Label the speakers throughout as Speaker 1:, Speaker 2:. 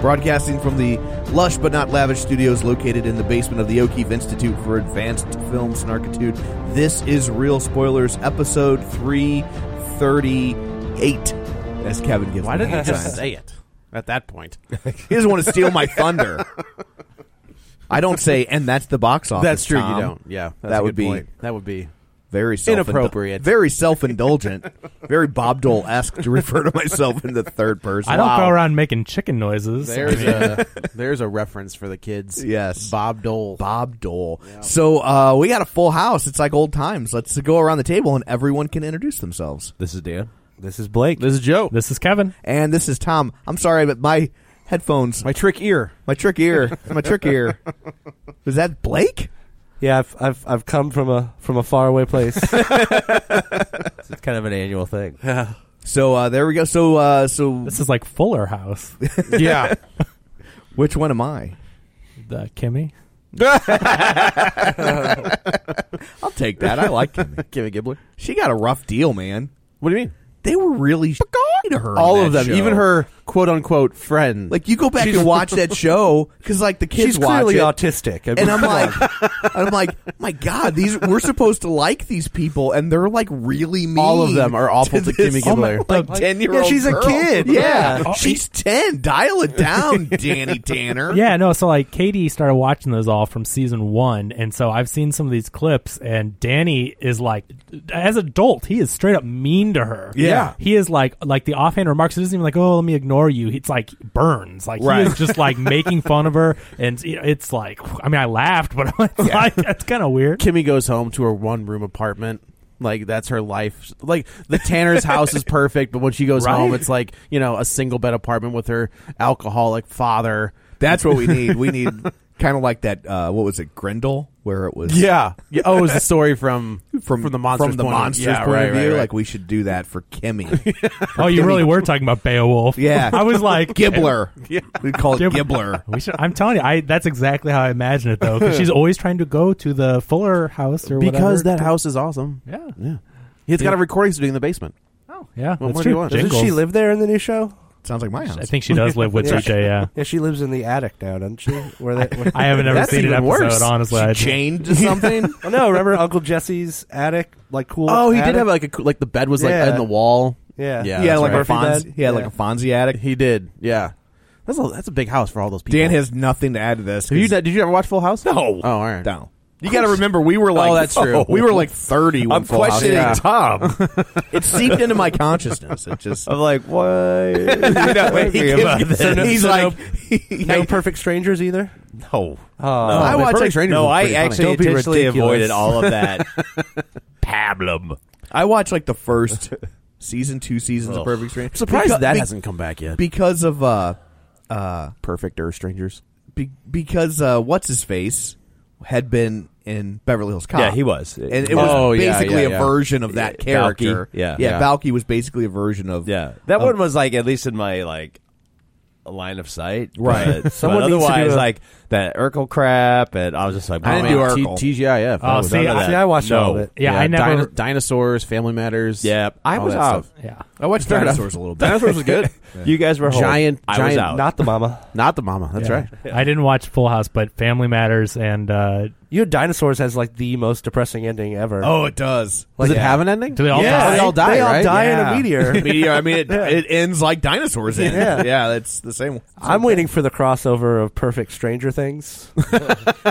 Speaker 1: Broadcasting from the lush but not lavish studios located in the basement of the O'Keefe Institute for Advanced Film Snarkitude, this is Real Spoilers, episode 338. As Kevin gives
Speaker 2: Why
Speaker 1: me
Speaker 2: did
Speaker 1: hand
Speaker 2: not just
Speaker 1: signs.
Speaker 2: say it at that point?
Speaker 1: He doesn't want to steal my thunder. I don't say, and that's the box office.
Speaker 2: that's true.
Speaker 1: Tom."
Speaker 2: You don't. Yeah, that's
Speaker 1: that
Speaker 2: a
Speaker 1: would
Speaker 2: good
Speaker 1: be
Speaker 2: point. that would be
Speaker 1: very self
Speaker 2: Inappropriate.
Speaker 1: very self indulgent, very Bob Dole esque to refer to myself in the third person.
Speaker 3: I don't go around making chicken noises.
Speaker 2: there's a there's a reference for the kids.
Speaker 1: Yes.
Speaker 2: Bob Dole.
Speaker 1: Bob Dole. So uh, we got a full house. It's like old times. Let's go around the table and everyone can introduce themselves.
Speaker 4: This is Dan.
Speaker 2: This is Blake.
Speaker 3: This is Joe. This is Kevin.
Speaker 1: And this is Tom. I'm sorry, but my headphones,
Speaker 2: My trick ear.
Speaker 1: my trick ear, my trick ear. Was that Blake?
Speaker 4: Yeah, I've, I've I've come from a from a faraway place. it's kind of an annual thing.
Speaker 1: So uh, there we go. So uh, so
Speaker 3: This is like Fuller House.
Speaker 2: Yeah.
Speaker 1: which one am I?
Speaker 3: The Kimmy.
Speaker 1: I'll take that. I like Kimmy.
Speaker 2: Kimmy Gibbler.
Speaker 1: She got a rough deal, man.
Speaker 2: What do you mean?
Speaker 1: They were really shitty to her. on
Speaker 2: All of
Speaker 1: that
Speaker 2: them,
Speaker 1: show.
Speaker 2: even her quote unquote friend.
Speaker 1: Like you go back and watch that show because like the kids
Speaker 4: She's
Speaker 1: watch
Speaker 4: clearly
Speaker 1: it.
Speaker 4: autistic. I mean,
Speaker 1: and I'm like, I'm like, my God, these we're supposed to like these people, and they're like really mean.
Speaker 2: All of them are awful to
Speaker 1: this,
Speaker 2: Kimmy Gibbler.
Speaker 1: Like ten year old.
Speaker 2: Yeah, she's a kid. Oh,
Speaker 1: Yeah,
Speaker 3: Yeah.
Speaker 1: she's ten. Dial it down, Danny Tanner.
Speaker 3: Yeah, no, so like Katie started watching those all from season one, and so I've seen some of these clips, and Danny is like, as an adult, he is straight up mean to her.
Speaker 1: Yeah.
Speaker 3: He is like, like the offhand remarks, it isn't even like, oh, let me ignore you. It's like burns. Like,
Speaker 1: Right.
Speaker 3: he is just like making fun of her, and you know, it's like, I mean, I laughed, but it's like, that's kind of weird.
Speaker 2: Kimmy goes home to her one room apartment. Like that's her life. Like the Tanner's house is perfect, but when she goes
Speaker 3: Right.
Speaker 2: home, it's like you know a single bed apartment with her alcoholic father.
Speaker 1: That's what we need. We need kind of like that. Uh, what was it, Grendel? Where it was
Speaker 2: Yeah. yeah. Oh, it was the story from from, the monsters
Speaker 1: from the
Speaker 2: point of-
Speaker 1: monsters
Speaker 2: yeah,
Speaker 1: point
Speaker 2: right,
Speaker 1: of view.
Speaker 2: right, right.
Speaker 1: Like we should do that for Kimmy.
Speaker 3: Oh, you really were talking about Beowulf.
Speaker 1: Yeah.
Speaker 3: I was like,
Speaker 1: Gibbler. We call it
Speaker 3: Gib-
Speaker 1: Gibbler.
Speaker 3: We should, I'm telling you, I that's exactly how I imagine it though, because she's always trying to go to the Fuller house or
Speaker 2: because that
Speaker 3: whatever.
Speaker 2: house is awesome.
Speaker 3: Yeah. Oh,
Speaker 2: Yeah. He's got a recording studio in the basement.
Speaker 3: yeah,
Speaker 2: Well,
Speaker 3: that's
Speaker 2: what do
Speaker 3: true.
Speaker 2: you want?
Speaker 4: doesn't
Speaker 3: Jingles.
Speaker 4: she live there in the new show?
Speaker 1: Sounds like my house.
Speaker 3: I think she does live with
Speaker 4: Yeah.
Speaker 3: TJ. Yeah,
Speaker 4: Yeah, she lives in the attic now, doesn't she? Where they, where-
Speaker 3: I haven't ever
Speaker 2: That's
Speaker 3: seen an
Speaker 2: even
Speaker 3: episode.
Speaker 2: worse.
Speaker 3: Honestly, I just-
Speaker 1: chained to something.
Speaker 4: Well, no, remember Uncle Jesse's attic? Like cool.
Speaker 2: Oh, he did
Speaker 4: attic?
Speaker 2: have like a coo- like the bed was like
Speaker 4: Yeah.
Speaker 2: in the wall.
Speaker 4: Yeah.
Speaker 2: Yeah,
Speaker 1: he had
Speaker 2: that's
Speaker 1: like
Speaker 2: right.
Speaker 1: a Fonz, he had like
Speaker 4: Yeah.
Speaker 1: a Fonzie attic.
Speaker 2: He did. Yeah. That's a that's a big house for all those people.
Speaker 1: Dan has nothing to add to this.
Speaker 2: Have you did you ever watch Full House?
Speaker 1: No.
Speaker 2: Oh, all right.
Speaker 1: No. You got to remember, we were like,
Speaker 2: that's true.
Speaker 1: We were like thirty.
Speaker 2: Oh,
Speaker 1: When
Speaker 4: I'm
Speaker 1: Full House
Speaker 4: questioning
Speaker 1: came out.
Speaker 4: Tom.
Speaker 1: It seeped into my consciousness. It just.
Speaker 4: I'm like, why?
Speaker 1: He
Speaker 4: Thinking
Speaker 1: gives-
Speaker 4: about
Speaker 1: so no-
Speaker 4: this.
Speaker 1: he's
Speaker 4: So no-
Speaker 1: like, he-
Speaker 4: no perfect strangers either. Oh.
Speaker 1: no. I watch
Speaker 2: Perfect
Speaker 1: like,
Speaker 2: Strangers
Speaker 1: no.
Speaker 2: was
Speaker 1: I
Speaker 2: pretty funny.
Speaker 1: actually
Speaker 4: Don't be
Speaker 1: intentionally
Speaker 4: ridiculous.
Speaker 1: avoided all of that. Pablum. I watch like the first season, two seasons of Perfect Strangers.
Speaker 2: Surprised
Speaker 1: Because-
Speaker 2: that
Speaker 1: be-
Speaker 2: hasn't come back yet.
Speaker 1: because of uh, uh,
Speaker 2: Perfect or strangers.
Speaker 1: be- because uh, what's his face had been in Beverly Hills Cop.
Speaker 4: Yeah, he was.
Speaker 1: and it
Speaker 2: Oh,
Speaker 1: was
Speaker 2: yeah,
Speaker 1: basically
Speaker 2: yeah,
Speaker 1: a
Speaker 2: yeah.
Speaker 1: version of that
Speaker 4: Yeah, Balky.
Speaker 1: character.
Speaker 4: Yeah.
Speaker 1: yeah,
Speaker 4: Yeah.
Speaker 2: Oh.
Speaker 1: Balky was basically a version of
Speaker 4: Yeah, that
Speaker 1: of-
Speaker 4: one was like at least in my like
Speaker 2: line of sight,
Speaker 5: Right.
Speaker 2: But,
Speaker 5: Someone
Speaker 2: but
Speaker 5: needs to
Speaker 2: otherwise,
Speaker 5: do a-
Speaker 2: like that Urkel crap, and I was just like,
Speaker 5: I didn't
Speaker 2: oh,
Speaker 5: do
Speaker 2: man,
Speaker 5: Urkel.
Speaker 2: T-
Speaker 5: TGIF.
Speaker 2: Oh, see, I- see, I watched all of it.
Speaker 3: Yeah, I never-
Speaker 5: dinosaurs, Family Matters.
Speaker 2: Yeah, I
Speaker 5: all
Speaker 2: was
Speaker 5: that
Speaker 2: out.
Speaker 5: stuff.
Speaker 3: Yeah.
Speaker 1: I watched
Speaker 5: Fair enough.
Speaker 1: Dinosaurs a little bit.
Speaker 5: Dinosaurs was good.
Speaker 2: You guys were home.
Speaker 5: giant.
Speaker 2: I was
Speaker 5: giant,
Speaker 2: out. Not the mama.
Speaker 5: Not the mama. That's
Speaker 3: Yeah.
Speaker 5: right.
Speaker 3: Oh, I didn't watch Full House, but Family Matters and uh,
Speaker 6: You know, dinosaurs has like the most depressing ending ever.
Speaker 1: Oh, it does.
Speaker 5: Does it
Speaker 6: Yeah.
Speaker 5: have an ending?
Speaker 3: do they all
Speaker 1: Yeah.
Speaker 3: die?
Speaker 5: They all die.
Speaker 6: They all
Speaker 5: right?
Speaker 6: die in a meteor.
Speaker 1: Meteor. I mean, it, it ends like dinosaurs end.
Speaker 6: Yeah.
Speaker 1: yeah, that's the same.
Speaker 6: I'm waiting for the crossover of Perfect Stranger Things.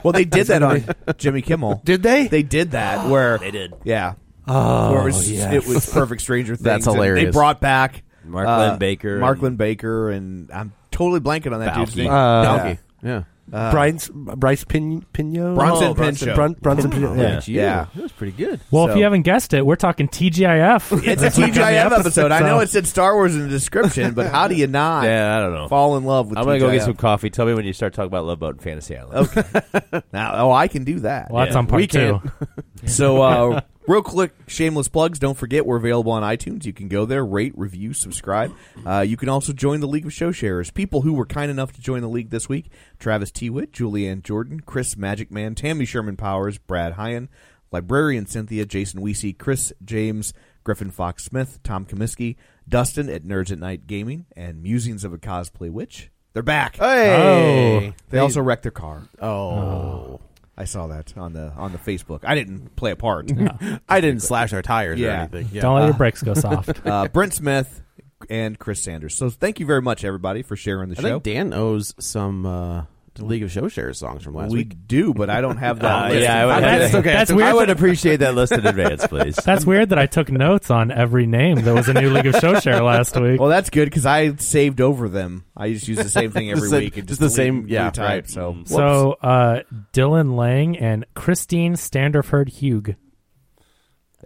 Speaker 1: Well, they did that on Jimmy Kimmel.
Speaker 6: Did they?
Speaker 1: They did that where
Speaker 2: They did.
Speaker 1: Yeah.
Speaker 6: Oh,
Speaker 1: Where it was,
Speaker 6: yes.
Speaker 1: it was Perfect Stranger Things.
Speaker 5: That's
Speaker 1: and They
Speaker 5: hilarious.
Speaker 1: brought back
Speaker 2: Mark
Speaker 1: uh,
Speaker 2: Lynn Baker
Speaker 1: Mark
Speaker 2: and-
Speaker 1: Lynn Baker, and I'm totally blanking on that dude's
Speaker 2: Balky.
Speaker 1: name.
Speaker 6: Uh,
Speaker 1: Yeah.
Speaker 5: Yeah.
Speaker 1: Uh,
Speaker 6: Bryce Bryce Pin, Pino
Speaker 1: Bronson
Speaker 6: Oh, Bronson,
Speaker 1: Pinchot.
Speaker 6: Brun, Bronson Pinchot, yeah.
Speaker 1: Yeah.
Speaker 5: That was pretty good.
Speaker 3: Well,
Speaker 1: So-
Speaker 3: if you haven't guessed it, we're talking TGIF.
Speaker 1: It's a
Speaker 3: This week on the
Speaker 1: TGIF episode. I
Speaker 3: so-
Speaker 1: know it said Star Wars in the description, but how do you not
Speaker 2: Yeah, I don't know.
Speaker 1: fall in love with
Speaker 2: I'm gonna go get
Speaker 1: TGIF?
Speaker 2: some coffee. Tell me when you start talking about Love Boat and Fantasy Island. Okay.
Speaker 1: Now, oh, I can do that.
Speaker 3: Well, that's on part
Speaker 5: We
Speaker 3: two.
Speaker 5: can't.
Speaker 1: So, uh, real quick, shameless plugs. Don't forget, we're available on iTunes. You can go there, rate, review, subscribe. Uh, you can also join the League of Show Sharers. People who were kind enough to join the league this week Travis T. Witt, Julianne Jordan, Chris Magic Man, Tammy Sherman Powers, Brad Hyan, Librarian Cynthia, Jason Weesey, Chris James, Griffin Fox Smith, Tom Comiskey, Dustin at Nerds at Night Gaming, and Musings of a Cosplay Witch. They're back.
Speaker 5: Hey.
Speaker 1: They, also wrecked their car. oh. I saw that on the on the Facebook. I didn't play a part.
Speaker 5: I didn't slash our tires
Speaker 1: Yeah.
Speaker 5: or anything.
Speaker 3: Don't let your brakes go soft.
Speaker 1: uh, Brent Smith and Chris Sanders. So thank you very much, everybody, for sharing the
Speaker 5: I
Speaker 1: show.
Speaker 5: think Dan owes some uh, League of Show Shares songs from last
Speaker 1: we
Speaker 5: week.
Speaker 1: do, but I don't have that. list.
Speaker 2: Uh, yeah, I would,
Speaker 3: That's- okay. that's
Speaker 2: I
Speaker 3: weird.
Speaker 2: would appreciate that list in advance, please.
Speaker 3: That's weird that I took notes on every name that was a new League of Show Share last week.
Speaker 1: Well, that's good because I saved over them. I just use the same thing every
Speaker 5: Just the-
Speaker 1: week. and
Speaker 5: just the
Speaker 1: delete
Speaker 5: same-
Speaker 1: and
Speaker 5: yeah,
Speaker 1: retype,
Speaker 5: right.
Speaker 1: So, whoops.
Speaker 3: so uh, Dylan Lang and Christine Standerford Hugh.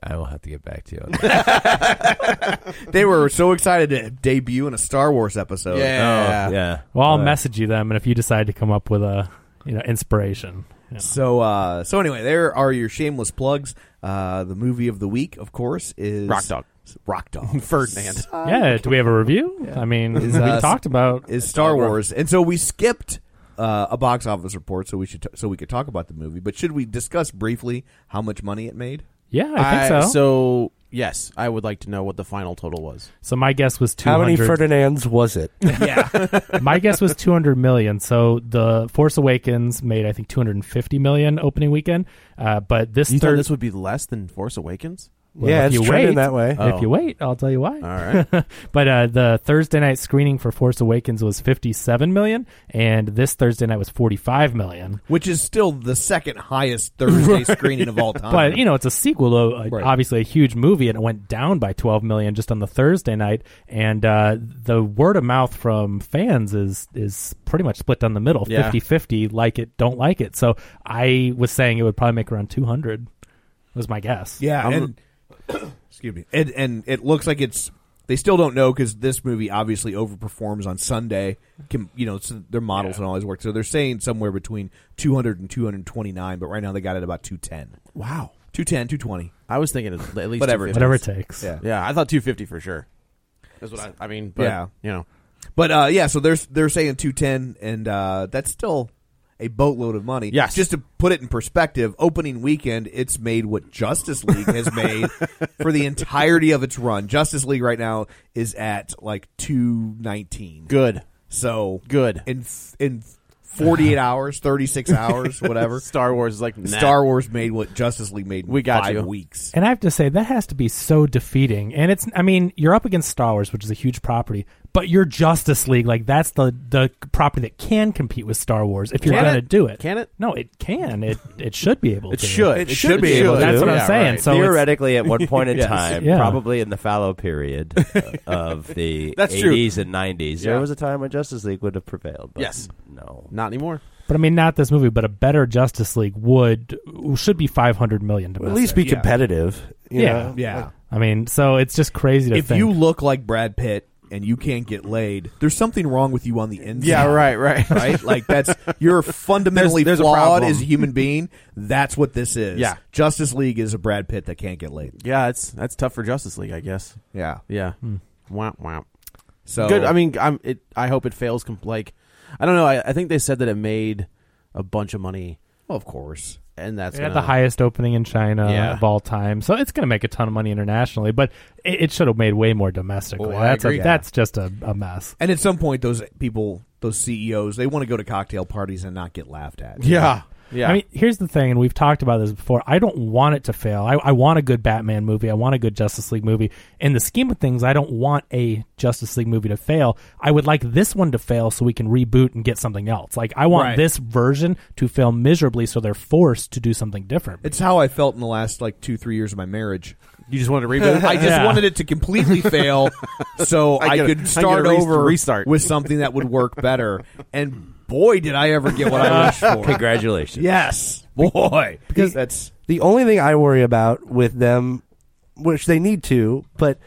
Speaker 2: I will have to get back to you. On that.
Speaker 1: they were so excited to debut in a Star Wars episode.
Speaker 5: Yeah.
Speaker 2: Oh, yeah.
Speaker 3: Well, I'll
Speaker 2: Uh,
Speaker 3: message you them, and if you decide to come up with a you know inspiration, yeah.
Speaker 1: So, uh, so anyway, there are your shameless plugs. Uh, the movie of the week, of course, is
Speaker 5: Rock Dog.
Speaker 1: Rock Dog.
Speaker 5: Ferdinand.
Speaker 3: yeah. Do we have a review? I mean,
Speaker 1: Is,
Speaker 3: we
Speaker 1: uh,
Speaker 3: talked about
Speaker 1: is Star Wars, and so we skipped uh, a box office report, so we should t- so we could talk about the movie. But should we discuss briefly how much money it made?
Speaker 3: yeah, I think
Speaker 5: I-
Speaker 3: so. so.
Speaker 1: Oh,
Speaker 5: so yes, I would like to know what the final total was.
Speaker 3: my guess was two
Speaker 6: How many
Speaker 3: hundred.
Speaker 6: Ferdinands was it?
Speaker 3: my guess was 200 million. So the Force Awakens made I think 250 million opening weekend. Uh, but this
Speaker 5: You thought
Speaker 3: third,
Speaker 5: this would be less than Force Awakens?
Speaker 3: well,
Speaker 6: yeah,
Speaker 3: if
Speaker 6: it's
Speaker 3: you
Speaker 6: trending
Speaker 3: wait, Uh,
Speaker 6: that way.
Speaker 5: Oh.
Speaker 3: If you wait, I'll tell you why.
Speaker 5: All right.
Speaker 3: But uh, the Thursday night screening for Force Awakens was 57 million, and this Thursday night was 45 million.
Speaker 1: Which is still the second highest Thursday screening of all time.
Speaker 3: But you know, it's a sequel to uh,
Speaker 1: Right.
Speaker 3: obviously a huge movie, and it went down by 12 million just on the Thursday night. And uh, the word of mouth from fans is is pretty much split down the middle,
Speaker 5: Yeah.
Speaker 3: 50 50, like it, don't like it. So I was saying it would probably make around 200. Was my guess.
Speaker 1: yeah,
Speaker 5: I'm-
Speaker 1: and excuse me, and and it looks like it's they still don't know because this movie obviously overperforms on Sunday. Can, you know, so their models don't always work, so they're saying somewhere between 200 and 229, but right now they got it about 210.
Speaker 5: Wow.
Speaker 1: 210, 220.
Speaker 5: I was thinking at at least
Speaker 1: Whatever.
Speaker 5: 250.
Speaker 3: Whatever it takes.
Speaker 1: Yeah.
Speaker 5: Yeah, I thought 250 for sure. That's what I, I mean. But,
Speaker 1: Yeah.
Speaker 5: you know,
Speaker 1: But uh, yeah, so they're they're saying two ten, and uh, that's still a boatload of money.
Speaker 5: Yes.
Speaker 1: Just to put it in perspective, opening weekend it's made what Justice League has made for the entirety of its run. Justice League right now is at like two nineteen.
Speaker 5: good,
Speaker 1: So
Speaker 5: good.
Speaker 1: in in forty eight hours, thirty six hours, whatever.
Speaker 5: Star Wars is like nah.
Speaker 1: Star Wars made what Justice League made. In
Speaker 5: We got
Speaker 1: five
Speaker 5: you.
Speaker 1: weeks.
Speaker 3: And I have to say that has to be so defeating. And it's I mean, you're up against Star Wars, which is a huge property, but you're Justice League, like that's the the property that can compete with Star Wars if you're
Speaker 5: Can
Speaker 3: going to
Speaker 5: it?
Speaker 3: do it.
Speaker 5: Can it?
Speaker 3: No, it can. It it should be able
Speaker 5: It
Speaker 3: to.
Speaker 5: should.
Speaker 2: It should be able to.
Speaker 3: That's what I'm
Speaker 5: Yeah,
Speaker 3: saying.
Speaker 5: right.
Speaker 3: So it's-
Speaker 2: Theoretically, at one point in
Speaker 5: Yes.
Speaker 2: time,
Speaker 3: Yeah.
Speaker 2: probably in the fallow period uh, of the
Speaker 5: That's true.
Speaker 2: 80s and 90s,
Speaker 5: Yeah.
Speaker 2: there was a time when Justice League would have prevailed. But
Speaker 5: Yes.
Speaker 2: No.
Speaker 5: Not anymore.
Speaker 3: but I mean not this movie, but a better Justice League would should be 500 million domestic.
Speaker 6: At least be
Speaker 1: Yeah.
Speaker 6: competitive. you
Speaker 3: Yeah.
Speaker 6: know?
Speaker 1: Yeah.
Speaker 3: I mean, so it's just crazy to
Speaker 1: If
Speaker 3: think.
Speaker 1: you look like Brad Pitt and you can't get laid, there's something wrong with you on the inside.
Speaker 5: right.
Speaker 1: right? Like that's you're fundamentally
Speaker 5: There's- there's a
Speaker 1: flawed
Speaker 5: problem.
Speaker 1: as a human being. That's what this is.
Speaker 5: Yeah.
Speaker 1: Justice League is a Brad Pitt that can't get laid.
Speaker 3: Hmm.
Speaker 5: yeah, it's that's tough for Justice League, I guess.
Speaker 1: Yeah.
Speaker 5: Yeah. Womp womp. So
Speaker 1: good. I mean, I'm. It, I hope it fails. Com- like, I don't know. I, I think they said that it made a bunch of money.
Speaker 5: Well, of course,
Speaker 1: and that's
Speaker 3: It had
Speaker 1: gonna-
Speaker 3: the highest opening in China
Speaker 1: Yeah.
Speaker 3: of all time, so it's going to make a ton of money internationally. But it, it should have made way more domestically.
Speaker 5: Oh, I
Speaker 3: that's
Speaker 5: agree.
Speaker 3: a, that's just a, a mess.
Speaker 5: And at some point, those people, those
Speaker 1: E
Speaker 5: CEOs, they want to go to cocktail parties and not get laughed at.
Speaker 3: I mean, here's the thing, and we've talked about this before. I don't want it to fail. I, I want a good Batman movie. I want a good Justice League movie. In the scheme of things, I don't want a Justice League movie to fail. I would like this one to fail so we can reboot and get something else. Like, I want
Speaker 5: Right.
Speaker 3: this version to fail miserably so they're forced to do something different.
Speaker 5: It's how I felt in the last like two, three years of my marriage.
Speaker 1: You just wanted to reboot?
Speaker 5: I just
Speaker 1: Yeah.
Speaker 5: wanted it to completely fail, so
Speaker 1: I
Speaker 5: I,
Speaker 1: get a- I
Speaker 5: could
Speaker 1: get
Speaker 5: start
Speaker 1: a re-
Speaker 5: over,
Speaker 1: restart.
Speaker 5: with something that would work better. And boy, did I ever get what I wished for!
Speaker 2: Congratulations.
Speaker 5: Yes, boy, because that's
Speaker 4: The only thing I worry about with them, which they need to, but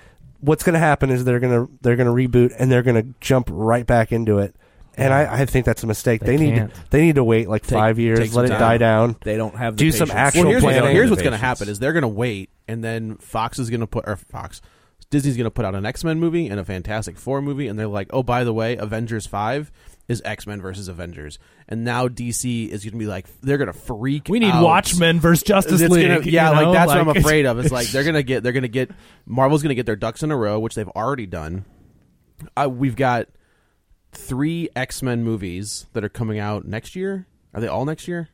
Speaker 4: what's going to happen is they're going to they're going to reboot and they're going to jump right back into it. And I, I think that's a mistake.
Speaker 5: They
Speaker 4: They, need to,
Speaker 5: can't.
Speaker 4: they need to wait like
Speaker 5: Take-
Speaker 4: five
Speaker 5: take
Speaker 4: years,
Speaker 5: some
Speaker 4: let it
Speaker 5: time.
Speaker 4: die down.
Speaker 5: They don't have the
Speaker 4: do some
Speaker 5: patience.
Speaker 4: actual
Speaker 1: Well, here's
Speaker 4: planning.
Speaker 1: What's, here's what's going to happen is they're going to wait, and then Fox is going to put or Fox Disney's going to put out an X Men movie and a Fantastic Four movie, and they're like, oh, by the way, Avengers Five is X Men versus Avengers, and now DC is going to be like, they're going to freak.
Speaker 3: We need
Speaker 1: out.
Speaker 3: Watchmen versus Justice
Speaker 1: It's gonna-
Speaker 3: League,
Speaker 1: yeah,
Speaker 3: you know,
Speaker 1: like that's what
Speaker 3: like-
Speaker 1: I'm afraid of. It's like they're going to get they're going to get Marvel's going to get their ducks in a row, which they've already done. Uh, we've got three X Men movies that are coming out next year. Are they all next year?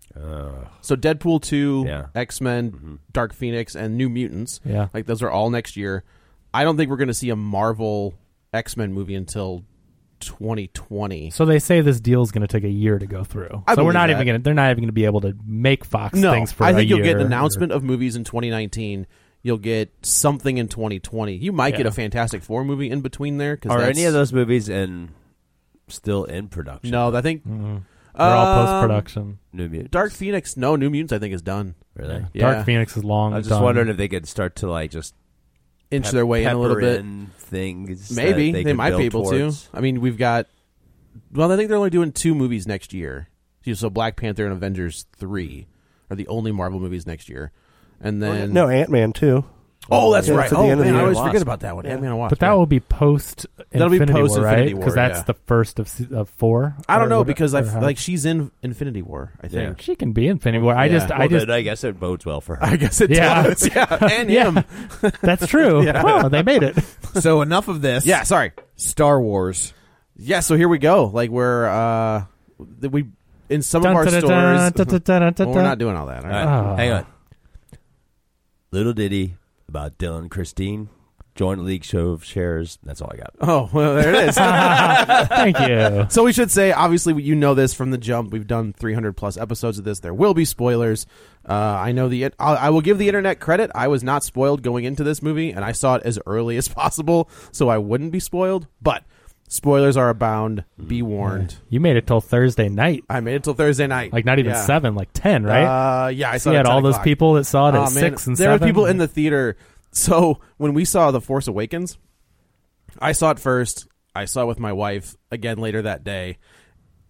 Speaker 1: so Deadpool two, X Men,
Speaker 2: Mm-hmm.
Speaker 1: Dark Phoenix, and New Mutants.
Speaker 3: Yeah.
Speaker 1: like those are all next year. I don't think we're going to see a Marvel X Men movie until 2020.
Speaker 3: So they say this deal is going to take a year to go through.
Speaker 1: I
Speaker 3: so we're
Speaker 1: believe
Speaker 3: not
Speaker 1: that.
Speaker 3: even going to. They're not even going to be able to make Fox
Speaker 1: no,
Speaker 3: things for.
Speaker 1: I
Speaker 3: a
Speaker 1: think you'll get an
Speaker 3: year.
Speaker 1: announcement of movies in 2019. You'll get something in 2020. You might get
Speaker 2: Yeah.
Speaker 1: a Fantastic Four movie in between there. 'cause
Speaker 2: Are
Speaker 1: that's-
Speaker 2: any of those movies in still in production?
Speaker 1: No, I think
Speaker 3: Mm-hmm. They're all
Speaker 1: Um,
Speaker 3: post-production.
Speaker 2: New Mutants.
Speaker 1: Dark Phoenix, no, New Mutants. I think is done.
Speaker 2: Really?
Speaker 1: Yeah.
Speaker 3: Dark Phoenix is long.
Speaker 2: I was just
Speaker 3: done.
Speaker 2: wondering if they could start to like just
Speaker 1: Inch
Speaker 2: pep-
Speaker 1: their way in a little
Speaker 2: pepper
Speaker 1: bit.
Speaker 2: in things. that
Speaker 1: Maybe they,
Speaker 2: could
Speaker 1: might
Speaker 2: build
Speaker 1: be able
Speaker 2: towards.
Speaker 1: to. I mean, we've got. Well, I think they're only doing two movies next year. So Black Panther and Avengers three are the only Marvel movies next year, and then
Speaker 4: Oh, No, Ant Man too.
Speaker 1: Oh, that's
Speaker 4: Yeah,
Speaker 1: right.
Speaker 4: it's at the
Speaker 1: Oh,
Speaker 4: end of the
Speaker 1: man, I
Speaker 4: year.
Speaker 1: always forget about that one.
Speaker 4: Yeah.
Speaker 1: Ant-Man and Wasp.
Speaker 3: But that will be post.
Speaker 1: That'll be post Infinity
Speaker 3: right?
Speaker 1: War,
Speaker 3: Because that's
Speaker 1: yeah.
Speaker 3: the first of, se- of four.
Speaker 1: I don't
Speaker 3: Or
Speaker 1: know
Speaker 3: what-
Speaker 1: because I
Speaker 3: or how-
Speaker 1: like she's in Infinity War. I think
Speaker 3: she can be Infinity War. I
Speaker 1: Yeah.
Speaker 3: just, I
Speaker 2: Well,
Speaker 3: just,
Speaker 2: then I guess it bodes well for her.
Speaker 1: I guess it
Speaker 3: Yeah.
Speaker 1: does. Yeah, and
Speaker 3: Yeah.
Speaker 1: him.
Speaker 3: that's true.
Speaker 1: Yeah.
Speaker 3: Wow, they made it.
Speaker 5: So enough of this.
Speaker 1: Yeah, sorry.
Speaker 5: Star Wars.
Speaker 1: Yeah, so here we go. Like we're uh th- we in some of
Speaker 3: Dun,
Speaker 1: our
Speaker 3: dun, dun,
Speaker 1: stores.
Speaker 3: dun, dun, dun, dun, dun,
Speaker 1: Well, we're
Speaker 3: dun.
Speaker 1: not doing all that. all right.
Speaker 3: Ah.
Speaker 2: Hang on. Little ditty about Dylan Christine. Joint league show of shares. That's all I got.
Speaker 1: Oh well, there it is.
Speaker 3: Thank you.
Speaker 1: So we should say, obviously, you know this from the jump. We've done 300 plus episodes of this. There will be spoilers. Uh, I know the. I I will give the internet credit. I was not spoiled going into this movie, and I saw it as early as possible, so I wouldn't be spoiled. But spoilers are abound. Be warned.
Speaker 3: You made it till Thursday night.
Speaker 1: I made it till Thursday night.
Speaker 3: Mm-hmm. Like not even
Speaker 1: Yeah.
Speaker 3: seven, like ten, right?
Speaker 1: Uh, yeah, I
Speaker 3: So
Speaker 1: saw.
Speaker 3: you
Speaker 1: it
Speaker 3: had
Speaker 1: at
Speaker 3: all
Speaker 1: 10
Speaker 3: those
Speaker 1: o'clock.
Speaker 3: people that saw it at
Speaker 1: Aw, man.
Speaker 3: six and
Speaker 1: there
Speaker 3: seven.
Speaker 1: were people in the theater. So when we saw The Force Awakens, I saw it first. I saw it with my wife again later that day,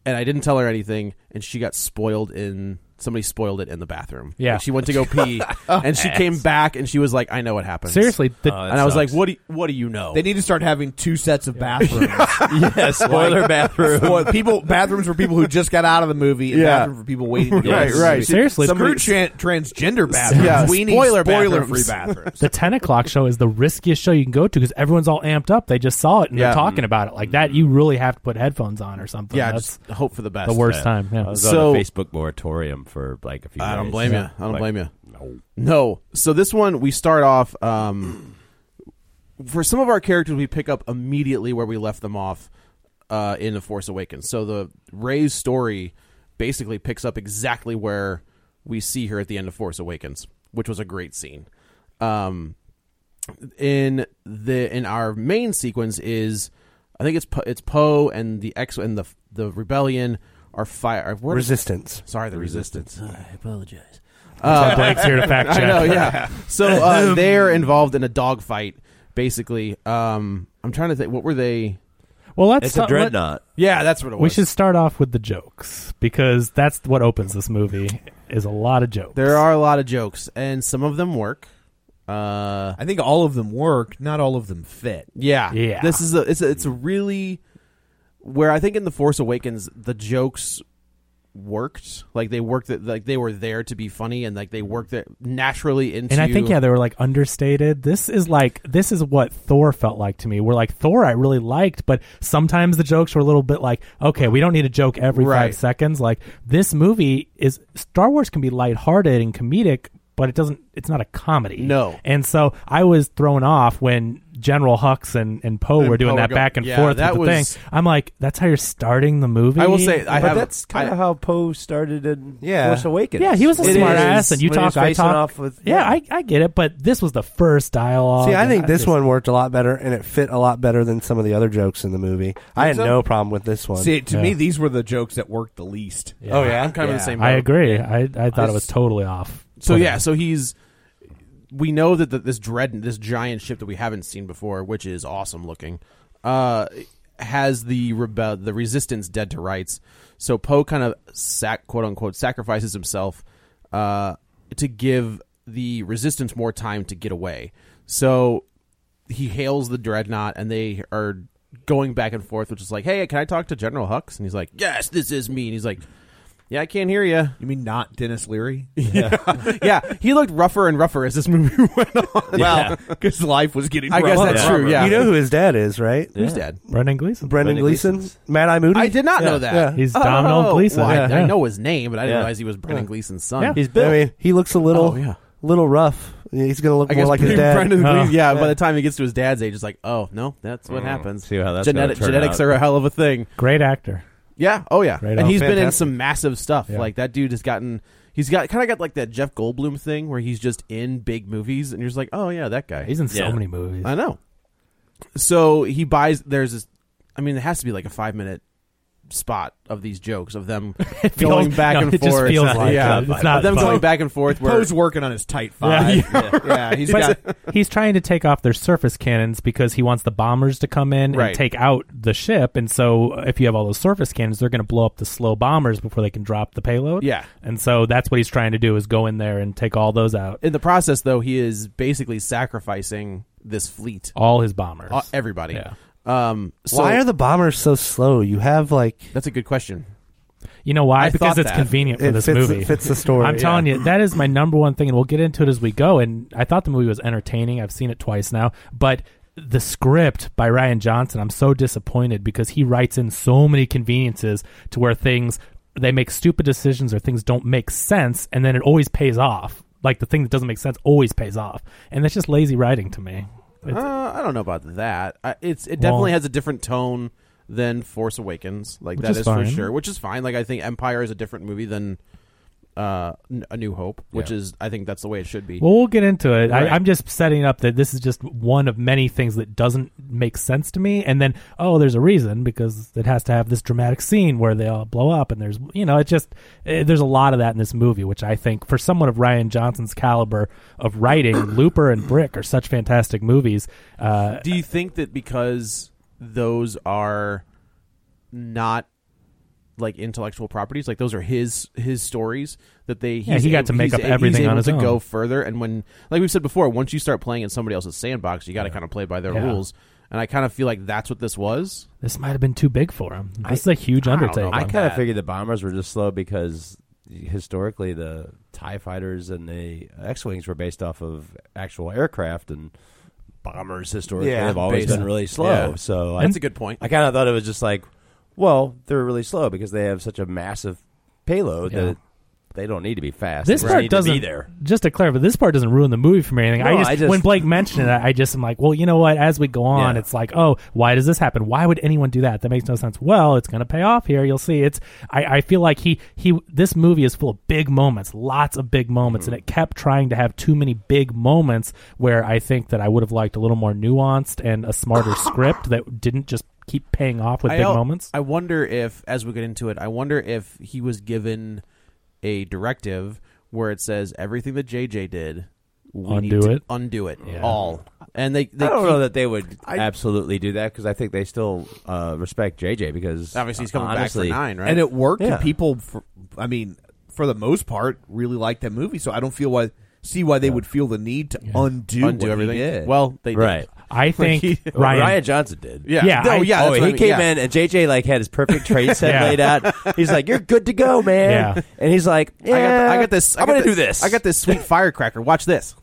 Speaker 1: and I didn't tell her anything. And she got spoiled in somebody spoiled it in the bathroom.
Speaker 3: Yeah. Oh,
Speaker 1: Like, she went to go pee, and she came back and she was like, "I know what happened."
Speaker 3: Seriously, the-
Speaker 2: Uh,
Speaker 3: Oh, that
Speaker 1: and I was
Speaker 3: sucks.
Speaker 1: like, "What do you, what do you know?"
Speaker 5: They need to start having two sets of bathrooms.
Speaker 2: yeah, spoiler bathroom.
Speaker 5: Spoil- people bathrooms for people who just got out of the movie, and
Speaker 1: Yeah.
Speaker 5: bathroom for people waiting. To
Speaker 1: Right,
Speaker 5: get out of the
Speaker 1: right.
Speaker 5: movie.
Speaker 3: Seriously,
Speaker 5: Screw
Speaker 3: it's-
Speaker 5: tran- transgender bathrooms.
Speaker 1: Yeah,
Speaker 5: we need
Speaker 1: spoiler
Speaker 5: spoiler,
Speaker 1: bathrooms.
Speaker 5: free bathrooms.
Speaker 3: the 10 o'clock show is the riskiest show you can go to because everyone's all amped up. They just saw it and
Speaker 1: Yeah.
Speaker 3: they're talking about it like that.
Speaker 2: Mm-hmm.
Speaker 3: You really have to put headphones on or something.
Speaker 1: yeah,
Speaker 3: That's
Speaker 1: just hope for the best.
Speaker 3: the worst
Speaker 2: Yeah.
Speaker 3: time.
Speaker 2: I
Speaker 3: Yeah.
Speaker 2: was
Speaker 1: So-
Speaker 2: on a Facebook moratorium for like a few.
Speaker 1: I don't
Speaker 2: days.
Speaker 1: blame you. I don't
Speaker 2: Like,
Speaker 1: blame you.
Speaker 2: No.
Speaker 1: No. So this one we start off um for some of our characters we pick up immediately where we left them off uh in The Force Awakens. So the Ray's story basically picks up exactly where we see her at the end of Force Awakens, which was a great scene. Um in the in our main sequence is I think it's po, it's Poe and the X and the the rebellion are fire what is-
Speaker 4: Resistance.
Speaker 1: Sorry, the resistance. I apologize.
Speaker 3: So Blake's here to fact check.
Speaker 1: I know, yeah. So
Speaker 5: Um,
Speaker 1: uh, they're involved in a dogfight, basically. Um, I'm trying to think. What were they?
Speaker 3: Well, let's
Speaker 2: It's a
Speaker 3: talk- let-
Speaker 2: dreadnought.
Speaker 1: Yeah, that's what it was.
Speaker 3: we should start off with the jokes because that's what opens this movie is a lot of jokes.
Speaker 1: There are a lot of jokes, and some of them work, Uh,
Speaker 5: I think all of them work. Not all of them fit.
Speaker 1: Yeah,
Speaker 3: Yeah.
Speaker 1: This is a it's a, it's a really where I think in the Force Awakens the jokes worked like they worked that like they were there to be funny and like they worked that naturally into
Speaker 3: And I think yeah, they were like understated. This is like this is what Thor felt like to me. We're like Thor, I really liked, but sometimes the jokes were a little bit like, okay, we don't need a joke every
Speaker 1: Right.
Speaker 3: five seconds. Like this movie is Star Wars can be lighthearted and comedic, but it doesn't. It's not a comedy.
Speaker 1: No.
Speaker 3: And so I was thrown off when General Hux and and Poe
Speaker 1: And
Speaker 3: were doing
Speaker 1: Poe
Speaker 3: that
Speaker 1: go-
Speaker 3: back and
Speaker 1: yeah,
Speaker 3: forth.
Speaker 1: that
Speaker 3: with the
Speaker 1: was-
Speaker 3: thing. I'm like, that's how you're starting the movie.
Speaker 1: I will say I
Speaker 2: but
Speaker 1: have
Speaker 2: that's kind
Speaker 1: I-
Speaker 2: of how Poe started in
Speaker 4: Yeah.
Speaker 2: Force Awakens.
Speaker 3: Yeah, he was a
Speaker 2: It
Speaker 3: smart
Speaker 2: is.
Speaker 3: ass, and you
Speaker 2: When he was
Speaker 3: talk, I
Speaker 2: facing
Speaker 3: talk.
Speaker 2: off with-
Speaker 3: yeah, I, I get it, but this was the first dialogue.
Speaker 4: See, I
Speaker 3: and
Speaker 4: think this
Speaker 3: just-
Speaker 4: one worked a lot better, and it fit a lot better than some of the other jokes in the movie. I had
Speaker 5: so?
Speaker 4: no problem with this one.
Speaker 5: See, to me, these were the jokes that worked the least.
Speaker 1: Oh, yeah, I'm kind of in the same
Speaker 3: I
Speaker 1: boat.
Speaker 3: agree. I, I thought it was
Speaker 1: This-
Speaker 3: totally off.
Speaker 1: So
Speaker 3: Putting-
Speaker 1: yeah, so he's. We know that the, this dread, this giant ship that we haven't seen before, which is awesome looking, uh, has the rebel, the resistance dead to rights. So Poe kind of sac quote unquote sacrifices himself uh, to give the resistance more time to get away. So he hails the dreadnought, and they are going back and forth, which is like, "Hey, can I talk to General Hux?" And he's like, "Yes, this is me." And he's like, "Yeah, I can't hear you."
Speaker 5: You mean not Dennis Leary?
Speaker 1: Yeah. yeah, he looked rougher and rougher as this movie went on.
Speaker 5: Well, because life was getting.
Speaker 1: I guess
Speaker 5: rougher.
Speaker 1: that's true. Yeah,
Speaker 4: You know who his dad is, right?
Speaker 1: who's dead?
Speaker 3: Brendan Gleeson.
Speaker 4: Brendan
Speaker 2: Brendan
Speaker 4: Gleeson,
Speaker 2: Gleeson's-
Speaker 4: Mad Eye Moody.
Speaker 1: I did not
Speaker 4: Yeah,
Speaker 1: know that. Oh,
Speaker 4: yeah.
Speaker 3: He's Domino Gleeson.
Speaker 1: well, I-
Speaker 3: Yeah,
Speaker 1: I,
Speaker 3: yeah.
Speaker 1: know his name, but I didn't
Speaker 2: Yeah.
Speaker 1: realize he was Brendan Gleeson's son.
Speaker 3: Yeah.
Speaker 2: He's built.
Speaker 4: I mean, he looks a little,
Speaker 1: Oh, yeah.
Speaker 4: little rough. He's going to look
Speaker 1: I
Speaker 4: more
Speaker 1: guess
Speaker 4: like his
Speaker 1: Brendan-
Speaker 4: dad.
Speaker 1: Brendan
Speaker 3: Oh.
Speaker 1: Gleeson- yeah, By the time he gets to his dad's age, it's like, oh no, that's what happens.
Speaker 2: See how that's gonna
Speaker 1: Genetic,
Speaker 2: turn
Speaker 1: genetics
Speaker 2: out.
Speaker 1: are a hell of a thing.
Speaker 3: Great actor.
Speaker 1: Yeah. Oh yeah.
Speaker 3: Right
Speaker 1: and
Speaker 3: on.
Speaker 1: he's been in
Speaker 4: Fantastic.
Speaker 1: some massive stuff.
Speaker 3: Yeah.
Speaker 1: Like that dude has gotten. He's got kind of got like that Jeff Goldblum thing where he's just in big movies, and you're just like, oh yeah, that guy.
Speaker 3: He's in
Speaker 2: Yeah.
Speaker 3: so many movies.
Speaker 1: I know. So he buys. There's this. I mean, it has to be like a five minute spot of these jokes of them going
Speaker 3: feels-
Speaker 1: back
Speaker 3: no,
Speaker 1: and
Speaker 3: it
Speaker 1: forth.
Speaker 3: just feels like
Speaker 1: yeah,
Speaker 3: it. It's not
Speaker 1: of them
Speaker 3: fun.
Speaker 1: going back and forth. Where
Speaker 5: Poe's working on his tight five.
Speaker 1: yeah, yeah, he's got.
Speaker 3: But he's trying to take off their surface cannons because he wants the bombers to come in
Speaker 1: Right.
Speaker 3: and take out the ship. And so, if you have all those surface cannons, they're going to blow up the slow bombers before they can drop the payload.
Speaker 1: Yeah.
Speaker 3: And so that's what he's trying to do is go in there and take all those out,
Speaker 1: In the process, though, he is basically sacrificing this fleet,
Speaker 3: all his bombers.
Speaker 1: uh, everybody.
Speaker 3: Yeah.
Speaker 1: Um, so
Speaker 4: Why are the bombers so slow? You have like
Speaker 1: That's a good question.
Speaker 3: You know why?
Speaker 1: I
Speaker 3: because
Speaker 1: thought
Speaker 3: it's
Speaker 1: that.
Speaker 3: convenient for
Speaker 4: it
Speaker 3: this
Speaker 4: fits,
Speaker 3: movie.
Speaker 4: it fits the story.
Speaker 3: I'm telling you, that is my number one thing, and we'll get into it as we go. And I thought the movie was entertaining. I've seen it twice now, but the script by Ryan Johnson, I'm so disappointed because he writes in so many conveniences to where things they make stupid decisions or things don't make sense, and then it always pays off. Like the thing that doesn't make sense always pays off, and that's just lazy writing to me. It's,
Speaker 1: Uh, I don't know about that. I, it's it definitely
Speaker 3: Well-
Speaker 1: has a different tone than Force Awakens. Like
Speaker 3: Which
Speaker 1: that
Speaker 3: is
Speaker 1: is for
Speaker 3: fine.
Speaker 1: sure, which is fine. Like I think Empire is a different movie than uh, N- A New Hope, which is I think that's the way it should be.
Speaker 3: Well, we'll get into it.
Speaker 1: Right.
Speaker 3: I, I'm just setting up that this is just one of many things that doesn't make sense to me. And then, oh, there's a reason because it has to have this dramatic scene where they all blow up. And there's, you know, it just, eh, there's a lot of that in this movie, which I think for someone of Ryan Johnson's caliber of writing, Looper and Brick are such fantastic movies. Uh,
Speaker 1: Do you think that because those are not like intellectual properties, like those are his his stories that they
Speaker 3: Yeah,
Speaker 1: he's
Speaker 3: he got
Speaker 1: ab-
Speaker 3: to make
Speaker 1: he's
Speaker 3: up
Speaker 1: a- he's
Speaker 3: everything on
Speaker 1: able
Speaker 3: his
Speaker 1: to go
Speaker 3: own.
Speaker 1: further, and when like we've said before, once you start playing in somebody else's sandbox, you got to kind of play by their
Speaker 3: Yeah.
Speaker 1: rules. And I kind of feel like that's what this was.
Speaker 3: this might have been too big for him. This is a huge
Speaker 1: I don't know.
Speaker 3: undertaking.
Speaker 1: I
Speaker 2: I kind of
Speaker 1: that.
Speaker 2: figured the bombers were just slow because historically the Tie fighters and the X wings were based off of actual aircraft, and bombers historically
Speaker 4: Yeah,
Speaker 2: have always
Speaker 1: based-
Speaker 2: been really slow.
Speaker 1: yeah.
Speaker 2: So
Speaker 1: That's
Speaker 2: I,
Speaker 1: a good point.
Speaker 2: I kind of thought it was just like, well, they're really slow because they have such a massive payload
Speaker 3: Yeah.
Speaker 2: that they don't need to be fast.
Speaker 3: This
Speaker 2: They just
Speaker 3: part
Speaker 2: need
Speaker 3: doesn't.
Speaker 2: to be there.
Speaker 3: Just to clarify, this part doesn't ruin the movie for me or anything.
Speaker 2: No,
Speaker 3: I, just,
Speaker 2: I just-
Speaker 3: when Blake mentioned it, I just am like, well, you know what? As we go on,
Speaker 2: Yeah.
Speaker 3: it's like, oh, why does this happen? Why would anyone do that? That makes no sense. Well, it's going to pay off here. You'll see. It's. I, I feel like he he. This movie is full of big moments, lots of big moments, and
Speaker 2: Mm-hmm.
Speaker 3: it kept trying to have too many big moments where I think that I would have liked a little more nuanced and a smarter script that didn't just keep paying off with
Speaker 1: I
Speaker 3: big
Speaker 1: al-
Speaker 3: moments.
Speaker 1: I wonder if, as we get into it, I wonder if he was given a directive where it says everything that JJ did, we need
Speaker 3: Undo
Speaker 1: to
Speaker 3: it?
Speaker 1: undo it
Speaker 3: Yeah.
Speaker 1: all, and they, they
Speaker 2: I don't
Speaker 1: keep-
Speaker 2: know that they would absolutely do that because I think they still uh, respect JJ because
Speaker 1: Obviously, he's coming
Speaker 2: honestly,
Speaker 1: back for nine, right?
Speaker 5: and it worked.
Speaker 2: Yeah.
Speaker 5: And people, for, I mean, for the most part, really liked that movie. So I don't feel why see why they would feel the need to undo,
Speaker 1: Undo
Speaker 5: what He
Speaker 1: everything.
Speaker 5: did.
Speaker 1: Well, they did.
Speaker 2: Right.
Speaker 3: I think
Speaker 2: Well,
Speaker 3: Ryan-
Speaker 2: Johnson did.
Speaker 1: Yeah. Yeah,
Speaker 2: Oh,
Speaker 1: I-
Speaker 2: yeah.
Speaker 1: Oh,
Speaker 2: that's what
Speaker 1: he
Speaker 2: I mean. came
Speaker 1: came
Speaker 2: in and JJ like had his perfect trade set
Speaker 1: Yeah.
Speaker 2: laid out. He's like, "You're good to go, man."
Speaker 1: Yeah.
Speaker 2: And he's like,
Speaker 1: I got-
Speaker 2: "Yeah,
Speaker 1: I got this. I
Speaker 2: I'm
Speaker 1: got
Speaker 2: gonna do this.
Speaker 1: I got this sweet firecracker. Watch this.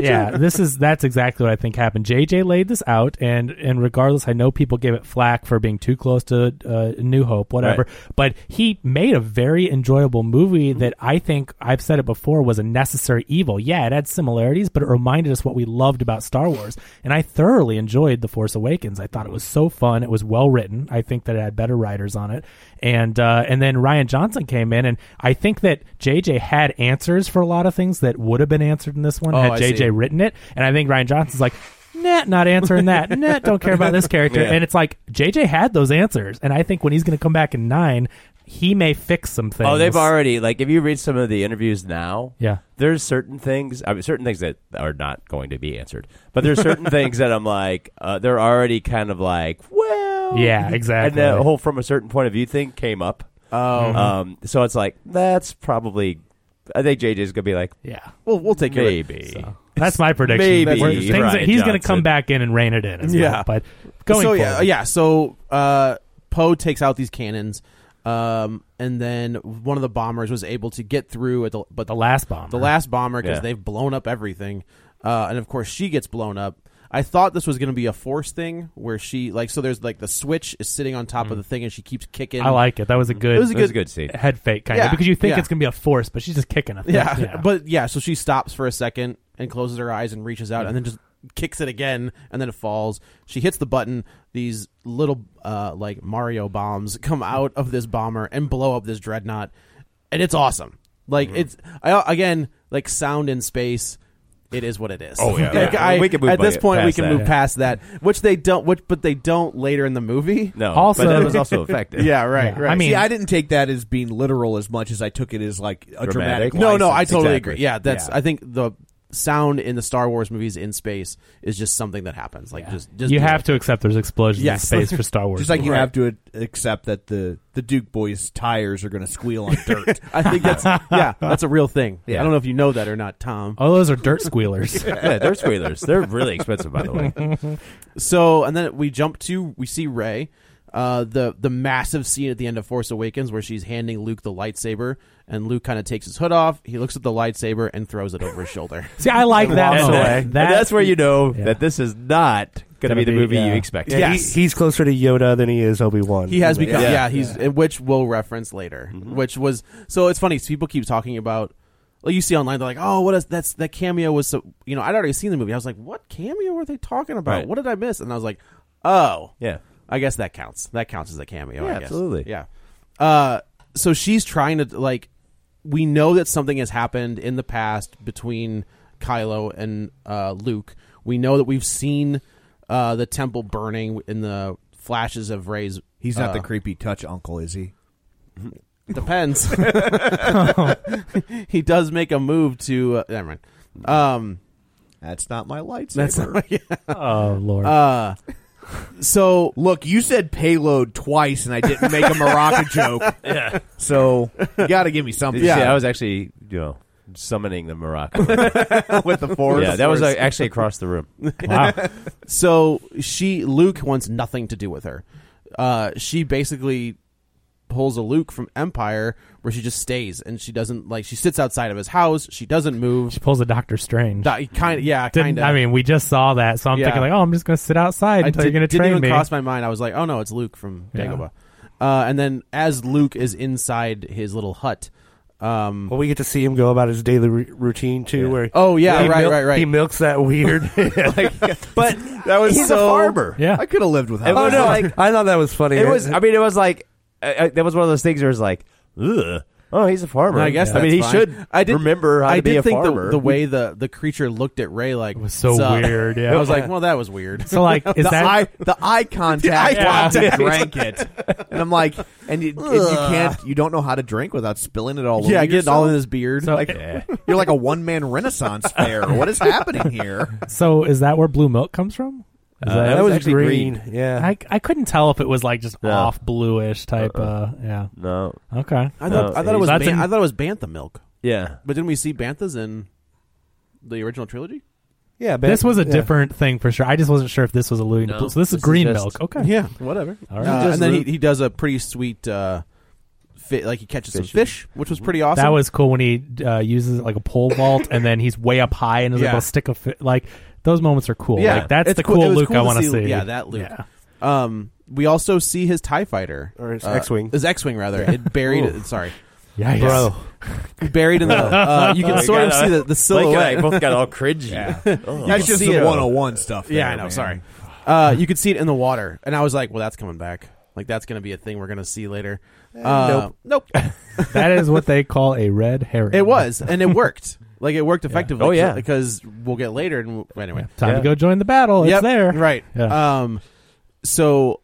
Speaker 3: yeah, this is that's exactly what I think happened. JJ laid this out, and and regardless, I know people gave it flack for being too close to uh, New Hope, whatever. But he made a very enjoyable movie
Speaker 1: Mm-hmm.
Speaker 3: that I think I've said it before was a necessary evil. Yeah, it had similarities, but it reminded us what we loved about Star Wars, and I thoroughly enjoyed The Force Awakens. I thought it was so fun. It was well written. I think that it had better writers on it, and uh, and then Ryan Johnson came in, and I think that JJ had answers for a lot of things that would have been answered in this one
Speaker 1: Oh,
Speaker 3: had
Speaker 1: I
Speaker 3: JJ
Speaker 1: see.
Speaker 3: written it, and I think Ryan Johnson's like, nah, not answering that. nah, don't care about this character.
Speaker 1: Yeah.
Speaker 3: And it's like JJ had those answers, and I think when he's going to come back in nine, he may fix some things.
Speaker 2: Oh, they've already like if you read some of the interviews now,
Speaker 3: Yeah.
Speaker 2: There's certain things, I mean, certain things that are not going to be answered, but there's certain things that I'm like, uh, they're already kind of like, well,
Speaker 3: Yeah, exactly.
Speaker 2: And the whole from a certain point of view thing came up. Oh,
Speaker 3: Mhm.
Speaker 2: um, so it's like that's probably, I think JJ's gonna be like,
Speaker 3: Yeah.
Speaker 5: Well, we'll take care of it.
Speaker 2: maybe.
Speaker 3: That's my prediction.
Speaker 2: Maybe
Speaker 3: We're- things that
Speaker 2: Ryan
Speaker 3: he's going to
Speaker 2: Johnson.
Speaker 3: come back in and rein it in. As
Speaker 1: Yeah.
Speaker 3: well. but going
Speaker 1: so
Speaker 3: forward,
Speaker 1: yeah, yeah. So uh, Poe takes out these cannons, um, and then one of the bombers was able to get through. At the, but the
Speaker 3: last bomber.
Speaker 1: the last bomber, because
Speaker 2: Yeah.
Speaker 1: they've blown up everything, uh, and of course she gets blown up. I thought this was going to be a force thing where she like so. There's like the switch is sitting on top of the thing, and she keeps kicking.
Speaker 3: Mm. I like it. That was a good.
Speaker 1: It was a That was good- a
Speaker 2: good scene.
Speaker 3: Head fake kind
Speaker 1: Yeah,
Speaker 3: of because you think
Speaker 1: yeah.
Speaker 3: it's going to be a force, but she's just kicking a thing.
Speaker 1: Yeah. But yeah, so she stops for a second and closes her eyes and reaches out and then just kicks it again and then it falls. She hits the button. These little uh, like Mario bombs come out of this bomber and blow up this dreadnought. And it's awesome. Like
Speaker 2: Mm-hmm.
Speaker 1: it's I, again like sound in space. It is what it is.
Speaker 2: Oh, yeah.
Speaker 1: Like,
Speaker 2: Yeah.
Speaker 1: I-
Speaker 2: We can move
Speaker 1: at this
Speaker 2: by-
Speaker 1: point. We
Speaker 2: past
Speaker 1: can
Speaker 2: that.
Speaker 1: move
Speaker 2: Yeah.
Speaker 1: past that, which they don't. Which but they don't later in the movie.
Speaker 2: No,
Speaker 3: Also-
Speaker 2: but that was also effective.
Speaker 1: Yeah, right,
Speaker 3: Yeah.
Speaker 1: right.
Speaker 3: I mean-
Speaker 5: See, I didn't take that as being literal as much as I took it as like a
Speaker 2: Dramatic.
Speaker 5: dramatic.
Speaker 1: No, no, I
Speaker 5: license.
Speaker 1: totally
Speaker 2: Exactly.
Speaker 1: agree. Yeah, that's.
Speaker 5: Yeah.
Speaker 1: I think the sound in the Star Wars movies in space is just something that happens. Like just, just
Speaker 3: you
Speaker 1: do
Speaker 3: have
Speaker 1: it.
Speaker 3: to accept there's explosions
Speaker 1: Yes.
Speaker 3: in space for Star Wars.
Speaker 5: Just like you
Speaker 1: Right.
Speaker 5: have to ad- accept that the the Duke boys' tires are going to squeal on dirt.
Speaker 1: I think that's yeah, that's a real thing.
Speaker 2: Yeah.
Speaker 1: I don't know if you know that or not, Tom.
Speaker 3: Oh, those are dirt squealers.
Speaker 2: yeah, they're squealers. They're really expensive, by the way.
Speaker 1: So, and then we jump to we see Ray, uh, the the massive scene at the end of Force Awakens where she's handing Luke the lightsaber, and Luke kind of takes his hood off. He looks at the lightsaber and throws it over his shoulder.
Speaker 3: See, I like that.
Speaker 2: And
Speaker 3: So
Speaker 2: that- and that's where you know
Speaker 3: Yeah.
Speaker 2: that this is not going
Speaker 3: Gonna
Speaker 2: to be the
Speaker 3: be-
Speaker 2: movie
Speaker 3: yeah.
Speaker 2: you expect.
Speaker 4: Yeah, he-
Speaker 1: Yes.
Speaker 4: he's closer to Yoda than he is Obi Wan.
Speaker 1: He has become yeah,
Speaker 2: Yeah.
Speaker 1: Mm-hmm. he's which we'll reference later. Which was so it's funny. People keep talking about like you see online. They're like, oh, what is that's that cameo was so you know I'd already seen the movie. I was like, what cameo were they talking about?
Speaker 2: Right.
Speaker 1: What did I miss? And I was like, oh,
Speaker 2: Yeah.
Speaker 1: I guess that counts. That counts as a cameo. I
Speaker 2: Yeah,
Speaker 1: guess.
Speaker 2: absolutely.
Speaker 1: Yeah. Uh, so she's trying to like. We know that something has happened in the past between Kylo and uh, Luke. We know that we've seen uh, the temple burning in the flashes of Ray's.
Speaker 5: He's not
Speaker 1: uh,
Speaker 5: the creepy touch uncle, is he?
Speaker 1: Depends. he does make a move to. Uh, never mind. Um,
Speaker 5: That's not my lightsaber.
Speaker 1: that's
Speaker 3: oh lord.
Speaker 1: uh, so
Speaker 5: Look, you said payload twice, and I didn't make a Maraca joke. Yeah. So you got to give me something.
Speaker 2: Yeah. I was actually, you know, summoning the Morocco.
Speaker 5: with the force.
Speaker 2: yeah, that was like, actually across the room.
Speaker 3: wow.
Speaker 1: so she Luke wants nothing to do with her. Uh, she basically pulls a Luke from Empire where she just stays and she doesn't like she sits outside of his house. She doesn't move.
Speaker 3: She pulls a Doctor Strange.
Speaker 1: Kind of yeah,
Speaker 3: Didn't,
Speaker 1: kind of.
Speaker 3: I mean, we just saw that, so I'm
Speaker 1: Yeah.
Speaker 3: thinking like, oh, I'm just going to sit outside
Speaker 1: I
Speaker 3: until
Speaker 1: did,
Speaker 3: you're going to train
Speaker 1: not
Speaker 3: me.
Speaker 1: even cross my mind. I was like, oh no, it's Luke from
Speaker 3: Yeah.
Speaker 1: Dagobah. Uh, and then as Luke is inside his little hut, um,
Speaker 4: Well, we get to see him go about his daily ru- routine too. Where
Speaker 1: Oh, yeah,
Speaker 4: he
Speaker 1: right,
Speaker 4: milk-
Speaker 1: right, right.
Speaker 4: He milks that weird.
Speaker 2: But
Speaker 5: that was
Speaker 2: he's
Speaker 5: so-
Speaker 2: a farmer.
Speaker 3: yeah.
Speaker 5: I could have lived without.
Speaker 1: Oh,
Speaker 2: It was
Speaker 5: that.
Speaker 2: like-
Speaker 4: I thought that was funny.
Speaker 2: It was. I mean, it was like uh, uh, that was one of those things where it's like, Ugh, oh, he's a farmer.
Speaker 1: I guess
Speaker 2: I mean,
Speaker 1: that's
Speaker 2: he
Speaker 1: fine.
Speaker 2: should.
Speaker 1: I did,
Speaker 2: remember how
Speaker 1: I
Speaker 2: to
Speaker 1: did
Speaker 2: be a
Speaker 1: think the-
Speaker 2: farmer.
Speaker 1: The, way the, the creature looked at Ray like
Speaker 3: was so
Speaker 1: "Sup?"
Speaker 3: weird, yeah.
Speaker 1: I was like, well, that was weird.
Speaker 3: so like, is
Speaker 5: the
Speaker 3: that
Speaker 5: eye, the eye contact
Speaker 3: eye
Speaker 5: while he
Speaker 3: contact.
Speaker 5: drank it, and I'm like, and you, and you can't, you don't know how to drink without spilling it all over.
Speaker 1: yeah, getting all in his
Speaker 5: yourself.
Speaker 1: beard.
Speaker 5: Like, you're like a one man Renaissance fair. What is happening here?
Speaker 3: so? Is that where blue milk comes from? Is
Speaker 2: Uh, that was actually green.
Speaker 4: Yeah.
Speaker 3: I, I couldn't tell if it was like just
Speaker 2: Yeah. Uh-uh.
Speaker 3: off bluish type. Uh, yeah.
Speaker 2: no.
Speaker 3: Okay.
Speaker 1: I thought
Speaker 2: No,
Speaker 1: I thought it was
Speaker 3: that's
Speaker 1: ban-
Speaker 3: an-
Speaker 1: I thought it was bantha milk,
Speaker 2: Yeah.
Speaker 1: but didn't we see banthas in the original trilogy?
Speaker 4: Yeah,
Speaker 3: this was a different thing for sure. I just wasn't sure if this was alluding to. So this, is green milk. Okay.
Speaker 1: Yeah, whatever.
Speaker 3: All right.
Speaker 1: Uh,
Speaker 3: Just
Speaker 1: and then he,
Speaker 3: loop.
Speaker 1: he does a pretty sweet uh, fit. Like he catches
Speaker 3: Fish.
Speaker 1: some fish, which was pretty awesome.
Speaker 3: That was cool when he uh, uses it like a pole vault, and then he's way up high and is
Speaker 1: Yeah.
Speaker 3: able to stick a fi- like. Those moments are cool.
Speaker 1: Yeah,
Speaker 3: like that's
Speaker 1: it's
Speaker 3: the
Speaker 1: cool-
Speaker 3: cool,
Speaker 1: it was
Speaker 3: Luke
Speaker 1: cool
Speaker 3: I
Speaker 1: to
Speaker 3: want
Speaker 1: see-
Speaker 3: see.
Speaker 1: yeah, that Luke. Um, we also see his Tie Fighter or
Speaker 4: his X-wing.
Speaker 1: His X-wing rather.
Speaker 4: Yeah.
Speaker 1: It buried.
Speaker 4: Ooh.
Speaker 1: it. Sorry.
Speaker 4: Yikes. Bro.
Speaker 1: buried in the. Uh, you can
Speaker 2: We
Speaker 1: sort of
Speaker 2: got, uh,
Speaker 1: see the, the
Speaker 2: Blake and I
Speaker 1: silhouette.
Speaker 2: both got all cringy.
Speaker 1: Yeah.
Speaker 2: Oh.
Speaker 1: You can
Speaker 2: That's just
Speaker 1: see
Speaker 2: some
Speaker 1: it.
Speaker 2: 101 stuff
Speaker 1: Yeah,
Speaker 2: there,
Speaker 1: I know.
Speaker 2: man.
Speaker 1: Sorry. Uh, you could see it in the water, and I was like, "Well, that's coming back. Like that's going to be a thing we're going to see later."
Speaker 3: Eh,
Speaker 1: Uh, nope. Nope.
Speaker 3: that is what they call a red herring.
Speaker 1: It was, and it worked. Like it worked effectively.
Speaker 3: Oh, yeah.
Speaker 1: because we'll get later. And we'll, anyway,
Speaker 3: Time to go join the battle.
Speaker 1: Yep,
Speaker 3: It's there.
Speaker 1: Right.
Speaker 3: Yeah.
Speaker 1: Um. So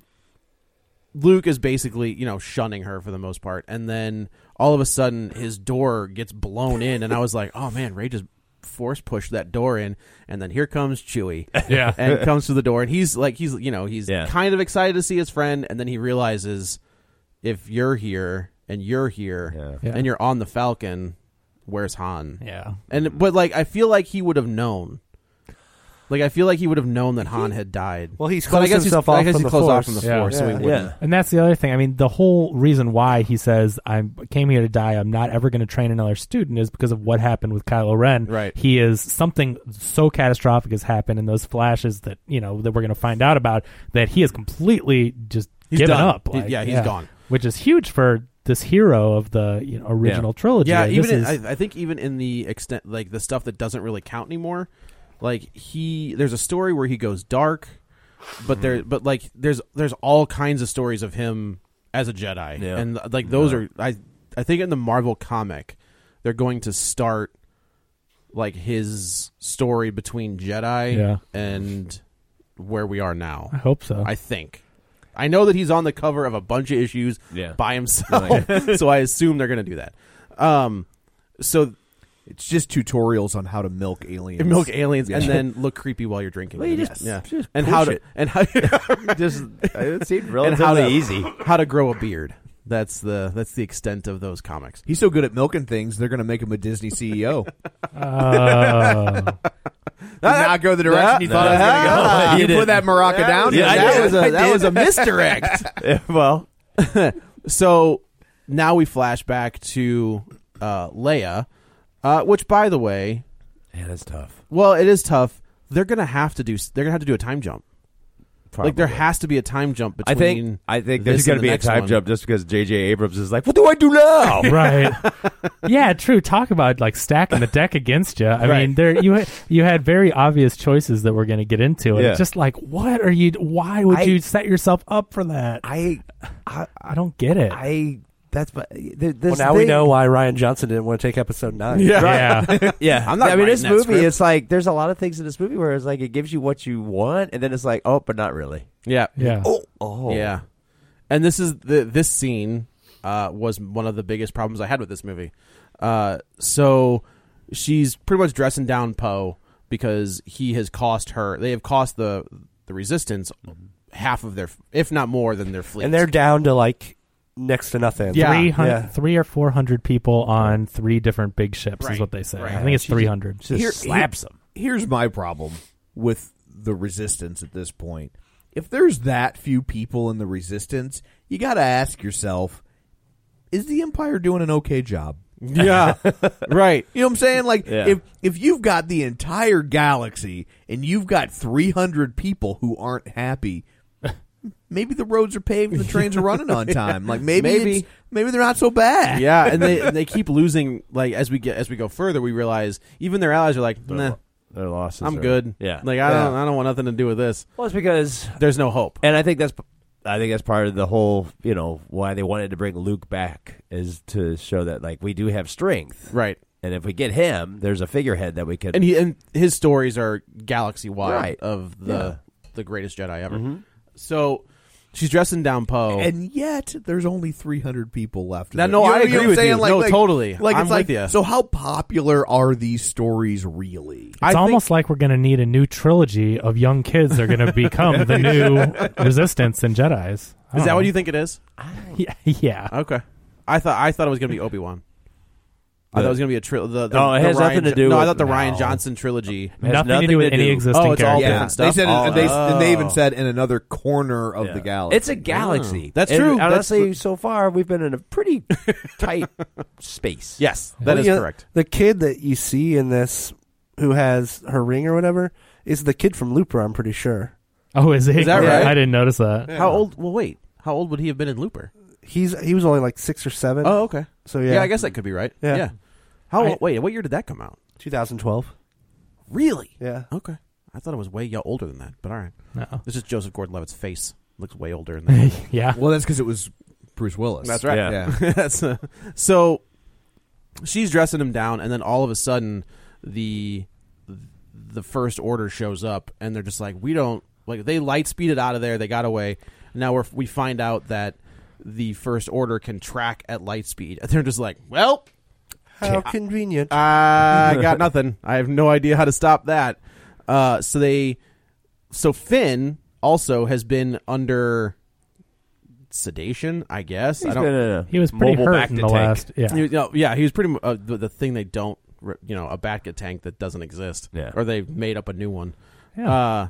Speaker 1: Luke is basically you know shunning her for the most part, and then all of a sudden his door gets blown in, and I was like, oh man, Ray just force pushed that door in, and then here comes Chewie.
Speaker 3: Yeah.
Speaker 1: and comes to the door, and he's like, he's you know he's
Speaker 2: Yeah.
Speaker 1: kind of excited to see his friend, and then he realizes if you're here and you're here
Speaker 3: Yeah.
Speaker 1: and you're on the Falcon, where's Han?
Speaker 3: Yeah.
Speaker 1: And but like I feel like he would have known. Like I feel like he would have known that Han had died.
Speaker 4: Well, he's
Speaker 1: But I
Speaker 4: closed
Speaker 1: guess
Speaker 4: himself
Speaker 1: he's, I
Speaker 4: off
Speaker 1: guess
Speaker 4: from
Speaker 1: he
Speaker 4: the
Speaker 1: closed off
Speaker 4: Force.
Speaker 1: from the
Speaker 4: Yeah.
Speaker 1: Force, so he
Speaker 4: Yeah.
Speaker 1: wouldn't.
Speaker 3: And that's the other thing. I mean, the whole reason why he says I came here to die, I'm not ever going to train another student is because of what happened with Kylo Ren. Right. He is something so catastrophic has happened in those flashes that, you know, that we're going to find out about that he is completely just
Speaker 1: He's
Speaker 3: given
Speaker 1: done.
Speaker 3: up.
Speaker 1: He- yeah, he's gone.
Speaker 3: Which is huge for this hero of the, you know, original trilogy.
Speaker 1: Yeah,
Speaker 3: Like,
Speaker 1: even
Speaker 3: this
Speaker 1: in,
Speaker 3: is-
Speaker 1: I, I think even in the extent like the stuff that doesn't really count anymore, like he there's a story where he goes dark, but
Speaker 2: Mm-hmm.
Speaker 1: there but like there's there's all kinds of stories of him as a Jedi,
Speaker 2: Yeah.
Speaker 1: and like those
Speaker 2: Yeah.
Speaker 1: are I I think in the Marvel comic they're going to start like his story between Jedi
Speaker 3: Yeah.
Speaker 1: and where we are now.
Speaker 3: I hope so.
Speaker 1: I think. I know that he's on the cover of a bunch of issues
Speaker 2: Yeah.
Speaker 1: by himself, so I assume they're going to do that. Um, so
Speaker 5: It's just tutorials on how to milk aliens.
Speaker 1: milk aliens
Speaker 5: Yeah.
Speaker 1: and then look creepy while you're drinking.
Speaker 5: Well, you
Speaker 1: them.
Speaker 5: just-
Speaker 1: yeah,
Speaker 5: just
Speaker 1: and
Speaker 5: push
Speaker 1: how to
Speaker 5: it.
Speaker 1: and how
Speaker 5: Just- it seemed
Speaker 1: and how to,
Speaker 5: relatively easy.
Speaker 1: How to grow a beard. That's the that's the extent of those comics.
Speaker 5: He's so good at milking things, they're going to make him a Disney
Speaker 1: E
Speaker 5: CEO.
Speaker 3: Oh.
Speaker 5: Did
Speaker 1: Uh,
Speaker 5: not go the direction he thought it was going to
Speaker 2: Ah,
Speaker 1: Uh-huh.
Speaker 5: go.
Speaker 2: you
Speaker 5: You, put
Speaker 2: didn't.
Speaker 5: that maraca
Speaker 2: Yeah,
Speaker 5: down.
Speaker 2: yeah, I
Speaker 5: that
Speaker 2: did.
Speaker 5: was a
Speaker 2: I
Speaker 5: that was a
Speaker 2: did.
Speaker 5: misdirect.
Speaker 2: Yeah, well,
Speaker 1: so now we flash back to uh, Leia, uh, which, by the way,
Speaker 2: yeah, that's tough.
Speaker 1: well, it is tough. They're gonna have to do. They're gonna have to do a time jump. Like there
Speaker 2: Probably.
Speaker 1: has to be a time jump
Speaker 2: I
Speaker 1: between.
Speaker 2: think I think there's
Speaker 1: this and
Speaker 2: going to
Speaker 1: the
Speaker 2: be a
Speaker 1: next
Speaker 2: time
Speaker 1: one.
Speaker 2: jump just because J.J. Abrams is like, "What do I do now?"
Speaker 3: right. Yeah, true. Talk about like stacking the deck against you. I mean,
Speaker 2: Right.
Speaker 3: there you had, you had very obvious choices that we're going to get into, and it's
Speaker 2: Yeah.
Speaker 3: just like, what are you? Why would
Speaker 2: I-
Speaker 3: you set yourself up for that?
Speaker 2: I, I,
Speaker 3: I don't get it.
Speaker 2: I. That's my. th- This
Speaker 4: Well, now we
Speaker 2: thing-
Speaker 4: know why Ryan Johnson didn't want to take episode nine.
Speaker 2: Right.
Speaker 3: Yeah.
Speaker 2: yeah.
Speaker 1: I'm not
Speaker 2: I mean,
Speaker 1: writing
Speaker 2: this
Speaker 1: that
Speaker 2: movie.
Speaker 1: script.
Speaker 2: It's like there's a lot of things in this movie where it's like it gives you what you want, and then it's like, oh, but not really.
Speaker 1: Yeah.
Speaker 3: yeah.
Speaker 2: Oh, oh,
Speaker 1: Yeah. And this is the this scene uh, was one of the biggest problems I had with this movie. Uh, so she's pretty much dressing down Poe because he has cost her. They have cost the the resistance half of their, if not more than their fleet.
Speaker 4: And they're down to like next to nothing.
Speaker 1: Yeah.
Speaker 3: Three hundred,
Speaker 4: Yeah.
Speaker 3: three or four hundred people on three different big ships
Speaker 1: Right,
Speaker 3: is what they say.
Speaker 1: right.
Speaker 3: I think it's
Speaker 5: She just-
Speaker 3: three hundred.
Speaker 5: here- Here's my problem with the resistance at this point. If there's that few people in the resistance, you got to ask yourself, is the empire doing an okay job?
Speaker 1: yeah, right.
Speaker 5: You know what I'm saying? Like
Speaker 2: Yeah.
Speaker 5: if if you've got the entire galaxy and you've got 300 people who aren't happy, maybe the roads are paved and the trains are running on time. Like maybe
Speaker 1: Maybe.
Speaker 5: maybe maybe they're not so bad.
Speaker 1: Yeah, and they and they keep losing. Like as we get as we go further, we realize even their allies are like, nah,
Speaker 2: Their losses.
Speaker 1: I'm
Speaker 2: are-
Speaker 1: good.
Speaker 2: Yeah.
Speaker 1: like I don't I don't want nothing to do with this.
Speaker 2: well, it's because
Speaker 1: There's no hope.
Speaker 2: And I think that's I think that's part of the whole, you know, why they wanted to bring Luke back is to show that like we do have strength.
Speaker 1: Right.
Speaker 2: And if we get him, there's a figurehead that we can
Speaker 1: and he and his stories are galaxy wide
Speaker 2: Right.
Speaker 1: of the the greatest Jedi ever. So she's dressing down Poe.
Speaker 5: and yet there's only 300 people left.
Speaker 1: Now,
Speaker 5: of it.
Speaker 1: no,
Speaker 5: You
Speaker 1: I
Speaker 5: know- you
Speaker 1: agree
Speaker 5: know what I'm
Speaker 1: with
Speaker 5: saying?
Speaker 1: you.
Speaker 5: Like,
Speaker 1: No,
Speaker 5: like-
Speaker 1: totally.
Speaker 5: Like
Speaker 1: I'm
Speaker 5: it's like
Speaker 1: with ya.
Speaker 5: so. How popular are these stories really?
Speaker 3: It's almost like we're going to need a new trilogy of young kids that are going to become the new Resistance and Jedi's. I
Speaker 1: is
Speaker 3: don't
Speaker 1: that what
Speaker 3: know.
Speaker 1: you think it is?
Speaker 3: Yeah. yeah.
Speaker 1: Okay, I thought I thought it was going to be Obi Wan. I thought it was going to be a trilogy. The, the,
Speaker 5: Oh,
Speaker 2: No, it
Speaker 1: the
Speaker 2: has
Speaker 1: Ryan
Speaker 2: nothing to
Speaker 1: Jo-
Speaker 2: do
Speaker 1: No, I
Speaker 2: with-
Speaker 1: thought the Ryan
Speaker 2: no.
Speaker 1: Johnson trilogy
Speaker 2: It has Nothing to nothing do with to any do. existing
Speaker 1: Oh, it's all
Speaker 2: character.
Speaker 1: different
Speaker 2: Yeah.
Speaker 1: stuff.
Speaker 5: They said,
Speaker 1: All-
Speaker 5: and, they, and they even
Speaker 2: Oh.
Speaker 5: said in another corner of the galaxy.
Speaker 2: It's a galaxy.
Speaker 5: That's
Speaker 2: And
Speaker 5: true. That's
Speaker 2: Honestly,
Speaker 5: the-
Speaker 2: so far we've been in a pretty tight space.
Speaker 1: Yes,
Speaker 4: Well, you know, The kid that you see in this, who has her ring or whatever, is the kid from Looper. I'm pretty sure.
Speaker 3: Oh, is he? Is that right? I didn't notice that.
Speaker 1: How old? Well, wait. How old would he have been in Looper?
Speaker 4: He's he was only like six or seven.
Speaker 1: Oh, okay.
Speaker 4: So yeah,
Speaker 1: I guess that could be right.
Speaker 4: Yeah.
Speaker 1: How?
Speaker 4: I-
Speaker 1: wait, what year did that come out?
Speaker 4: 2012.
Speaker 1: Really?
Speaker 4: Yeah.
Speaker 1: Okay. I thought it was way yo- older than that, but all right.
Speaker 3: No.
Speaker 1: It's just Joseph Gordon-Levitt's face looks way older than that.
Speaker 3: Yeah.
Speaker 5: Well, that's because it was Bruce Willis.
Speaker 1: That's right.
Speaker 5: Yeah.
Speaker 1: That's, uh, so she's dressing him down, and then all of a sudden, the the first order shows up, and they're just like, "We don't like." They light speeded out of there. They got away. Now we're, we find out that the first order can track at light speed. And they're just like, "Well,
Speaker 4: How convenient.
Speaker 1: I got nothing. I have no idea how to stop that." Uh, so they, so Finn also has been under sedation, I guess. I don't.
Speaker 2: been in a
Speaker 3: He was pretty
Speaker 2: mobile
Speaker 3: hurt
Speaker 2: back
Speaker 3: in
Speaker 2: to
Speaker 3: the
Speaker 2: tank.
Speaker 3: last- yeah.
Speaker 1: You know, yeah, he was pretty mu- uh, the, the thing they don't, re- you know, a Batka tank that doesn't exist.
Speaker 2: Yeah.
Speaker 1: Or they made up a new one.
Speaker 3: Yeah.
Speaker 1: Uh,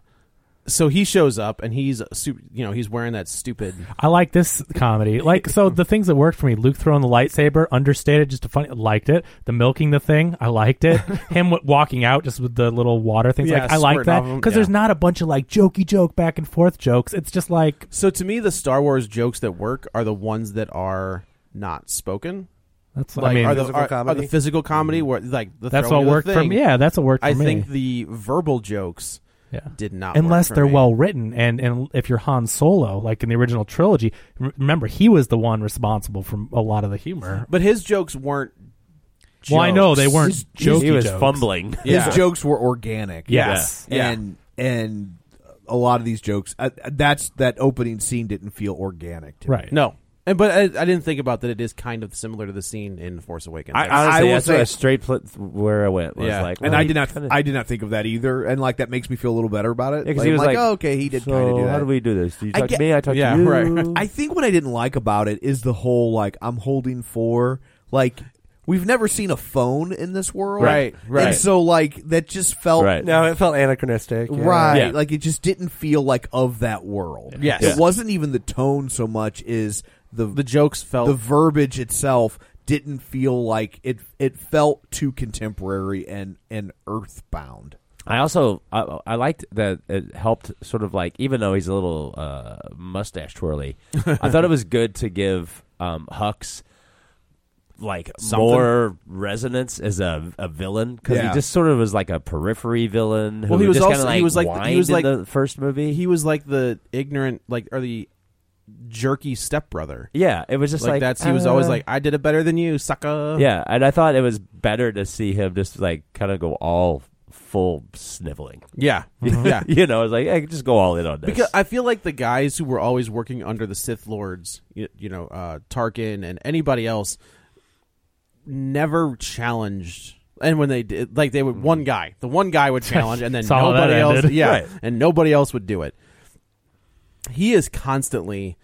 Speaker 1: so he shows up and he's, a su- you know, he's wearing that stupid.
Speaker 3: I like this comedy. Like so, the things that worked for me: Luke throwing the lightsaber, understated, just a funny. Liked it. The milking the thing, I liked it. Him w- walking out just with the little water things,
Speaker 1: Yeah,
Speaker 3: like I like
Speaker 1: squirting
Speaker 3: that
Speaker 1: off him,
Speaker 3: because
Speaker 1: yeah.
Speaker 3: there's not a bunch of like jokey joke back and forth jokes. It's just like
Speaker 1: So to me, the Star Wars jokes that work are the ones that are not spoken.
Speaker 3: that's.
Speaker 1: Like,
Speaker 3: I mean, Mm-hmm.
Speaker 1: are, the,
Speaker 4: Physical
Speaker 1: are, are
Speaker 4: comedy?
Speaker 1: the physical comedy where like the
Speaker 3: That's
Speaker 1: throwing
Speaker 3: what
Speaker 1: of
Speaker 3: worked
Speaker 1: the
Speaker 3: for
Speaker 1: thing.
Speaker 3: me. Yeah, that's what worked
Speaker 1: I
Speaker 3: for me.
Speaker 1: think the verbal jokes
Speaker 3: Yeah.
Speaker 1: did not work
Speaker 3: unless
Speaker 1: for
Speaker 3: they're
Speaker 1: me.
Speaker 3: well written and and if you're Han Solo, like in the original trilogy, re- remember he was the one responsible for a lot of the humor.
Speaker 1: But his jokes weren't.
Speaker 3: Well, I know they
Speaker 1: jokes.
Speaker 3: weren't jokey
Speaker 2: He was
Speaker 3: jokes.
Speaker 2: fumbling.
Speaker 1: Yeah.
Speaker 5: His jokes were organic.
Speaker 3: Yes.
Speaker 1: Yeah.
Speaker 5: And and a lot of these jokes uh, that's that opening scene didn't feel organic to me.
Speaker 3: Right.
Speaker 1: No. And but I, I didn't think about that. It is kind of similar to the scene in Force Awakens.
Speaker 2: I,
Speaker 1: Like,
Speaker 2: honestly,
Speaker 5: will
Speaker 2: that's
Speaker 5: say-
Speaker 2: where I straight pl- where I went. Was
Speaker 1: Yeah.
Speaker 2: like,
Speaker 5: And
Speaker 2: well,
Speaker 5: I
Speaker 2: he
Speaker 5: did not
Speaker 2: kinda-
Speaker 5: I did not think of that either and like that makes me feel a little better about it.
Speaker 2: Yeah, 'cause
Speaker 5: like,
Speaker 2: he was
Speaker 5: I'm
Speaker 2: like,
Speaker 5: "Oh, okay, he did
Speaker 2: so
Speaker 5: kind of do that.
Speaker 2: How do we do this? Do you
Speaker 5: I
Speaker 2: talk
Speaker 5: get-
Speaker 2: to me? I talk
Speaker 1: Yeah,
Speaker 2: to you.
Speaker 1: right.
Speaker 5: I think what I didn't like about it is the whole like I'm holding for like we've never seen a phone in this world,
Speaker 1: Right, right.
Speaker 5: And so like that just felt
Speaker 2: Right.
Speaker 4: No, it felt anachronistic. yeah.
Speaker 5: Right.
Speaker 2: Yeah.
Speaker 5: Like it just didn't feel like of that world.
Speaker 1: Yes.
Speaker 5: It wasn't even the tone so much is the
Speaker 1: the jokes felt
Speaker 5: the verbiage itself didn't feel like it it felt too contemporary and and earthbound.
Speaker 2: I also I, I liked that it helped sort of like even though he's a little uh, mustache twirly, I thought it was good to give um, Hux like
Speaker 1: Something.
Speaker 2: more resonance as a, a villain because
Speaker 5: Yeah.
Speaker 2: he just sort of was like a periphery villain. Who
Speaker 1: Well, he was
Speaker 2: just kinda,
Speaker 1: also-
Speaker 2: like
Speaker 1: he was like the- he
Speaker 2: whined
Speaker 1: was like-
Speaker 2: in the first movie.
Speaker 1: he was like the ignorant like or the jerky stepbrother.
Speaker 2: yeah, it was just
Speaker 1: Like,
Speaker 2: like,
Speaker 1: that's he was always
Speaker 2: uh,
Speaker 1: like uh. I did it better than you, sucker.
Speaker 2: yeah, and I thought it was better to see him just like kind of go all full sniveling.
Speaker 1: Yeah. Mm-hmm. Yeah.
Speaker 2: you know, I was like, hey, just go all in on this.
Speaker 1: Because I feel like the guys who were always working under the Sith Lords, you, you know, uh, Tarkin and anybody else, never challenged. And when they did, like they would one guy, the one guy would challenge, and then
Speaker 3: Mm-hmm. Saw how that
Speaker 1: nobody else,
Speaker 3: ended.
Speaker 1: yeah,
Speaker 2: Right.
Speaker 1: and nobody else would do it. He is constantly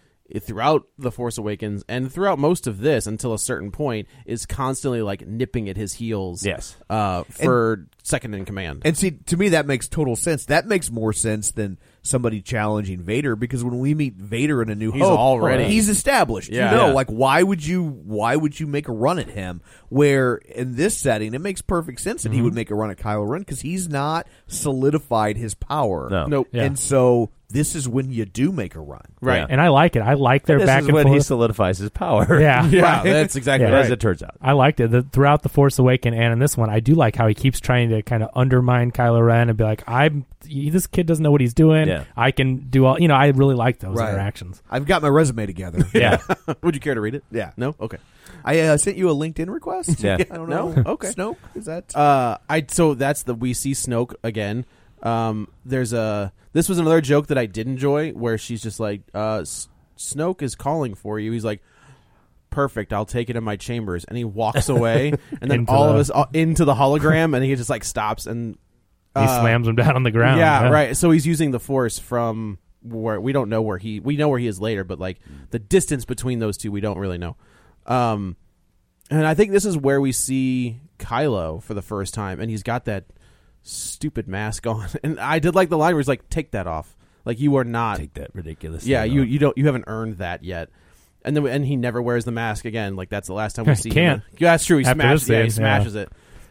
Speaker 1: throughout the Force Awakens and throughout most of this until a certain point is constantly like nipping at his heels.
Speaker 2: Yes.
Speaker 1: uh, for second in command.
Speaker 5: And see, to me, that makes total sense. That makes more sense than somebody challenging Vader because when we meet Vader in A New
Speaker 1: He's
Speaker 5: Hope,
Speaker 1: already-
Speaker 5: he's established.
Speaker 1: Yeah.
Speaker 5: You know,
Speaker 1: Yeah.
Speaker 5: like why would you? Why would you make a run at him? Where in this setting, it makes perfect sense
Speaker 2: Mm-hmm.
Speaker 5: that he would make a run at Kylo Ren because he's not solidified his power.
Speaker 2: No.
Speaker 1: Nope.
Speaker 3: Yeah.
Speaker 5: And so this is when you do make a run.
Speaker 1: right.
Speaker 3: and I like it. I like their
Speaker 2: this
Speaker 3: back
Speaker 2: is
Speaker 3: and
Speaker 2: when
Speaker 3: forth.
Speaker 2: he solidifies his power.
Speaker 3: Yeah.
Speaker 1: Yeah, that's exactly
Speaker 3: Yeah.
Speaker 1: right.
Speaker 2: as it turns out.
Speaker 3: I liked it. The, throughout the Force Awaken and in this one, I do like how he keeps trying to kind of undermine Kylo Ren and be like, "I'm he- this kid doesn't know what he's doing.
Speaker 2: Yeah.
Speaker 3: I can do all." You know, I really like those
Speaker 5: Right.
Speaker 3: interactions.
Speaker 5: I've got my resume together.
Speaker 2: Yeah,
Speaker 1: Would you care to read it?
Speaker 5: Yeah.
Speaker 1: No. Okay.
Speaker 5: I uh, sent you a LinkedIn request.
Speaker 2: Yeah.
Speaker 5: I don't know.
Speaker 1: No? Okay.
Speaker 5: Snoke is that?
Speaker 1: Uh, I so that's the we see Snoke again. Um, there's a this was another joke that I did enjoy where she's just like, uh, S- Snoke is calling for you. He's like, perfect. I'll take it in my chambers, and he walks away, and then
Speaker 3: Into
Speaker 1: all of
Speaker 3: the-
Speaker 1: us all, into the hologram, and he just like stops and
Speaker 3: He
Speaker 1: uh,
Speaker 3: slams him down on the ground.
Speaker 1: Yeah, right. So he's using the force from where we don't know where he we know where he is later, but like the distance between those two we don't really know. Um And I think this is where we see Kylo for the first time, and he's got that stupid mask on. And I did like the line where he's like, "Take that off. Like you are not
Speaker 2: take that ridiculous.
Speaker 1: Yeah,
Speaker 2: thing
Speaker 1: you
Speaker 2: off."
Speaker 1: you don't you haven't earned that yet." And then and he never wears the mask again. Like that's the last time we see
Speaker 3: Can't.
Speaker 1: him. Yeah, that's true. He
Speaker 3: After
Speaker 1: smashes.
Speaker 3: this
Speaker 1: Yeah, he
Speaker 3: thing,
Speaker 1: smashes it.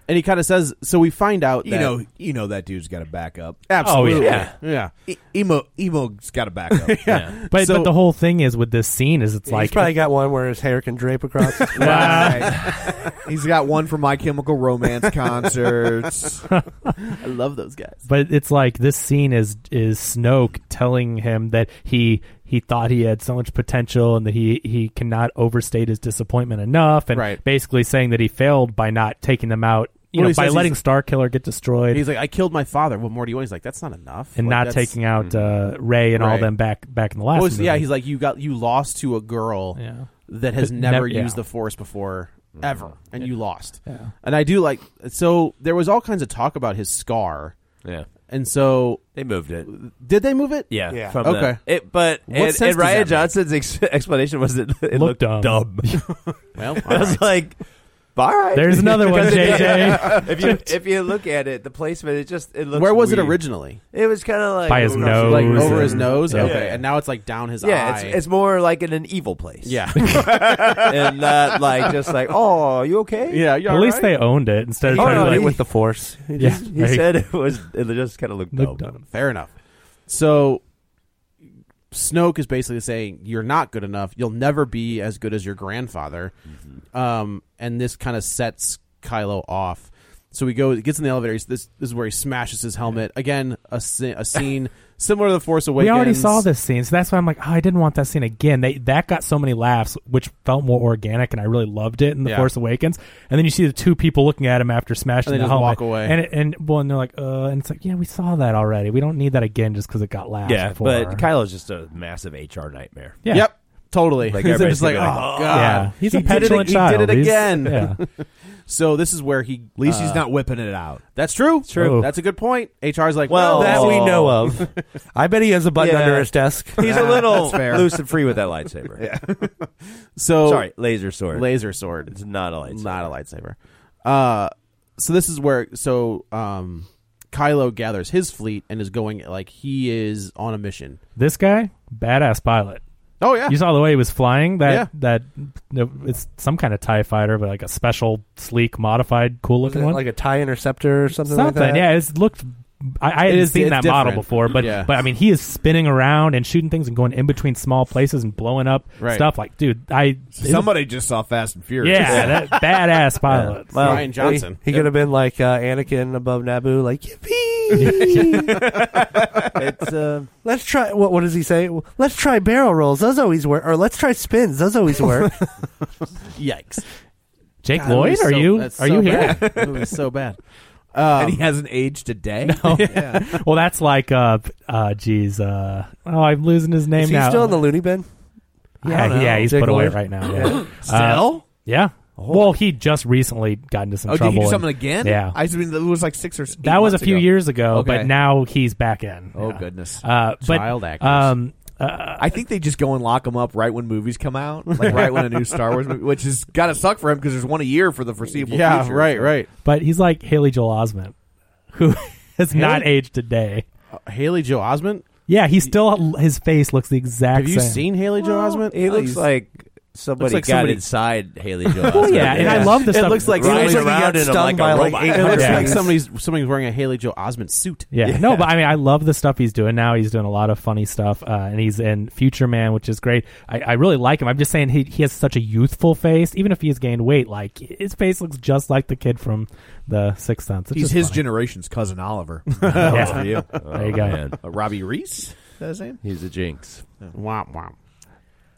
Speaker 1: And he kind of says, so we find out
Speaker 5: You
Speaker 1: that-
Speaker 5: know, you know that dude's got to back up.
Speaker 1: Absolutely.
Speaker 3: Oh, yeah.
Speaker 1: yeah.
Speaker 5: E- emo, emo's got to back up.
Speaker 1: Yeah.
Speaker 3: But,
Speaker 1: So-
Speaker 3: but the whole thing is with this scene is it's
Speaker 4: He's
Speaker 3: like
Speaker 4: probably got one where his hair can drape across. his face.
Speaker 5: Right. He's got one for My Chemical Romance concerts. I
Speaker 1: love those guys.
Speaker 3: But it's like this scene is is Snoke telling him that he he thought he had so much potential and that he he cannot overstate his disappointment enough, and
Speaker 1: Right.
Speaker 3: basically saying that he failed by not taking them out, you
Speaker 1: Well, he
Speaker 3: know, by
Speaker 1: says
Speaker 3: letting
Speaker 1: he's-
Speaker 3: Star Killer get destroyed
Speaker 1: He's like, I killed my father. What more do you want? He's like, that's not enough.
Speaker 3: and
Speaker 1: Like,
Speaker 3: not
Speaker 1: that's-
Speaker 3: taking out uh, Ray and all
Speaker 1: Right.
Speaker 3: them back back in the last.
Speaker 1: What was-
Speaker 3: movie.
Speaker 1: yeah, he's like, you got you lost to a girl
Speaker 3: Yeah.
Speaker 1: that has
Speaker 3: That
Speaker 1: never
Speaker 3: nev- yeah.
Speaker 1: used the force before ever, and you lost. And I do like so there was all kinds of talk about his scar.
Speaker 2: Yeah.
Speaker 1: and so
Speaker 2: they moved it.
Speaker 1: Did they move it?
Speaker 2: Yeah.
Speaker 1: yeah.
Speaker 2: From the-
Speaker 1: okay.
Speaker 2: it, but
Speaker 1: What
Speaker 2: and,
Speaker 1: sense
Speaker 2: and
Speaker 1: does
Speaker 2: Ryan
Speaker 1: that make?
Speaker 2: Johnson's ex- explanation was that it
Speaker 3: Looked
Speaker 2: looked,
Speaker 3: dumb. Oh,
Speaker 2: dumb.
Speaker 1: Well,
Speaker 2: I was like, all right.
Speaker 3: There's another one,
Speaker 2: Because if you-
Speaker 3: JJ.
Speaker 2: if you if you look at it, the placement, it just it looks.
Speaker 1: Where was it
Speaker 2: weird.
Speaker 1: originally?
Speaker 2: It was kind of like
Speaker 3: By his
Speaker 2: over-
Speaker 3: nose
Speaker 1: Like over his
Speaker 3: and-
Speaker 1: nose.
Speaker 3: Yeah.
Speaker 1: Okay,
Speaker 2: Yeah.
Speaker 1: and now it's like down his
Speaker 2: yeah,
Speaker 1: eye.
Speaker 2: it's, it's more like in an evil place.
Speaker 1: Yeah.
Speaker 2: and not like just like, oh, are you okay?
Speaker 1: yeah, you
Speaker 3: At
Speaker 1: all
Speaker 3: least they
Speaker 1: right?
Speaker 3: owned it instead of
Speaker 2: Oh,
Speaker 3: trying
Speaker 2: no,
Speaker 3: to like
Speaker 2: he-
Speaker 4: with the force. He
Speaker 3: Yeah.
Speaker 4: just-
Speaker 2: He
Speaker 3: Right.
Speaker 2: said it was. It just kind of looked,
Speaker 3: Looked
Speaker 2: dumb.
Speaker 3: dumb.
Speaker 1: Fair enough. So Snoke is basically saying you're not good enough. You'll never be as good as your grandfather.
Speaker 2: Mm-hmm.
Speaker 1: Um, and this kind of sets Kylo off. So he goes, gets in the elevator. He's- This, this is where he smashes his helmet again. A, sce- a scene similar to the Force Awakens.
Speaker 3: We already saw this scene, so that's why I'm like, oh, I didn't want that scene again. They that got so many laughs, which felt more organic, and I really loved it in the
Speaker 1: Yeah.
Speaker 3: Force Awakens. And then you see the two people looking at him after smashing
Speaker 1: And they
Speaker 3: the
Speaker 1: just
Speaker 3: helmet,
Speaker 1: walk away.
Speaker 3: and it, and well, and they're like, uh, and it's like, yeah, we saw that already. We don't need that again just because it got laughs.
Speaker 2: Yeah,
Speaker 3: before.
Speaker 2: but Kylo's just a massive HR nightmare.
Speaker 3: yeah,
Speaker 1: Yep, totally.
Speaker 2: Like,
Speaker 1: It's
Speaker 2: everybody's
Speaker 1: just like, oh
Speaker 2: gonna be
Speaker 1: god,
Speaker 2: like,
Speaker 3: Yeah, he's
Speaker 1: he
Speaker 3: a
Speaker 1: did it-
Speaker 3: petulant
Speaker 1: he
Speaker 3: child.
Speaker 1: did it
Speaker 3: He's-
Speaker 1: again.
Speaker 3: yeah.
Speaker 1: so this is where he. At
Speaker 5: least he's not whipping it out.
Speaker 1: That's true.
Speaker 3: True.
Speaker 1: That's a good point. HR's like,
Speaker 2: Well,
Speaker 1: well,
Speaker 4: that we know of. Oh. I bet he has a button
Speaker 2: Yeah.
Speaker 4: under his desk.
Speaker 2: He's a little
Speaker 5: that's fair.
Speaker 2: loose and free with that lightsaber. yeah.
Speaker 1: so
Speaker 2: Sorry, laser sword.
Speaker 1: laser sword.
Speaker 2: It's not a lightsaber.
Speaker 1: not a lightsaber. Uh, so this is where so um, Kylo gathers his fleet and is going like he is on a mission.
Speaker 3: this guy, badass pilot.
Speaker 1: Oh yeah,
Speaker 3: You saw the way he was flying. That
Speaker 1: Yeah.
Speaker 3: that no, it's some kind of Tie Fighter, but like a special, sleek, modified, cool
Speaker 4: Was it
Speaker 3: looking one.
Speaker 4: like a tie interceptor or something,
Speaker 3: something.
Speaker 4: like that.
Speaker 3: yeah, it's looked. I, I
Speaker 1: It
Speaker 3: hadn't
Speaker 1: is-
Speaker 3: seen
Speaker 1: it's
Speaker 3: that model
Speaker 1: different.
Speaker 3: before, but
Speaker 1: Yeah.
Speaker 3: but I mean, he is spinning around and shooting things and going in between small places and blowing up
Speaker 1: Right.
Speaker 3: stuff. Like, dude, I
Speaker 5: Somebody just saw Fast and
Speaker 3: yeah,
Speaker 5: Furious.
Speaker 3: that badass pilot.
Speaker 2: Well,
Speaker 1: Ryan Johnson.
Speaker 4: He could have been like uh, Anakin above Naboo, like yippee!
Speaker 2: it's uh,
Speaker 4: let's try. What, what does he say? Well, Let's try barrel rolls. Those always work. Or let's try spins. Those always work.
Speaker 1: Yikes!
Speaker 3: Jake
Speaker 1: God,
Speaker 3: Lloyd,
Speaker 1: that
Speaker 3: are
Speaker 1: movie's so-
Speaker 3: you are
Speaker 1: that's so
Speaker 3: you here?
Speaker 1: bad. That movie's so bad.
Speaker 5: and he hasn't aged a day.
Speaker 3: well, that's like uh, uh, geez, uh, oh, I'm losing his name
Speaker 4: Is he
Speaker 3: now.
Speaker 4: still in the loony bin? I
Speaker 3: yeah,
Speaker 4: don't
Speaker 3: yeah,
Speaker 4: know.
Speaker 3: he's
Speaker 4: Jake
Speaker 3: put away
Speaker 4: Lloyd?
Speaker 3: right now. Yeah. Uh,
Speaker 5: Still?
Speaker 3: yeah. Well, he just recently got into some
Speaker 5: oh, did
Speaker 3: trouble.
Speaker 5: he do
Speaker 3: and-
Speaker 5: something again?
Speaker 3: Yeah.
Speaker 5: I mean, it was like six or eight
Speaker 3: that was a
Speaker 5: months
Speaker 3: few
Speaker 5: ago.
Speaker 3: years ago,
Speaker 5: Okay.
Speaker 3: but now he's back in.
Speaker 5: Oh,
Speaker 3: Yeah.
Speaker 5: goodness.
Speaker 3: Uh, but,
Speaker 1: Child actors.
Speaker 3: Um, uh,
Speaker 5: I think they just go and lock him up right when movies come out, like right when a new Star Wars movie, which has got to suck for him because there's one a year for the foreseeable
Speaker 1: Yeah,
Speaker 5: future.
Speaker 1: right, right.
Speaker 3: but he's like Haley Joel Osment, who has not
Speaker 1: Haley-
Speaker 3: aged a day.
Speaker 1: Uh, Haley Joe Osment.
Speaker 3: Yeah, he still his face looks the exact
Speaker 1: Have you
Speaker 3: same.
Speaker 1: seen Haley Joe Osment?
Speaker 2: he looks like somebody
Speaker 1: like
Speaker 2: got
Speaker 1: somebody-
Speaker 2: inside Haley Joel.
Speaker 3: Well, yeah, and I love the
Speaker 1: It
Speaker 3: stuff.
Speaker 1: looks like
Speaker 2: He
Speaker 1: somebody's-
Speaker 2: looks like he got
Speaker 4: around in him
Speaker 2: stung
Speaker 4: like a
Speaker 2: by like
Speaker 4: robot.
Speaker 2: eight
Speaker 1: it looks
Speaker 3: Yeah.
Speaker 1: like somebody's somebody's wearing a Haley Joe Osment suit.
Speaker 3: Yeah. no, but I mean, I love the stuff he's doing now. He's doing a lot of funny stuff, uh, and he's in Future Man, which is great. I, I really like him. I'm just saying he he has such a youthful face, even if he has gained weight. Like his face looks just like the kid from the Sixth Sense. It's
Speaker 5: He's
Speaker 3: just
Speaker 5: his
Speaker 3: funny.
Speaker 5: generation's cousin Oliver.
Speaker 3: Yeah.
Speaker 2: you.
Speaker 3: There you go.
Speaker 5: Uh, Robbie Reese, is that his name?
Speaker 2: He's a jinx.
Speaker 1: Womp womp.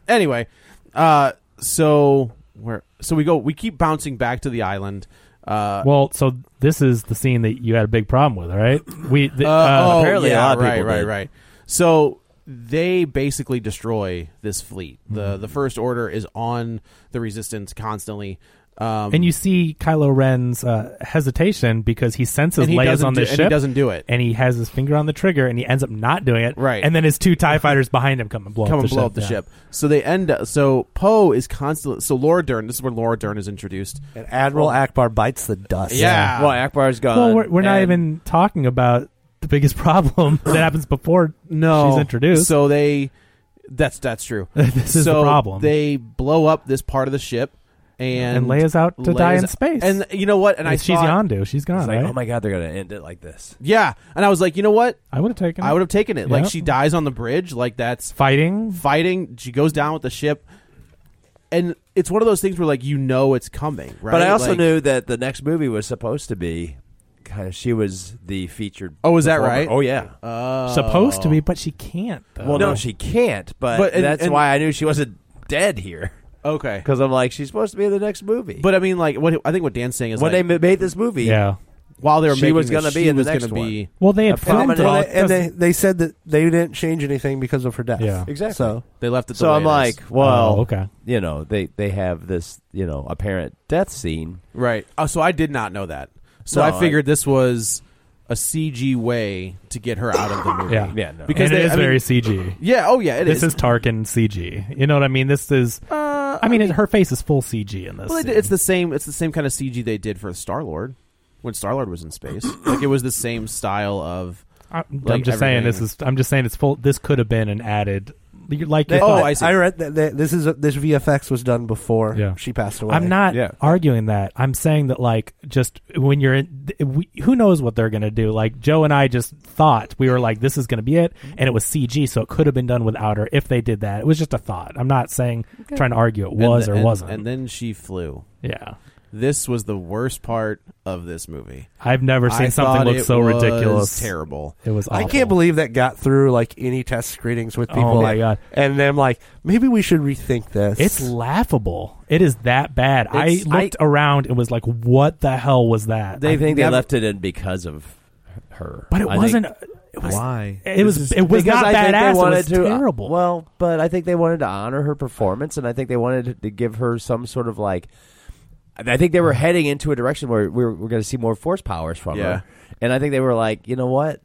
Speaker 1: Anyway, uh, so where so we go? We keep bouncing back to the island. Uh,
Speaker 3: Well, so this is the scene that you had a big problem with, right? We the,
Speaker 1: Uh,
Speaker 3: uh,
Speaker 1: oh,
Speaker 2: apparently a
Speaker 1: yeah,
Speaker 2: lot of
Speaker 1: right,
Speaker 2: people
Speaker 1: right,
Speaker 2: did.
Speaker 1: right. So they basically
Speaker 3: Mm-hmm.
Speaker 1: destroy this fleet. the The first order is on the resistance constantly.
Speaker 3: Um, and you see Kylo Ren's uh, hesitation because he senses
Speaker 1: And he
Speaker 3: Leia's
Speaker 1: doesn't
Speaker 3: on
Speaker 1: do-
Speaker 3: the
Speaker 1: and he
Speaker 3: ship.
Speaker 1: doesn't do it.
Speaker 3: and he has his finger on the trigger, and he ends up not doing it.
Speaker 1: Right.
Speaker 3: and then his two Tie fighters behind him come and blow
Speaker 1: come
Speaker 3: up the
Speaker 1: and blow
Speaker 3: ship.
Speaker 1: up the
Speaker 3: Yeah.
Speaker 1: ship. So they end. up So Poe is constantly. So Laura Dern. This is where Laura Dern is introduced.
Speaker 4: And Admiral Akbar bites the dust.
Speaker 1: Yeah.
Speaker 2: Well, Akbar's gone.
Speaker 1: Uh,
Speaker 3: Well, we're, we're not
Speaker 2: and-
Speaker 3: even talking about the biggest problem that happens before
Speaker 1: No,
Speaker 3: she's introduced.
Speaker 1: So they. That's that's true.
Speaker 3: This is the
Speaker 1: So
Speaker 3: problem.
Speaker 1: They blow up this part of the ship, and,
Speaker 3: And Leia's out to die in space.
Speaker 1: And you know what? And I
Speaker 3: she's
Speaker 1: thought-
Speaker 3: Yondu. She's gone.
Speaker 2: It's like,
Speaker 3: right?
Speaker 2: oh my god, they're gonna end it like this.
Speaker 1: Yeah, and I was like, you know what?
Speaker 3: I would have taken.
Speaker 1: I would have taken it. Like
Speaker 3: Yeah.
Speaker 1: she dies on the bridge. Like that's
Speaker 3: fighting.
Speaker 1: Fighting. She goes down with the ship, and it's one of those things where like you know it's coming. Right.
Speaker 2: But I also
Speaker 1: Like-
Speaker 2: knew that the next movie was supposed to be. Kind of, she was the featured.
Speaker 1: Oh, is that
Speaker 2: performer.
Speaker 1: right?
Speaker 2: Oh, yeah.
Speaker 3: supposed to be, but she can't. Though.
Speaker 2: Well, no, she can't. But,
Speaker 1: But- and-
Speaker 2: that's
Speaker 1: and-
Speaker 2: why I knew she wasn't dead here.
Speaker 1: Okay.
Speaker 2: Because I'm like, she's supposed to be in the next movie.
Speaker 1: But I mean, like what I think what Dan's saying is
Speaker 2: when
Speaker 1: like,
Speaker 2: they ma- made this movie,
Speaker 3: Yeah.
Speaker 1: while they were
Speaker 2: she
Speaker 1: making
Speaker 2: was
Speaker 1: this,
Speaker 2: going to be
Speaker 1: she
Speaker 2: in the
Speaker 1: was
Speaker 2: next
Speaker 1: gonna be-
Speaker 2: one.
Speaker 3: Well, they
Speaker 2: A
Speaker 3: had
Speaker 4: And,
Speaker 2: prominent-
Speaker 4: then- well,
Speaker 3: Well,
Speaker 4: they, and they,
Speaker 3: doesn't-
Speaker 4: they said that they didn't change anything because of her death.
Speaker 3: Yeah.
Speaker 2: Exactly.
Speaker 4: So
Speaker 1: they left it. the
Speaker 2: so
Speaker 1: way
Speaker 2: I'm
Speaker 1: it is.
Speaker 2: like, well,
Speaker 3: Oh, okay.
Speaker 2: You know, they they have this you know apparent death scene.
Speaker 1: Right. Oh, so I did not know that. So
Speaker 2: No,
Speaker 1: I figured this was a CG way to get her out of the movie.
Speaker 3: Yeah.
Speaker 2: Yeah, no.
Speaker 1: Because
Speaker 3: and
Speaker 1: they-
Speaker 3: it is
Speaker 1: I mean-
Speaker 3: very CG.
Speaker 1: Yeah. Oh, yeah. It is.
Speaker 3: this is Tarkin CG. You know what I mean? This is. I mean, it, her face is full CG in this.
Speaker 1: Uh, Well, they did-
Speaker 3: scene.
Speaker 1: it's the same. It's the same kind of CG they did for Star Lord when Star Lord was in space. like it was the same style of.
Speaker 3: I'm, I'm
Speaker 1: like,
Speaker 3: just saying this
Speaker 1: everything-
Speaker 3: is. I'm just saying it's full. This could have been an added. you're Like
Speaker 4: They-
Speaker 3: you're
Speaker 1: Oh,
Speaker 3: fine.
Speaker 1: I see.
Speaker 4: I read that that this is this VFX was done before
Speaker 3: Yeah.
Speaker 4: she passed away.
Speaker 3: I'm not
Speaker 2: Yeah.
Speaker 3: arguing that. I'm saying that like just when you're in, th- we, who knows what they're gonna do. Like Joe and I just thought we were like this is gonna be it, and it was CG, so it could have been done without her if they did that. It was just a thought. I'm not saying trying to argue it was
Speaker 1: and-
Speaker 3: or
Speaker 1: and-
Speaker 3: wasn't.
Speaker 1: And then she flew.
Speaker 3: yeah,
Speaker 1: This was the worst part of this movie.
Speaker 3: I've never seen
Speaker 1: I
Speaker 3: something
Speaker 1: thought
Speaker 3: look
Speaker 1: it
Speaker 3: so
Speaker 1: was
Speaker 3: ridiculous.
Speaker 1: Terrible.
Speaker 3: It was.
Speaker 4: I
Speaker 3: awful.
Speaker 4: can't believe that got through like any test screenings with
Speaker 3: Oh
Speaker 4: people
Speaker 3: my
Speaker 4: like
Speaker 3: God.
Speaker 4: and them like maybe we should rethink this.
Speaker 3: It's laughable. It is that bad.
Speaker 2: It's-
Speaker 3: I looked
Speaker 2: I-
Speaker 3: around and was like, "What the hell was that?"
Speaker 2: They
Speaker 3: I-
Speaker 2: think they
Speaker 1: never-
Speaker 2: left it in because of her.
Speaker 3: but it
Speaker 2: I think-
Speaker 3: wasn't. It was,
Speaker 5: Why?
Speaker 3: It was. it was
Speaker 2: because
Speaker 3: not
Speaker 2: I think
Speaker 3: badass.
Speaker 2: They wanted
Speaker 3: it was
Speaker 2: to, uh,
Speaker 3: terrible.
Speaker 2: well, but I think they wanted to honor her performance, and I think they wanted to give her some sort of like. I think they were heading into a direction where we were, we're going to see more force powers from
Speaker 1: Yeah.
Speaker 2: her, and I think they were like, you know what,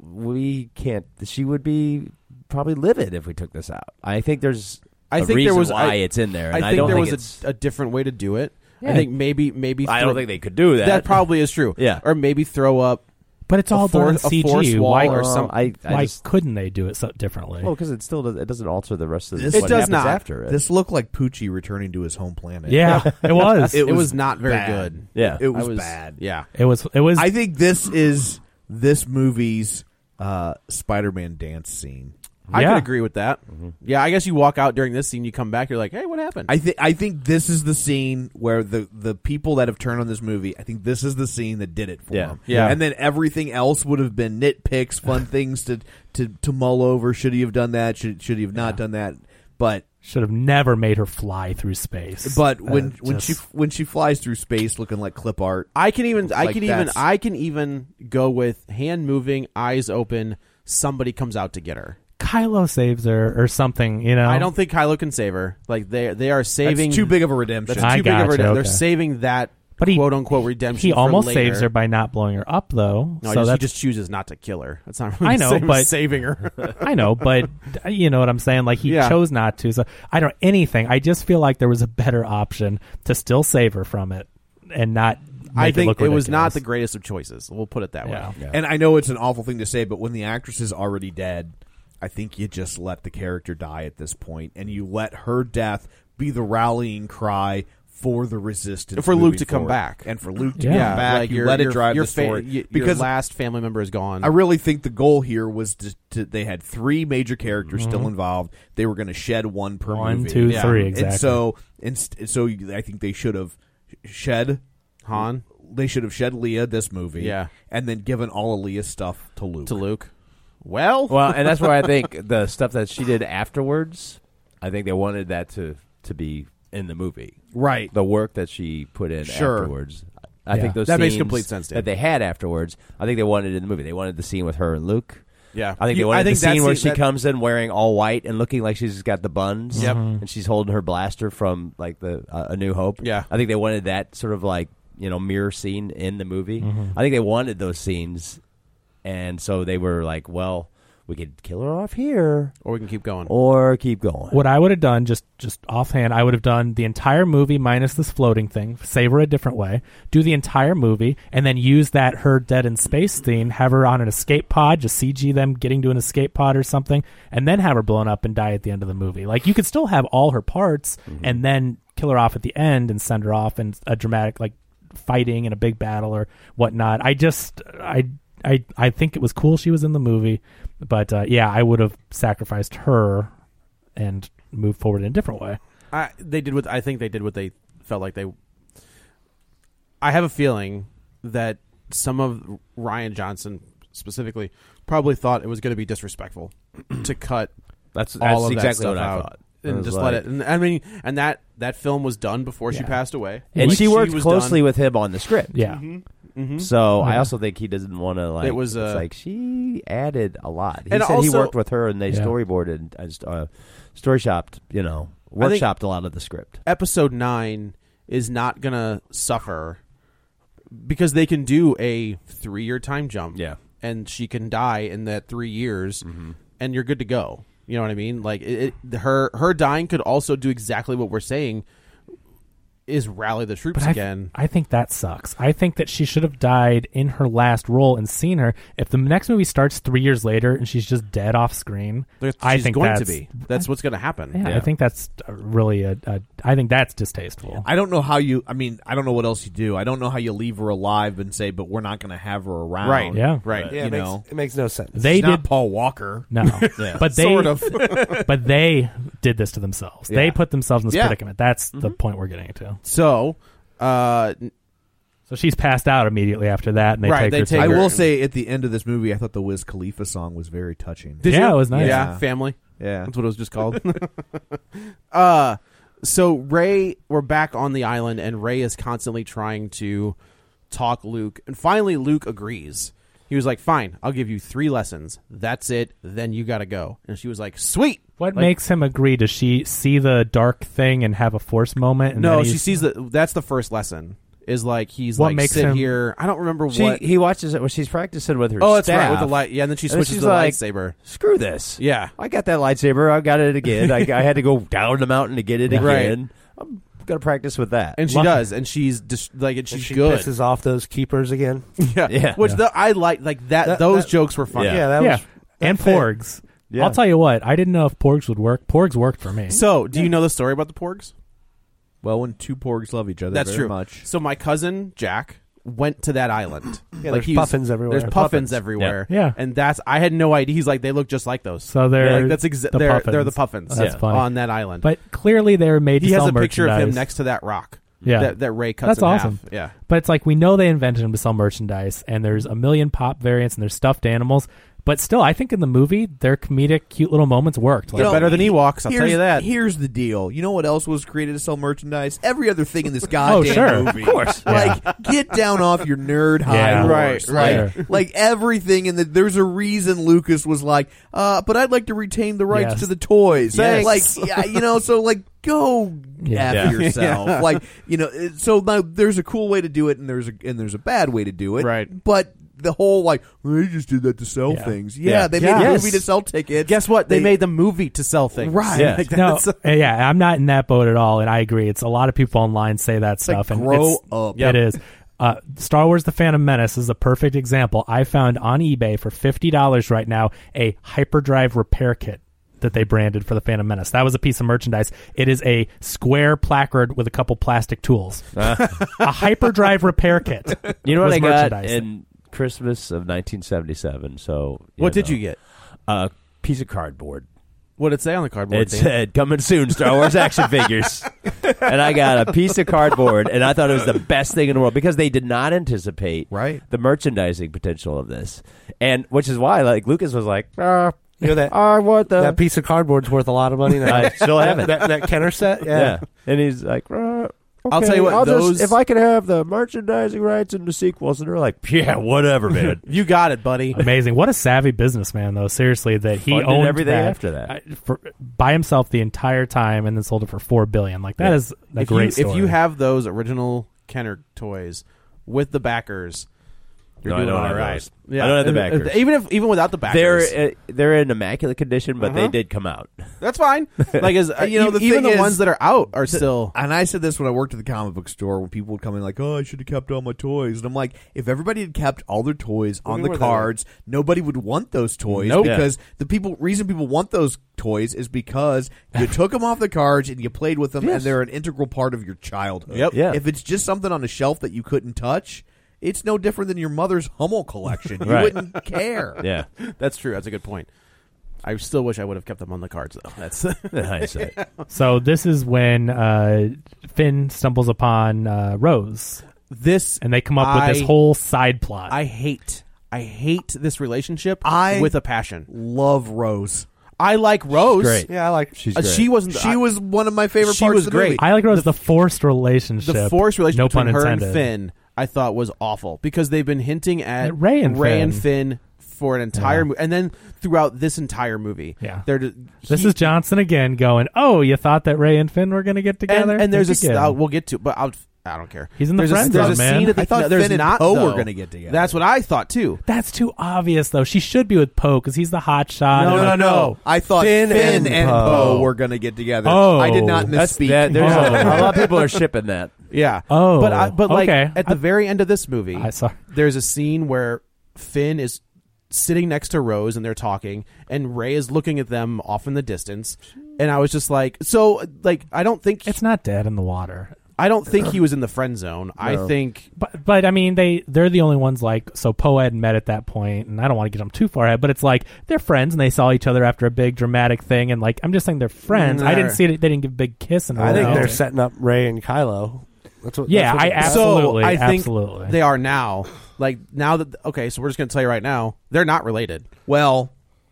Speaker 2: we can't. She would be probably livid if we took this out. I think there's.
Speaker 1: I
Speaker 2: a
Speaker 1: think there
Speaker 2: reason
Speaker 1: was
Speaker 2: why
Speaker 1: I,
Speaker 2: it's in there.
Speaker 1: I think
Speaker 2: And I don't
Speaker 1: there
Speaker 2: think
Speaker 1: was a, a different way to do it. I
Speaker 3: Yeah.
Speaker 1: think maybe maybe
Speaker 2: I don't
Speaker 1: through-
Speaker 2: think they could do that.
Speaker 1: That probably is true.
Speaker 2: Yeah.
Speaker 1: Or maybe throw up.
Speaker 3: But it's
Speaker 1: a
Speaker 3: all done in
Speaker 1: force- a force
Speaker 3: CG.
Speaker 1: wall
Speaker 3: Why,
Speaker 1: or some-
Speaker 2: I, I
Speaker 3: why
Speaker 2: just,
Speaker 3: couldn't they do it so differently?
Speaker 2: well because it still does, it doesn't alter the rest of the
Speaker 5: This-
Speaker 2: what
Speaker 1: it does
Speaker 2: happens
Speaker 1: not.
Speaker 2: after it.
Speaker 5: This looked like Poochie returning to his home planet.
Speaker 3: yeah, it was.
Speaker 1: It,
Speaker 3: it,
Speaker 1: was,
Speaker 5: was
Speaker 1: not very
Speaker 5: bad.
Speaker 1: good.
Speaker 2: yeah,
Speaker 5: It was,
Speaker 1: I was
Speaker 5: bad.
Speaker 1: Yeah.
Speaker 3: was. It was.
Speaker 5: I think this is this movie's uh, Spider-Man dance scene.
Speaker 1: I
Speaker 3: Yeah.
Speaker 1: could agree with that. Yeah, I guess you walk out during this scene, you come back, you're like, hey, what happened?
Speaker 5: Mm-hmm. I think I think this is the scene where the the people that have turned on this movie. I think this is the scene that did it for
Speaker 2: Yeah.
Speaker 5: them.
Speaker 1: Yeah.
Speaker 5: and then everything else would have been nitpicks, fun things to to to mull over. Should he have done that? Should should he have not done that? But
Speaker 3: should have never made her fly through space.
Speaker 5: but when
Speaker 3: Uh,
Speaker 5: when
Speaker 3: just-
Speaker 5: she when she flies through space looking like clip art,
Speaker 1: I can even I
Speaker 5: Like
Speaker 1: can even
Speaker 5: that's-
Speaker 1: I can even go with hand moving, eyes open, somebody comes out to get her.
Speaker 3: Kylo saves her or something, you know.
Speaker 1: I don't think Kylo can save her. Like they they are saving
Speaker 5: that's too big of a redemption.
Speaker 1: that's
Speaker 3: I
Speaker 1: too big of a
Speaker 3: gotcha,
Speaker 1: redemption. They're
Speaker 3: okay.
Speaker 1: saving that
Speaker 3: But he-
Speaker 1: quote unquote redemption.
Speaker 3: He
Speaker 1: for
Speaker 3: almost
Speaker 1: later.
Speaker 3: saves her by not blowing her up, though.
Speaker 1: No,
Speaker 3: so
Speaker 1: he, just, he
Speaker 3: that's
Speaker 1: just chooses not to kill her. That's not really
Speaker 3: I know,
Speaker 1: the same as
Speaker 3: but-
Speaker 1: saving her.
Speaker 3: I know, but uh, you know what I'm saying. Like he
Speaker 1: Yeah.
Speaker 3: chose not to. So I don't anything. I just feel like there was a better option to still save her from it and not.
Speaker 1: I
Speaker 3: make
Speaker 1: think
Speaker 3: look
Speaker 1: it, was not the
Speaker 3: ridiculous.
Speaker 1: greatest of choices. We'll put it that way.
Speaker 3: Yeah.
Speaker 5: And I know it's an awful thing to say, but when the actress is already dead, I think you just let the character die at this point, and you let her death be the rallying cry for the resistance
Speaker 1: For Luke
Speaker 5: moving
Speaker 1: to come
Speaker 5: forward.
Speaker 1: back.
Speaker 5: and for Luke to
Speaker 3: Yeah.
Speaker 5: come back.
Speaker 1: like
Speaker 5: you
Speaker 1: your-
Speaker 5: let it
Speaker 1: your-
Speaker 5: drive
Speaker 1: your
Speaker 5: the
Speaker 1: fa-
Speaker 5: story
Speaker 1: y- your
Speaker 5: because
Speaker 1: last family member is gone.
Speaker 5: I really think the goal here was to, to they had three major characters
Speaker 3: Mm-hmm.
Speaker 5: still involved. They were going to shed one per
Speaker 3: One,
Speaker 5: movie.
Speaker 3: two, Yeah. three,
Speaker 5: And
Speaker 3: exactly.
Speaker 5: so, and st- so you- I think they should have shed
Speaker 1: Han?
Speaker 5: They should have shed Leia this movie,
Speaker 1: Yeah.
Speaker 5: and then given all of Leah's stuff to Luke.
Speaker 1: to Luke. Well,
Speaker 2: well, and that's why I think the stuff that she did afterwards, I think they wanted that to to be in the movie.
Speaker 5: right?
Speaker 2: The work that she put in
Speaker 5: Sure.
Speaker 2: afterwards. I
Speaker 3: Yeah.
Speaker 2: think those
Speaker 1: That makes
Speaker 2: scenes
Speaker 1: complete sense, Dan.
Speaker 2: that they had afterwards. I think they wanted it in the movie. They wanted the scene with her and Luke.
Speaker 1: Yeah.
Speaker 2: I think
Speaker 1: You-
Speaker 2: they wanted
Speaker 1: I think
Speaker 2: the scene
Speaker 1: that's
Speaker 2: where
Speaker 1: the-
Speaker 2: she
Speaker 1: that-
Speaker 2: comes in wearing all white and looking like she's got the buns.
Speaker 1: Yep. Mhm.
Speaker 2: And she's holding her blaster from like the uh, A New Hope.
Speaker 1: Yeah.
Speaker 2: I think they wanted that sort of like you know mirror scene in the movie.
Speaker 3: Mhm.
Speaker 2: I think they wanted those scenes, and so they were like, well, we could kill her off here,
Speaker 1: or we can keep going,
Speaker 2: or keep going.
Speaker 3: What I would have done, just just offhand, I would have done the entire movie minus this floating thing, savor a different way, do the entire movie, and then use that her dead in space theme, have her on an escape pod, just CG them getting to an escape pod or something, and then have her blown up and die at the end of the movie. Like you could still have all her parts and then kill her off at the end and send her off in a dramatic like fighting in a big battle or whatnot. I just I I I think it was cool she was in the movie, but uh, yeah, I would have sacrificed her and moved forward in a different way.
Speaker 1: I they did what I think they did what they felt like they. I have a feeling that some of Ryan Johnson specifically probably thought it was going to be disrespectful to cut.
Speaker 2: That's- that's
Speaker 1: all of that
Speaker 2: exactly
Speaker 1: stuff
Speaker 2: what I
Speaker 1: out
Speaker 2: thought. I
Speaker 1: and
Speaker 2: was
Speaker 1: just
Speaker 2: like-
Speaker 1: let it. And, I mean, and that that film was done before she
Speaker 2: Yeah.
Speaker 1: passed away,
Speaker 2: and
Speaker 1: Like,
Speaker 2: she worked
Speaker 1: was
Speaker 2: closely
Speaker 1: done.
Speaker 2: with him on the script.
Speaker 3: Yeah.
Speaker 1: Mhm.
Speaker 5: Hmm?
Speaker 1: Mhm.
Speaker 2: So I
Speaker 1: Yeah.
Speaker 2: also think he doesn't want to like.
Speaker 1: It was,
Speaker 2: it's
Speaker 1: uh,
Speaker 2: like she added a lot. He
Speaker 1: And
Speaker 2: said he
Speaker 1: also-
Speaker 2: worked with her and they
Speaker 1: Yeah.
Speaker 2: storyboarded, and, uh, story shopped. You know,
Speaker 1: I think-
Speaker 2: workshopped a lot of the script.
Speaker 1: episode nine is not gonna suffer because they can do a three year time jump.
Speaker 2: Yeah.
Speaker 1: And she can die in that three years
Speaker 4: Mm-hmm.
Speaker 1: and you're good to go. You know what I mean? Like it, it, her her dying could also do exactly what we're saying is rally the troops
Speaker 3: But I, th-
Speaker 1: again.
Speaker 3: I think that sucks. I think that she should have died in her last role and seen her. If the next movie starts three years later and she's just dead off screen,
Speaker 1: She's
Speaker 3: I think
Speaker 1: going to
Speaker 3: that's,
Speaker 1: be. That's what's gonna happen.
Speaker 3: Yeah, I think that's uh, really a, a. I think that's distasteful.
Speaker 5: I don't know how you. I mean, I don't know what else you do. I don't know how you leave her alive and say, "But we're not going to have her around."
Speaker 3: Right. Yeah.
Speaker 1: Right.
Speaker 5: But,
Speaker 4: Yeah,
Speaker 5: you
Speaker 4: it makes,
Speaker 5: know,
Speaker 4: it makes no sense.
Speaker 3: They
Speaker 5: She's not
Speaker 3: did
Speaker 5: Paul Walker.
Speaker 3: No,
Speaker 5: Yeah.
Speaker 3: but they
Speaker 5: Sort of.
Speaker 3: but they did this to themselves.
Speaker 1: Yeah.
Speaker 3: They put themselves in this
Speaker 1: Yeah. Mm-hmm.
Speaker 3: predicament. That's the point we're getting to.
Speaker 1: So uh
Speaker 3: So she's passed out immediately after that, and they
Speaker 1: Right,
Speaker 3: take
Speaker 1: they
Speaker 3: her.
Speaker 1: take
Speaker 3: to-
Speaker 5: I
Speaker 1: her-
Speaker 5: will say at the end of this movie, I thought the Wiz Khalifa song was very touching.
Speaker 1: Did
Speaker 3: Yeah,
Speaker 1: you?
Speaker 3: it was nice.
Speaker 1: Yeah,
Speaker 5: Yeah.
Speaker 1: family.
Speaker 5: Yeah.
Speaker 1: That's what it was just called. uh so Ray we're back on the island and Ray is constantly trying to talk Luke and finally Luke agrees. He was like, "Fine, I'll give you 3 lessons. That's it. Then you got to go." And she was like, "Sweet."
Speaker 3: What
Speaker 1: Like,
Speaker 3: makes him agree? Does she see the dark thing and have a force moment? And
Speaker 1: No,
Speaker 3: then
Speaker 1: she
Speaker 3: he's-
Speaker 1: sees that that's the first lesson. Is like he's
Speaker 3: What
Speaker 1: like
Speaker 3: makes
Speaker 1: sit
Speaker 3: him-
Speaker 1: here. I don't remember
Speaker 2: She
Speaker 1: what
Speaker 2: he watches it when she's practicing with her.
Speaker 1: Oh, that's right,
Speaker 2: staff,
Speaker 1: with the light- yeah, and then she switches
Speaker 2: she's
Speaker 1: to the
Speaker 2: like,
Speaker 1: lightsaber.
Speaker 2: Screw this!
Speaker 1: Yeah.
Speaker 2: I got that lightsaber. I got it again. I, I had to go down the mountain to get it
Speaker 1: Right.
Speaker 2: again. I'm gonna practice with that.
Speaker 1: And she
Speaker 3: Lucky.
Speaker 1: does, and she's dis- like, and she's
Speaker 4: she
Speaker 1: good.
Speaker 4: pisses off those keepers again.
Speaker 1: yeah,
Speaker 2: Yeah.
Speaker 1: Which
Speaker 3: Yeah.
Speaker 1: The, I like, like that.
Speaker 4: That-
Speaker 1: those
Speaker 4: that-
Speaker 1: jokes were funny.
Speaker 2: Yeah.
Speaker 4: Yeah, that
Speaker 3: yeah,
Speaker 4: was that
Speaker 3: and
Speaker 4: fit.
Speaker 3: porgs.
Speaker 2: Yeah.
Speaker 3: I'll tell you what. I didn't know if porgs would work. Porgs worked for me.
Speaker 1: So, do you know the story about the porgs?
Speaker 5: Well, when two porgs love each other,
Speaker 1: That's
Speaker 5: very
Speaker 1: true.
Speaker 5: Much.
Speaker 1: So, my cousin Jack went to that island.
Speaker 4: Yeah,
Speaker 1: Like,
Speaker 4: there's
Speaker 1: he was-
Speaker 4: puffins everywhere.
Speaker 1: There's puffins, everywhere.
Speaker 3: Yeah. Yeah.
Speaker 1: and that's I had no idea. He's like, they look just like those.
Speaker 3: So they're
Speaker 1: like, that's exa-
Speaker 3: the
Speaker 1: they're
Speaker 3: puffins.
Speaker 1: they're the puffins.
Speaker 3: That's
Speaker 1: yeah,
Speaker 3: funny.
Speaker 1: on that island.
Speaker 3: but clearly they were made.
Speaker 1: he
Speaker 3: to
Speaker 1: has
Speaker 3: sell
Speaker 1: a picture of him
Speaker 3: merchandise.
Speaker 1: next to that rock.
Speaker 3: Yeah.
Speaker 1: that, that Ray cuts.
Speaker 3: That's
Speaker 1: in
Speaker 3: awesome.
Speaker 1: Half. Yeah,
Speaker 3: But it's like we know they invented them to sell merchandise, and there's a million pop variants, and there's stuffed animals. But still, I think in the movie, their comedic, cute little moments worked. Like,
Speaker 1: They're better than Ewoks. I'll tell
Speaker 5: here's-
Speaker 1: you that.
Speaker 5: Here's the deal. You know what else was created to sell merchandise? Every other thing in this goddamn
Speaker 3: Oh, sure. Of
Speaker 5: movie. course. Like, get down off your nerd high
Speaker 3: Oh. Yeah.
Speaker 5: horse.
Speaker 3: Right,
Speaker 5: Like,
Speaker 3: right.
Speaker 5: like everything in the. There's a reason Lucas was like, uh, but I'd like to retain the rights
Speaker 3: Yes.
Speaker 5: to the toys.
Speaker 1: Yes.
Speaker 5: Like, yeah, you know, so like, go
Speaker 3: Yeah.
Speaker 5: after
Speaker 3: Yeah.
Speaker 5: yourself. Like, you know, it- so now there's a cool way to do it, and there's a and there's a bad way to do it.
Speaker 1: Right.
Speaker 5: But the whole like well, they just did that to sell
Speaker 3: Yeah.
Speaker 5: things. Yeah,
Speaker 1: Yeah.
Speaker 5: they made
Speaker 1: Yes.
Speaker 5: a movie to sell tickets.
Speaker 1: Guess what? They,
Speaker 5: They-
Speaker 1: made the movie to sell things.
Speaker 5: Right. Yeah. Like,
Speaker 3: no, eh,
Speaker 5: that's-
Speaker 3: yeah, I'm not in that boat at all, and I agree. It's a lot of people online say that
Speaker 5: like,
Speaker 3: stuff, and
Speaker 5: grow
Speaker 3: it's,
Speaker 5: up.
Speaker 3: It is. Uh, Star Wars: The Phantom Menace is a perfect example. I found on eBay for fifty dollars right now a hyperdrive repair kit that they branded for the Phantom Menace. That was a piece of merchandise. It is a square placard with a couple plastic tools. a hyperdrive repair kit.
Speaker 2: you know what
Speaker 3: was
Speaker 2: I got
Speaker 3: merchandise.
Speaker 2: in Christmas of 1977. So
Speaker 1: What did
Speaker 2: know,
Speaker 1: you get?
Speaker 2: A piece of cardboard.
Speaker 1: What did it say on the cardboard?
Speaker 2: It said, "Coming soon, Star Wars action figures," and I got a piece of cardboard, and I thought it was the best thing in the world because they did not anticipate
Speaker 5: Right.
Speaker 2: the merchandising potential of this, and which is why like Lucas was like, ah,
Speaker 4: You know that-
Speaker 2: I want the
Speaker 4: That piece of cardboard's worth a lot of money now.
Speaker 2: I still have it.
Speaker 4: That, that Kenner set, yeah.
Speaker 2: yeah. and he's like, "Ah,
Speaker 5: I'll tell you what,
Speaker 2: I'll
Speaker 5: those-
Speaker 2: just, if I could have the merchandising rights and the sequels, and they're like, yeah, whatever, man.
Speaker 1: you got it, buddy.
Speaker 3: Amazing. What a savvy businessman, though. Seriously, that he
Speaker 2: Funded
Speaker 3: owned
Speaker 2: everything
Speaker 3: that
Speaker 2: after that.
Speaker 3: uh, for, by himself the entire time, and then sold it for four billion. Like that
Speaker 1: Yeah.
Speaker 3: is a
Speaker 1: if
Speaker 3: great
Speaker 1: you,
Speaker 3: story.
Speaker 1: If you have those original Kenner toys with the backers, you're
Speaker 2: No, I
Speaker 1: doing
Speaker 2: don't
Speaker 1: all
Speaker 2: have
Speaker 1: right.
Speaker 2: those. I don't have the
Speaker 1: If- if-
Speaker 2: backers.
Speaker 1: Even if even without the backers,
Speaker 2: They're uh, they're in immaculate condition, but they
Speaker 1: Uh-huh.
Speaker 2: did come out.
Speaker 1: that's fine. Like is
Speaker 5: Uh,
Speaker 1: you know the e, even
Speaker 5: thing
Speaker 1: the
Speaker 5: is-
Speaker 1: ones that are out are
Speaker 5: th-
Speaker 1: still.
Speaker 5: And I said this when I worked at the comic book store when people would come in like, "Oh, I should have kept all my toys." And I'm like, if everybody had kept all their toys
Speaker 1: Well,
Speaker 5: on
Speaker 1: we
Speaker 5: the
Speaker 1: were there.
Speaker 5: cards, nobody would want those toys
Speaker 1: Nope.
Speaker 5: because the people reason people want those toys is because you took them off the cards and you played with them,
Speaker 1: Yes.
Speaker 5: and they're an integral part of your childhood.
Speaker 1: Yep. Yeah.
Speaker 5: If it's just something on a shelf that you couldn't touch. It's no different than your mother's Hummel collection. You
Speaker 2: Right.
Speaker 5: wouldn't care.
Speaker 2: Yeah.
Speaker 1: That's true. That's a good point. I still wish I would have kept them on the cards though. That's
Speaker 2: In hindsight.
Speaker 3: so this is when uh, Finn stumbles upon uh, Rose,
Speaker 1: this
Speaker 3: and they come up with this
Speaker 1: I-
Speaker 3: whole side plot.
Speaker 1: I hate. I hate this relationship
Speaker 5: I-
Speaker 1: with a passion.
Speaker 5: Love Rose.
Speaker 1: I like Rose.
Speaker 2: great.
Speaker 4: Yeah, I like. She's
Speaker 1: Uh, she wasn't.
Speaker 5: She
Speaker 1: I-
Speaker 5: was one of my favorite
Speaker 1: She
Speaker 5: parts
Speaker 1: was
Speaker 5: of the
Speaker 1: great.
Speaker 5: movie.
Speaker 3: I like Rose. The, forced relationship,
Speaker 1: the forced
Speaker 3: no
Speaker 1: relationship
Speaker 3: pun
Speaker 1: between her
Speaker 3: intended.
Speaker 1: and Finn, I thought was awful because they've been hinting at
Speaker 3: And Ray and Finn.
Speaker 1: Finn for an entire
Speaker 3: Yeah.
Speaker 1: movie, and then throughout this entire movie,
Speaker 3: Yeah.
Speaker 1: they're just,
Speaker 3: This
Speaker 1: he-
Speaker 3: is Johnson again going, Oh, you thought that Ray and Finn were going to get
Speaker 1: and,
Speaker 3: together?
Speaker 1: and there's a s-
Speaker 3: Again.
Speaker 1: uh, we'll get to, but I'll, I don't care.
Speaker 3: He's in the
Speaker 1: there's
Speaker 3: friend
Speaker 1: a,
Speaker 3: zone,
Speaker 1: there's a
Speaker 3: man.
Speaker 1: scene at the,
Speaker 5: I thought
Speaker 1: no, there's
Speaker 5: Finn and
Speaker 1: not
Speaker 5: Poe were
Speaker 1: though.
Speaker 5: gonna get together.
Speaker 1: That's what I thought too.
Speaker 3: That's too obvious, though. She should be with Poe because he's the hot shot.
Speaker 1: No,
Speaker 3: And-
Speaker 1: no, no.
Speaker 5: I thought
Speaker 4: Finn
Speaker 5: Finn,
Speaker 4: and
Speaker 5: and,
Speaker 4: Poe.
Speaker 5: Poe were going to get together.
Speaker 3: Oh.
Speaker 5: I did not
Speaker 2: That's
Speaker 5: misspeak.
Speaker 2: that, there's
Speaker 3: Oh.
Speaker 2: a, a lot of people are shipping that.
Speaker 1: Yeah.
Speaker 3: Oh,
Speaker 1: but I, but like
Speaker 3: okay.
Speaker 1: at the
Speaker 3: I-
Speaker 1: very end of this movie,
Speaker 3: I saw-
Speaker 1: there's a scene where Finn is sitting next to Rose and they're talking, and Ray is looking at them off in the distance, and I was just like, so like I don't think
Speaker 3: It's not dead in the water.
Speaker 1: I don't think he was in the friend zone. I think
Speaker 3: But, but I mean, they, they're the only ones like, so Poe hadn't met at that point, and I don't want to get them too far ahead, but it's like they're friends and they saw each other after a big dramatic thing, and like, I'm just saying they're friends. I didn't
Speaker 1: Nah.
Speaker 3: see it. They didn't give a big kiss. And
Speaker 4: I
Speaker 3: all
Speaker 4: think
Speaker 3: that.
Speaker 4: they're setting up Ray and Kylo. That's what.
Speaker 3: Yeah,
Speaker 4: that's what
Speaker 3: I
Speaker 4: it-
Speaker 3: absolutely.
Speaker 1: so. I think
Speaker 3: absolutely.
Speaker 1: they are now. Like now that okay, so we're just gonna tell you right now, they're not related. Well,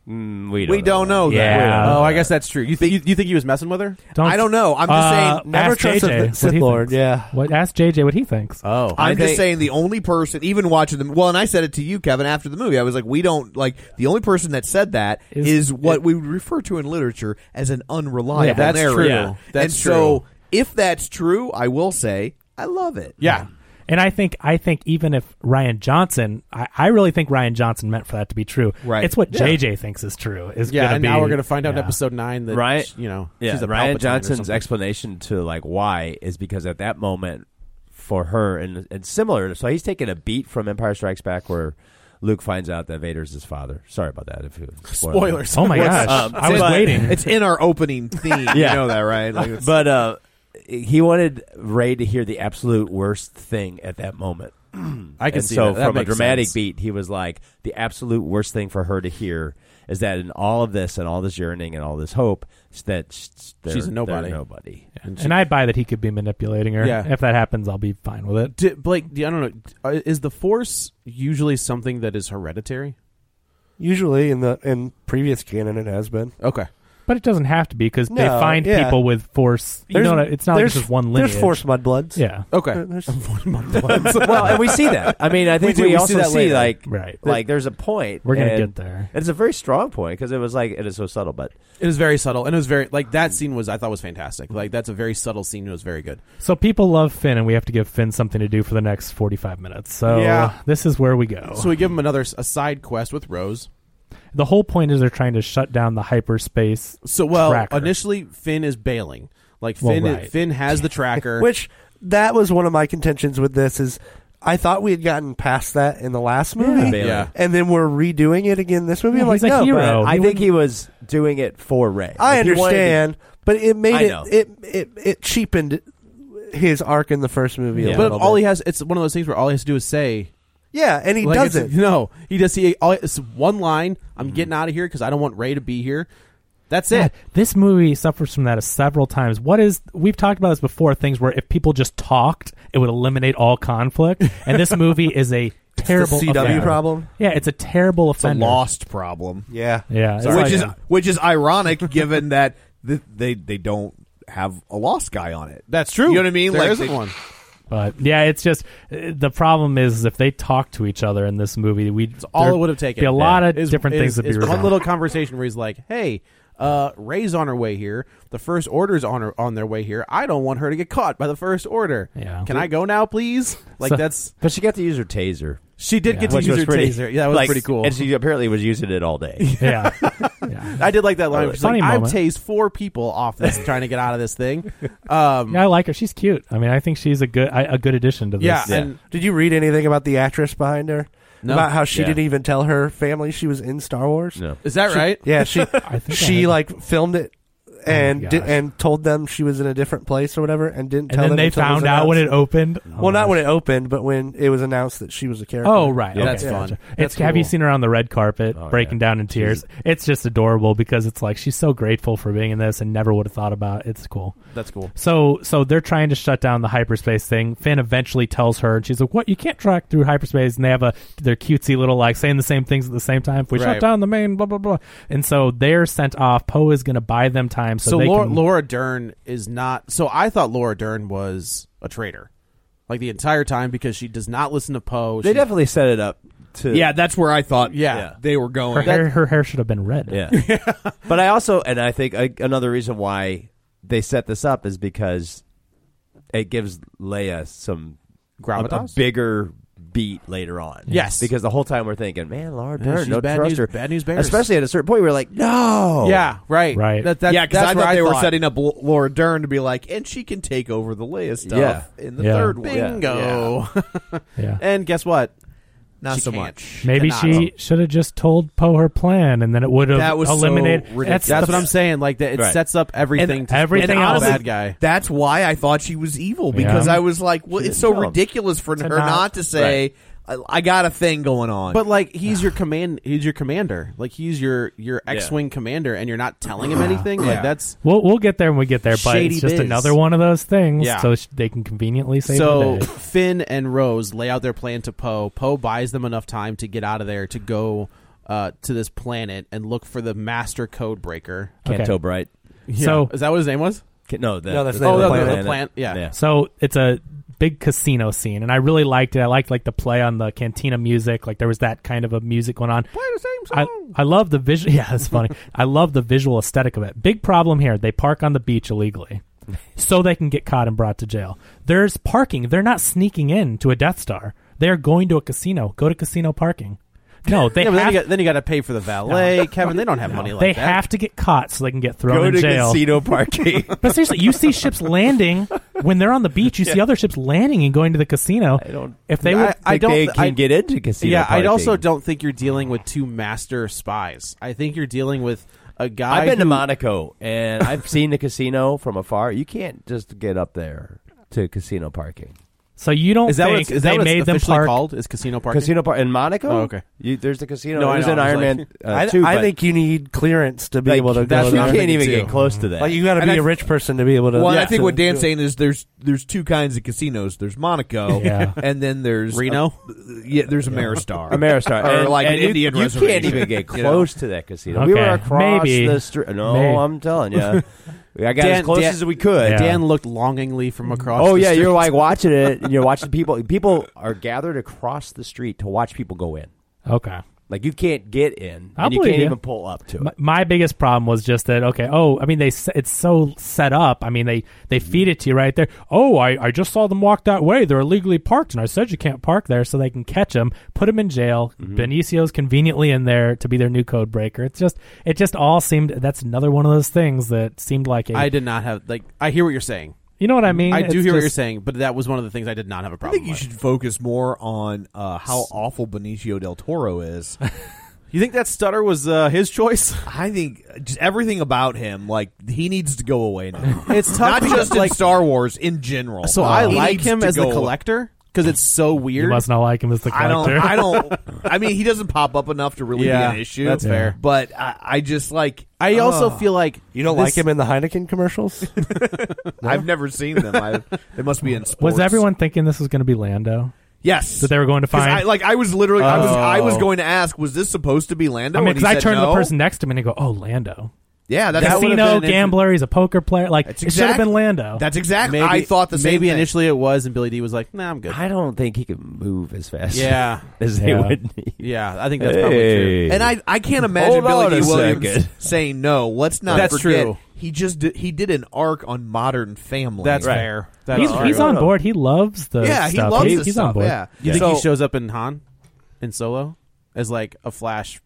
Speaker 2: Mm, we don't
Speaker 5: we don't know.
Speaker 3: Yeah.
Speaker 5: That.
Speaker 3: Uh,
Speaker 1: oh, I guess that's true. You, th- you you think he was messing with her?
Speaker 3: Don't,
Speaker 5: I don't know. I'm just
Speaker 3: Uh,
Speaker 5: saying.
Speaker 4: Never
Speaker 3: ask
Speaker 4: trust
Speaker 3: JJ
Speaker 4: a
Speaker 3: what
Speaker 4: Sith
Speaker 3: he
Speaker 4: Lord.
Speaker 3: thinks.
Speaker 4: Yeah.
Speaker 3: What, ask JJ what he thinks.
Speaker 1: Oh,
Speaker 5: I'm
Speaker 1: they-
Speaker 5: just saying the only person, even watching them. Well, and I said it to you, Kevin, after the movie. I was like, we don't like the only person that said that
Speaker 3: Is-
Speaker 5: is, what we would refer to in literature as an unreliable
Speaker 3: Yeah, that's
Speaker 5: narrator.
Speaker 3: true.
Speaker 1: Yeah, that's
Speaker 5: and
Speaker 1: true.
Speaker 5: so, if that's true, I will say I love it.
Speaker 1: yeah.
Speaker 3: And I think I think even if Ryan Johnson, I, I really think Ryan Johnson meant for that to be true.
Speaker 1: Right.
Speaker 3: It's what
Speaker 1: Yeah.
Speaker 3: JJ thinks is true. Is
Speaker 1: Yeah,
Speaker 3: gonna
Speaker 1: and
Speaker 3: be,
Speaker 1: now we're gonna find out
Speaker 3: yeah.
Speaker 1: in episode nine that
Speaker 2: Ryan,
Speaker 1: you know,
Speaker 2: yeah,
Speaker 1: she's a Palpatine
Speaker 2: Ryan
Speaker 1: or
Speaker 2: Johnson's
Speaker 1: something.
Speaker 2: explanation to like why is because at that moment for her and and similar, so he's taking a beat from Empire Strikes Back where Luke finds out that Vader's his father. Sorry about that. If you spoil that.
Speaker 1: spoilers.
Speaker 3: Oh my
Speaker 1: What's-
Speaker 3: gosh! I was
Speaker 2: but-
Speaker 3: waiting.
Speaker 5: It's in our opening theme.
Speaker 2: Yeah.
Speaker 5: You know that, right? Like, it's-
Speaker 2: but uh, he wanted Ray to hear the absolute worst thing at that moment.
Speaker 1: I can
Speaker 2: and
Speaker 1: see
Speaker 2: so
Speaker 1: that. That
Speaker 2: from a
Speaker 1: makes
Speaker 2: dramatic
Speaker 1: sense.
Speaker 2: beat, he was like, the absolute worst thing for her to hear is that in all of this and all this yearning and all this hope, is that sh- they're-
Speaker 1: She's a nobody.
Speaker 2: they're nobody.
Speaker 3: and I buy that he could be manipulating her.
Speaker 1: Yeah.
Speaker 3: If that happens, I'll be fine with it.
Speaker 1: D- Blake, d- I don't know. uh, Is the Force usually something that is hereditary?
Speaker 4: Usually in the in previous canon, it has been.
Speaker 1: Okay.
Speaker 3: But it doesn't have to be because they
Speaker 4: No,
Speaker 3: find
Speaker 4: yeah.
Speaker 3: people with force. You know, it's not like
Speaker 4: there's-
Speaker 3: it's just one lineage.
Speaker 4: There's force mudbloods.
Speaker 3: Yeah.
Speaker 1: Okay.
Speaker 4: There- there's-
Speaker 2: well, and we see that. I mean, I think
Speaker 1: do.
Speaker 2: we,
Speaker 1: We see
Speaker 2: also
Speaker 1: that
Speaker 2: see,
Speaker 1: later.
Speaker 2: like,
Speaker 3: Right.
Speaker 2: like there's a point.
Speaker 3: We're gonna
Speaker 2: and-
Speaker 3: get there.
Speaker 2: It's a very strong point because it was like it is so subtle, but
Speaker 1: It was very subtle, and it was very like that scene was I thought was fantastic. Like that's a very subtle scene. It was very good.
Speaker 3: So people love Finn, and we have to give Finn something to do for the next forty-five minutes. So
Speaker 1: Yeah.
Speaker 3: this is where we go.
Speaker 1: So we give him another s- a side quest with Rose.
Speaker 3: the whole point is they're trying to shut down the hyperspace.
Speaker 1: So well,
Speaker 3: tracker.
Speaker 1: initially Finn is bailing. Like
Speaker 3: Well,
Speaker 1: Finn,
Speaker 3: right.
Speaker 1: Finn has the tracker.
Speaker 4: Which that was one of my contentions with this is I thought we had gotten past that in the last movie,
Speaker 2: Bailey.
Speaker 1: Yeah.
Speaker 4: and then we're redoing it again this movie.
Speaker 3: Yeah,
Speaker 4: I'm like,
Speaker 3: he's a
Speaker 4: no,
Speaker 3: hero.
Speaker 4: but
Speaker 3: Oh,
Speaker 2: I
Speaker 3: he
Speaker 2: think he was doing it for Ray.
Speaker 4: I
Speaker 2: Like, he wanted to-
Speaker 4: understand, but it
Speaker 2: I
Speaker 4: made
Speaker 2: know.
Speaker 4: it, it it it cheapened his arc in the first movie.
Speaker 2: Yeah.
Speaker 4: A
Speaker 1: but
Speaker 4: little
Speaker 1: all
Speaker 4: bit.
Speaker 1: he has, it's one of those things where all he has to do is say.
Speaker 4: yeah, and he
Speaker 1: like,
Speaker 4: does
Speaker 1: it's-
Speaker 4: it.
Speaker 1: No, he does. He all, it's one line. I'm getting out of here because I don't want Ray to be here. That's
Speaker 3: Yeah,
Speaker 1: it.
Speaker 3: this movie suffers from that several times. What is we've talked about this before? Things where if people just talked, it would eliminate all conflict. And this movie is a terrible
Speaker 4: CW
Speaker 3: offender.
Speaker 4: problem?
Speaker 3: Yeah, it's a terrible
Speaker 5: it's a
Speaker 3: offender.
Speaker 5: lost problem.
Speaker 4: Yeah,
Speaker 3: Yeah, it's
Speaker 5: which
Speaker 3: like-
Speaker 5: is which is ironic given that th- they they don't have a lost guy on it.
Speaker 1: That's true.
Speaker 5: You know what I mean?
Speaker 1: There
Speaker 5: like
Speaker 1: isn't
Speaker 5: they-
Speaker 1: one.
Speaker 3: But yeah, it's just uh, the problem is if they talk to each other in this movie, we it's
Speaker 1: all it would have taken.
Speaker 3: Be a lot of
Speaker 1: Is-
Speaker 3: different
Speaker 1: is-
Speaker 3: things to be
Speaker 1: is
Speaker 3: resolved.
Speaker 1: One little conversation where he's like, "Hey, uh, Ray's on her way here. The First Order's on her on their way here. I don't want her to get caught by the First Order.
Speaker 2: Yeah.
Speaker 1: Can I go now, please? Like
Speaker 2: So-
Speaker 1: that's
Speaker 2: But she got to use her taser.
Speaker 1: She did get to
Speaker 2: Which
Speaker 1: use
Speaker 2: was
Speaker 1: her
Speaker 2: pretty-
Speaker 1: taser. Yeah, that was
Speaker 2: like,
Speaker 1: pretty cool.
Speaker 2: And she apparently was using it all day.
Speaker 3: Yeah.
Speaker 1: I did like that line.
Speaker 3: Uh,
Speaker 1: She's like,
Speaker 3: funny
Speaker 1: I've
Speaker 3: moment.
Speaker 1: tased four people off this trying to get out of this thing. Um,
Speaker 3: yeah, I like her. She's cute. I mean, I think she's a good I, a good addition to this.
Speaker 1: Yeah, and-
Speaker 4: Did you read anything about the actress behind her?
Speaker 3: No.
Speaker 4: About how she
Speaker 3: Yeah.
Speaker 4: didn't even tell her family she was in Star Wars.
Speaker 2: No.
Speaker 1: Is that
Speaker 4: She-
Speaker 1: right?
Speaker 4: Yeah, she
Speaker 1: I think I
Speaker 4: she
Speaker 1: heard
Speaker 4: like filmed it and
Speaker 3: Oh,
Speaker 4: di-
Speaker 3: gosh.
Speaker 4: and told them she was in a different place or whatever, and didn't.
Speaker 3: And
Speaker 4: tell
Speaker 3: then
Speaker 4: them
Speaker 3: they
Speaker 4: until was
Speaker 3: found out when it
Speaker 4: announced.
Speaker 3: opened?
Speaker 4: well, not when it opened, but when it was announced that she was a character.
Speaker 3: Oh right,
Speaker 4: Yeah.
Speaker 3: okay.
Speaker 4: Yeah.
Speaker 3: Gotcha. It's have you seen her on the red carpet
Speaker 1: Oh,
Speaker 3: breaking down in tears? It's just adorable because it's like she's so grateful for being in this and never would have thought about. It. It's cool.
Speaker 1: That's cool.
Speaker 3: So so they're trying to shut down the hyperspace thing. Finn eventually tells her, and she's like, "What? You can't track through hyperspace." And they have a their cutesy little like saying the same things at the same time. If we
Speaker 1: Right.
Speaker 3: shut down the main, blah blah blah. And so they're sent off. Poe is going to buy them time so,
Speaker 1: So,
Speaker 3: they
Speaker 1: Laura,
Speaker 3: can.
Speaker 1: Laura Dern is not. So I thought Laura Dern was a traitor, like the entire time because she does not listen to Poe.
Speaker 2: They
Speaker 1: She-
Speaker 2: definitely set it up to
Speaker 1: Yeah,
Speaker 5: that's where I thought
Speaker 1: Yeah.
Speaker 5: they were going.
Speaker 3: her hair, her hair should have been red.
Speaker 2: Yeah. but I also, and I think a, another reason why they set this up is because it gives Leia some a- a
Speaker 1: Gravitas?
Speaker 2: bigger beat later on.
Speaker 1: Yes.
Speaker 2: Because the whole time we're thinking, man, Laura
Speaker 1: Yeah,
Speaker 2: Dern,
Speaker 1: she's
Speaker 2: no
Speaker 1: bad
Speaker 2: trust
Speaker 1: news-
Speaker 2: her.
Speaker 1: bad news bears.
Speaker 2: Especially at a certain point, we were like, no.
Speaker 1: Yeah, right, right. That- that-
Speaker 5: yeah, because
Speaker 1: that's
Speaker 5: I
Speaker 1: what
Speaker 5: thought they were
Speaker 1: thought.
Speaker 5: setting up L- Laura Dern to be like, and she can take over the Leia stuff
Speaker 1: Yeah.
Speaker 5: in the
Speaker 1: Yeah.
Speaker 5: third one.
Speaker 1: Bingo.
Speaker 5: Yeah.
Speaker 3: Yeah.
Speaker 1: And guess what?
Speaker 5: Not
Speaker 1: She
Speaker 5: so
Speaker 1: can't.
Speaker 5: much.
Speaker 3: Maybe
Speaker 1: Cannot.
Speaker 3: she should have just told Poe her plan, and then it would have
Speaker 1: That was so
Speaker 3: eliminated.
Speaker 1: ridiculous. That's what I'm saying, like, that it Right. sets up everything to-
Speaker 3: everything
Speaker 1: And
Speaker 3: else.
Speaker 1: honestly- Bad guy.
Speaker 5: That's why I thought she was evil because
Speaker 1: Yeah.
Speaker 5: I was like, well,
Speaker 1: She
Speaker 5: it's
Speaker 1: didn't
Speaker 5: so
Speaker 1: kill him.
Speaker 5: ridiculous for
Speaker 1: To
Speaker 5: her
Speaker 1: not-
Speaker 5: not, to say, I, I got a thing going on.
Speaker 1: But like he's your command, he's your commander. Like he's your your X-wing commander, and you're not telling him anything. Like
Speaker 3: Yeah.
Speaker 1: that's
Speaker 3: We'll we'll get there when we get there, but
Speaker 1: Shady
Speaker 3: it's just
Speaker 1: biz.
Speaker 3: another one of those things.
Speaker 1: Yeah.
Speaker 3: So sh- they can conveniently save
Speaker 1: so.
Speaker 3: the day.
Speaker 1: Finn and Rose lay out their plan to Poe. Poe buys them enough time to get out of there to go uh, to this planet and look for the master code breaker.
Speaker 2: Canto Bright.
Speaker 1: Yeah. is that what his name was?
Speaker 2: No, the,
Speaker 1: No, that's the
Speaker 2: oh,
Speaker 1: name of the
Speaker 2: no,
Speaker 1: planet.
Speaker 2: no,
Speaker 1: Planet, yeah.
Speaker 3: So it's a big casino scene, and I really liked it. I liked like the play on the cantina music. Like there was that kind of a music going on. Play the same song. I, I love the visual. Yeah, that's funny. I love the visual aesthetic of it. Big problem here: they park on the beach illegally, so they can get caught and brought to jail. There's parking. They're not sneaking in to a Death Star. They're going to a casino. Go to casino parking. No, they
Speaker 1: Yeah,
Speaker 3: have
Speaker 1: but then you, got, then you got to pay for the valet,
Speaker 3: No.
Speaker 1: Kevin. They don't have money like
Speaker 3: they
Speaker 1: that.
Speaker 3: have to get caught so they can get thrown
Speaker 1: Go
Speaker 3: in
Speaker 1: to
Speaker 3: jail.
Speaker 1: casino parking.
Speaker 3: but seriously, you see ships landing when they're on the beach. You see other ships landing and going to the casino. I don't. If they would,
Speaker 1: Yeah, I also don't think you're dealing with two master spies. I think you're dealing with a guy.
Speaker 2: I've been to
Speaker 1: who-
Speaker 2: Monaco and I've seen the casino from afar. You can't just get up there to casino parking.
Speaker 3: So you don't
Speaker 1: Is that what
Speaker 3: think
Speaker 1: it's- is that
Speaker 3: they
Speaker 1: what it's
Speaker 3: made them
Speaker 1: officially
Speaker 3: park?
Speaker 1: called? Is casino parking?
Speaker 2: Casino park in Monaco.
Speaker 1: Oh, okay.
Speaker 2: You, there's the casino.
Speaker 1: No, I
Speaker 2: it was
Speaker 1: know,
Speaker 2: in
Speaker 1: I was
Speaker 2: Iron
Speaker 1: like-
Speaker 2: Man. Uh,
Speaker 4: I,
Speaker 2: two,
Speaker 4: I
Speaker 2: but-
Speaker 4: think you need clearance to be
Speaker 2: Like,
Speaker 4: able to
Speaker 2: that's
Speaker 4: go
Speaker 2: what
Speaker 4: there.
Speaker 2: I'm You can't thinking even too. get close to that.
Speaker 4: Like you got to
Speaker 2: And
Speaker 4: be
Speaker 2: I-
Speaker 4: a rich person to be able to.
Speaker 5: Well, and I
Speaker 4: to
Speaker 5: think what
Speaker 4: do
Speaker 5: Dan's
Speaker 4: it.
Speaker 5: saying is there's there's two kinds of casinos. There's Monaco,
Speaker 4: Yeah.
Speaker 5: and then there's
Speaker 1: Reno?
Speaker 5: a- yeah, there's Ameristar,
Speaker 2: Ameristar,
Speaker 5: or
Speaker 2: And-
Speaker 5: like
Speaker 2: and
Speaker 5: an
Speaker 2: you,
Speaker 5: Indian
Speaker 2: You
Speaker 5: reservation.
Speaker 2: can't even get
Speaker 5: you know?
Speaker 2: close to that casino. We
Speaker 3: Okay,
Speaker 2: were across
Speaker 3: maybe.
Speaker 2: the street. No,
Speaker 3: Maybe.
Speaker 2: I'm telling you, I got as
Speaker 1: Dan-
Speaker 2: close
Speaker 1: Dan-
Speaker 2: as we could.
Speaker 1: Dan looked longingly from across.
Speaker 2: oh
Speaker 1: the
Speaker 2: yeah,
Speaker 1: street.
Speaker 2: you're like watching it, and you're watching people. People are gathered across the street to watch people go in.
Speaker 3: Okay.
Speaker 2: Like you can't get in,
Speaker 3: I
Speaker 2: and you
Speaker 3: believe
Speaker 2: can't
Speaker 3: you.
Speaker 2: even pull up to it.
Speaker 3: My, my biggest problem was just that. Okay. Oh, I mean, they s- it's so set up. I mean, they they
Speaker 1: Mm-hmm.
Speaker 3: feed it to you right there. Oh, I I just saw them walk that way. They're illegally parked, and I said you can't park there, so they can catch them, put them in jail.
Speaker 1: Mm-hmm.
Speaker 3: Benicio's conveniently in there to be their new code breaker. It's just it just all seemed. That's another one of those things that seemed like a.
Speaker 1: I did not have like. I hear what you're saying.
Speaker 3: You know what I mean?
Speaker 1: I do
Speaker 3: It's
Speaker 1: hear what you're
Speaker 3: just-
Speaker 1: saying, but that was one of the things I did not have
Speaker 5: I
Speaker 1: a problem.
Speaker 5: think you should focus more on uh, how awful Benicio del Toro is.
Speaker 1: You think that stutter was uh, his choice?
Speaker 5: I think just everything about him, like he needs to go away now.
Speaker 1: It's
Speaker 5: not
Speaker 1: tough because,
Speaker 5: just
Speaker 1: like-
Speaker 5: in Star Wars in general.
Speaker 1: So I
Speaker 5: He
Speaker 1: like
Speaker 5: needs
Speaker 1: him
Speaker 5: to
Speaker 1: as
Speaker 5: go
Speaker 1: the
Speaker 5: away.
Speaker 1: collector because it's so weird.
Speaker 3: You must not like him as the
Speaker 5: I don't.
Speaker 3: collector.
Speaker 5: I don't. I mean, he doesn't pop up enough to really
Speaker 1: Yeah,
Speaker 5: be an issue.
Speaker 1: that's fair.
Speaker 5: But I, I just like. oh.
Speaker 1: I also
Speaker 5: ugh.
Speaker 1: feel like
Speaker 4: you don't
Speaker 1: this-
Speaker 4: like him in the Heineken commercials.
Speaker 5: I've never seen them. I, they must be in sports.
Speaker 3: Was everyone thinking this was going to be Lando?
Speaker 5: Yes,
Speaker 3: That they were going to
Speaker 5: 'Cause
Speaker 3: find.
Speaker 5: I, like I was literally. I was. I was
Speaker 3: Oh.
Speaker 5: going to ask. Was this supposed to be Lando?
Speaker 3: I mean,
Speaker 5: And he
Speaker 3: because I
Speaker 5: said
Speaker 3: turned to
Speaker 5: no.
Speaker 3: the person next to me and I go, "Oh, Lando."
Speaker 1: Yeah,
Speaker 3: that casino gambler. He's a poker player. Like it should have been Lando.
Speaker 1: That's exactly. I thought the same
Speaker 5: Maybe
Speaker 1: thing.
Speaker 5: initially it was, and Billy D was like, "Nah, I'm good."
Speaker 7: I don't think he could move as fast.
Speaker 5: Yeah.
Speaker 7: as they
Speaker 5: Yeah.
Speaker 7: would need.
Speaker 5: Yeah, I think that's probably true.
Speaker 1: And I, I can't
Speaker 7: Hold
Speaker 1: imagine
Speaker 7: on
Speaker 1: Billy
Speaker 7: a
Speaker 1: D. Williams
Speaker 7: second.
Speaker 1: saying no. Let's not
Speaker 5: That's
Speaker 1: forget.
Speaker 5: true.
Speaker 1: He just did, he did an arc on Modern Family.
Speaker 5: That's Right. fair. That's
Speaker 3: He's,
Speaker 5: Sorry,
Speaker 3: he's
Speaker 5: hold
Speaker 3: on
Speaker 5: up.
Speaker 3: board. He loves the
Speaker 1: Yeah, he
Speaker 3: stuff.
Speaker 1: loves
Speaker 3: He-
Speaker 1: this
Speaker 3: he's
Speaker 1: stuff,
Speaker 3: on board.
Speaker 1: yeah.
Speaker 5: You think
Speaker 1: So-
Speaker 5: he shows up in Han in Solo as like a flash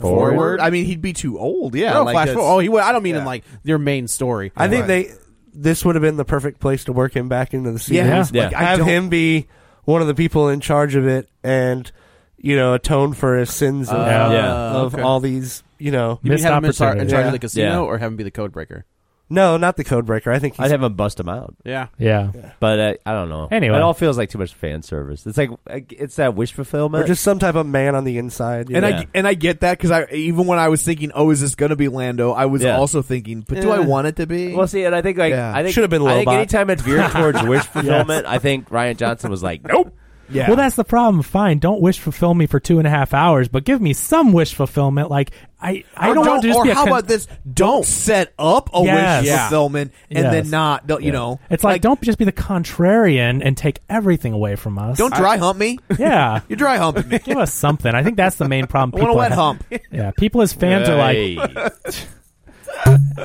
Speaker 1: forward.
Speaker 5: forward?
Speaker 1: I mean, he'd be too old. Yeah,
Speaker 5: no
Speaker 1: like
Speaker 5: flash
Speaker 1: that's-
Speaker 5: forward. Oh, he would. I don't mean
Speaker 1: Yeah.
Speaker 5: in like your main story.
Speaker 2: I think they this would have been the perfect place to work him back into the series.
Speaker 5: Yeah.
Speaker 2: Like,
Speaker 5: Yeah.
Speaker 2: Like,
Speaker 5: I
Speaker 2: have
Speaker 5: don't-
Speaker 2: him be one of the people in charge of it, and you know, atone for his sins of,
Speaker 5: Uh, Yeah.
Speaker 2: of
Speaker 5: okay.
Speaker 2: all these. You know,
Speaker 5: You mean have him in, char- in charge
Speaker 2: Yeah.
Speaker 5: of the casino,
Speaker 7: Yeah.
Speaker 5: or have him be the code breaker?
Speaker 2: No, not the code breaker. I think he's,
Speaker 7: I'd have him bust him out.
Speaker 5: Yeah.
Speaker 3: Yeah.
Speaker 7: But uh, I don't know.
Speaker 3: Anyway.
Speaker 7: it all feels like too much fan service. It's like like, it's that wish fulfillment.
Speaker 2: or just some type of man on the inside. you
Speaker 1: And
Speaker 2: know?
Speaker 1: I and I get that because I even when I was thinking, oh, is this going to be Lando? I was
Speaker 7: Yeah.
Speaker 1: also thinking, but do I
Speaker 7: Yeah.
Speaker 1: want it to be?
Speaker 7: Well, see, and I think like
Speaker 1: Yeah.
Speaker 7: I think
Speaker 2: Should've been
Speaker 7: I think
Speaker 2: Lobot.
Speaker 7: anytime it veered towards wish fulfillment, I think Ryan Johnson was like, nope.
Speaker 1: yeah.
Speaker 3: Well, that's the problem. Fine, don't wish fulfill me for two and a half hours, but give me some wish fulfillment. Like I, I
Speaker 1: Or
Speaker 3: don't, want to just
Speaker 1: Or
Speaker 3: be a
Speaker 1: how
Speaker 3: con-
Speaker 1: about this? Don't set up a
Speaker 3: Yes.
Speaker 1: wish
Speaker 3: Yeah.
Speaker 1: fulfillment and
Speaker 3: Yes.
Speaker 1: then not. Don't, You
Speaker 7: Yeah.
Speaker 1: know,
Speaker 3: It's like, don't just be the contrarian and take everything away from us.
Speaker 1: don't dry hump me.
Speaker 3: Yeah.
Speaker 1: You're dry humping me.
Speaker 3: Give us something. I think that's the main problem.
Speaker 1: I want a wet
Speaker 3: have-
Speaker 1: hump.
Speaker 3: Yeah, people as fans are like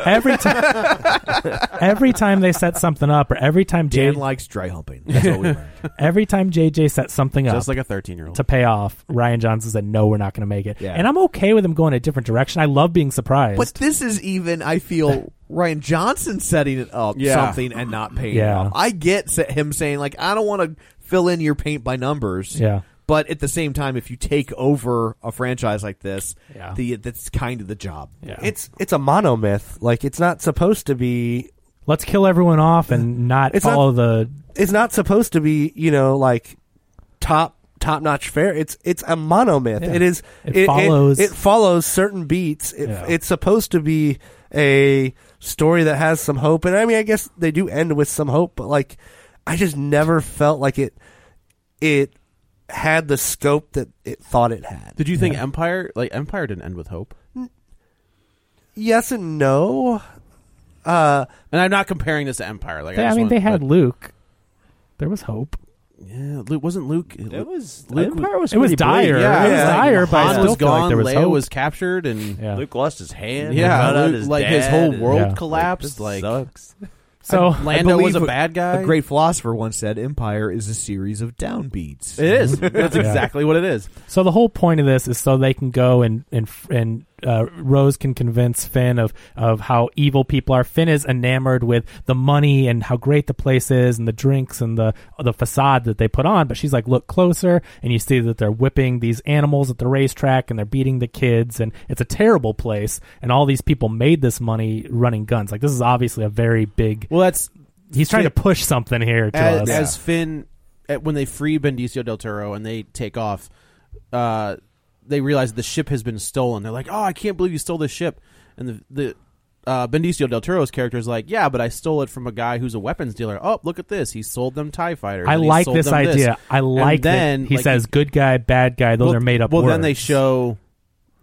Speaker 3: every time, every time they set something up, or every time J-
Speaker 1: Dan likes dry humping. That's what we learned.
Speaker 3: every time JJ sets something up,
Speaker 5: Just like a thirteen-year-old.
Speaker 3: to pay off, Ryan Johnson said, "No, we're not going to make it."
Speaker 7: Yeah.
Speaker 3: And I'm okay with him going a different direction. I love being surprised.
Speaker 1: But this is even, I feel, Ryan Johnson setting it up
Speaker 5: Yeah.
Speaker 1: something and not paying
Speaker 3: Yeah.
Speaker 1: off. I get sa- him saying like, I don't want to fill in your paint by numbers.
Speaker 3: Yeah.
Speaker 1: But at the same time, if you take over a franchise like this,
Speaker 3: Yeah.
Speaker 1: the that's kind of the job.
Speaker 3: Yeah.
Speaker 2: it's it's a monomyth. Like it's not supposed to be.
Speaker 3: Let's kill everyone off and not
Speaker 2: It's
Speaker 3: follow the.
Speaker 2: It's not supposed to be. You know, like top top notch fair. It's it's a monomyth.
Speaker 3: Yeah.
Speaker 2: It is.
Speaker 3: It follows-
Speaker 2: It, follows certain beats. It,
Speaker 3: Yeah.
Speaker 2: It's supposed to be a story that has some hope. And I mean, I guess they do end with some hope. But like, I just never felt like it. It had the scope that it thought it had.
Speaker 5: Did you think Empire like Empire didn't end with hope?
Speaker 2: Yes and no. Uh,
Speaker 5: And I'm not comparing this to Empire. Like
Speaker 3: They-
Speaker 5: I,
Speaker 3: I
Speaker 5: just
Speaker 3: mean,
Speaker 5: want-
Speaker 3: they had
Speaker 5: but-
Speaker 3: Luke. There was hope.
Speaker 5: yeah. Luke wasn't Luke.
Speaker 7: It was
Speaker 5: Luke-
Speaker 7: Empire was
Speaker 3: It was
Speaker 7: pretty
Speaker 3: dire.
Speaker 7: bleak.
Speaker 3: it was
Speaker 5: yeah.
Speaker 3: dire, but I
Speaker 5: Han
Speaker 3: still
Speaker 5: was
Speaker 3: feel like
Speaker 5: gone.
Speaker 3: there was
Speaker 5: Leia
Speaker 3: hope.
Speaker 5: was captured, and
Speaker 3: Yeah.
Speaker 7: Luke lost his hand.
Speaker 5: Yeah,
Speaker 7: found out
Speaker 5: Luke-
Speaker 7: his
Speaker 5: like, his
Speaker 7: dad
Speaker 5: whole
Speaker 7: and-
Speaker 5: world
Speaker 3: Yeah.
Speaker 5: collapsed,
Speaker 7: this
Speaker 5: like-
Speaker 7: sucks.
Speaker 3: So
Speaker 5: Lando was a
Speaker 1: believe
Speaker 5: bad guy.
Speaker 1: A great philosopher once said, "Empire is a series of downbeats."
Speaker 5: It is. That's exactly what it is.
Speaker 3: So the whole point of this is so they can go and and and uh, Rose can convince Finn of of how evil people are. Finn is enamored with the money and how great the place is and the drinks and the the facade that they put on. But she's like, look closer, and you see that they're whipping these animals at the racetrack and they're beating the kids, and it's a terrible place. And all these people made this money running guns. Like this is obviously a very big.
Speaker 5: Well, that's
Speaker 3: He's trying to push something here to
Speaker 5: as,
Speaker 3: us.
Speaker 5: as Finn at, when they free Bendicio del Toro and they take off. Uh, they realize the ship has been stolen. They're like, "Oh, I can't believe you stole this ship!" And the the uh, Bendicio del Toro's character is like, "Yeah, but I stole it from a guy who's a weapons dealer." Oh, look at this! He sold them Tie Fighters.
Speaker 3: I
Speaker 5: and he
Speaker 3: like
Speaker 5: sold
Speaker 3: this
Speaker 5: them
Speaker 3: idea. I
Speaker 5: And
Speaker 3: like
Speaker 5: then
Speaker 3: that he
Speaker 5: like,
Speaker 3: says good guy, bad guy. Those
Speaker 5: well,
Speaker 3: are made up.
Speaker 5: Well, then
Speaker 3: words.
Speaker 5: they show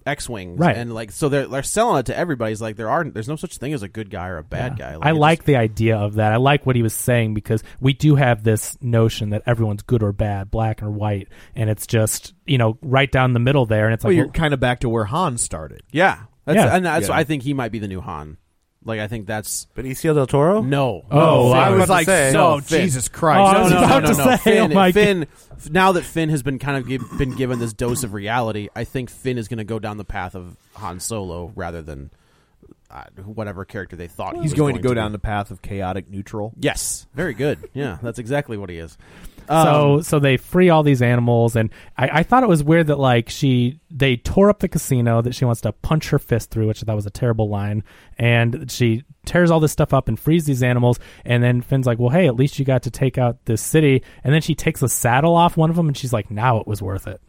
Speaker 5: X wings,
Speaker 3: Right.
Speaker 5: And like, so they're they're selling it to everybody. He's like, there are there's no such thing as a good guy or a bad guy.
Speaker 3: I
Speaker 5: it
Speaker 3: like
Speaker 5: just-
Speaker 3: the idea of that. I like what he was saying because we do have this notion that everyone's good or bad, black or white, and it's just you know right down the middle there, and it's
Speaker 1: Well,
Speaker 3: like oh,
Speaker 1: you're
Speaker 3: well,
Speaker 1: kind of back to where Han started.
Speaker 5: yeah, that's,
Speaker 3: Yeah.
Speaker 5: and that's
Speaker 1: Yeah.
Speaker 5: I think he might be the new Han. Like, I think that's
Speaker 2: Benicio del Toro.
Speaker 5: no. no,
Speaker 3: Oh, I
Speaker 5: Finn.
Speaker 3: was
Speaker 2: like,
Speaker 5: no,
Speaker 1: "Oh,
Speaker 5: Finn.
Speaker 1: Jesus Christ."
Speaker 3: Oh, I
Speaker 5: no,
Speaker 3: was
Speaker 5: no,
Speaker 3: about
Speaker 5: no,
Speaker 3: to
Speaker 5: no, no.
Speaker 3: say, oh
Speaker 5: Finn,
Speaker 3: my
Speaker 5: Finn, now that Finn has been kind of give, been given this dose of reality, I think Finn is going to go down the path of Han Solo rather than uh, whatever character they thought he
Speaker 1: He's
Speaker 5: was
Speaker 1: going to go
Speaker 5: be.
Speaker 1: down the path of chaotic neutral.
Speaker 5: Yes, very good. Yeah, that's exactly what he is. Um,
Speaker 3: so so they free all these animals, and I, I thought it was weird that like she they tore up the casino that she wants to punch her fist through, which I thought was a terrible line, and she tears all this stuff up and frees these animals, and then Finn's like, well, hey, at least you got to take out this city, and then she takes the saddle off one of them, and she's like, now it was worth it.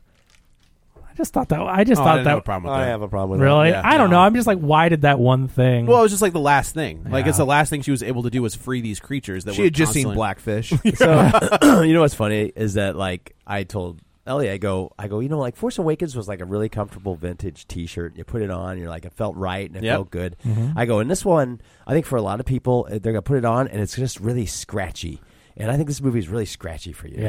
Speaker 3: I just thought that I just
Speaker 5: Oh, I
Speaker 3: thought
Speaker 5: didn't have
Speaker 3: that
Speaker 5: a problem with
Speaker 2: I
Speaker 5: that.
Speaker 2: have a problem. with
Speaker 3: Really?
Speaker 2: That.
Speaker 5: Yeah,
Speaker 3: I don't
Speaker 5: no.
Speaker 3: know. I'm just like, why did that one thing?
Speaker 5: Well, it was just like the last thing. Like it's
Speaker 3: Yeah.
Speaker 5: the last thing she was able to do was free these creatures that
Speaker 1: She
Speaker 5: were
Speaker 1: had just seen
Speaker 5: constantly-
Speaker 1: Blackfish.
Speaker 7: So you know what's funny is that like I told
Speaker 2: Ellie, I go, I go. You know, like Force Awakens was like a really comfortable vintage T-shirt. You put it on, you're like, it felt right and it
Speaker 1: Yep.
Speaker 2: felt good.
Speaker 1: Mhm.
Speaker 2: I go, and this one, I think for a lot of people, eh, they're gonna put it on, and it's just really scratchy. And I think this movie's really scratchy for you.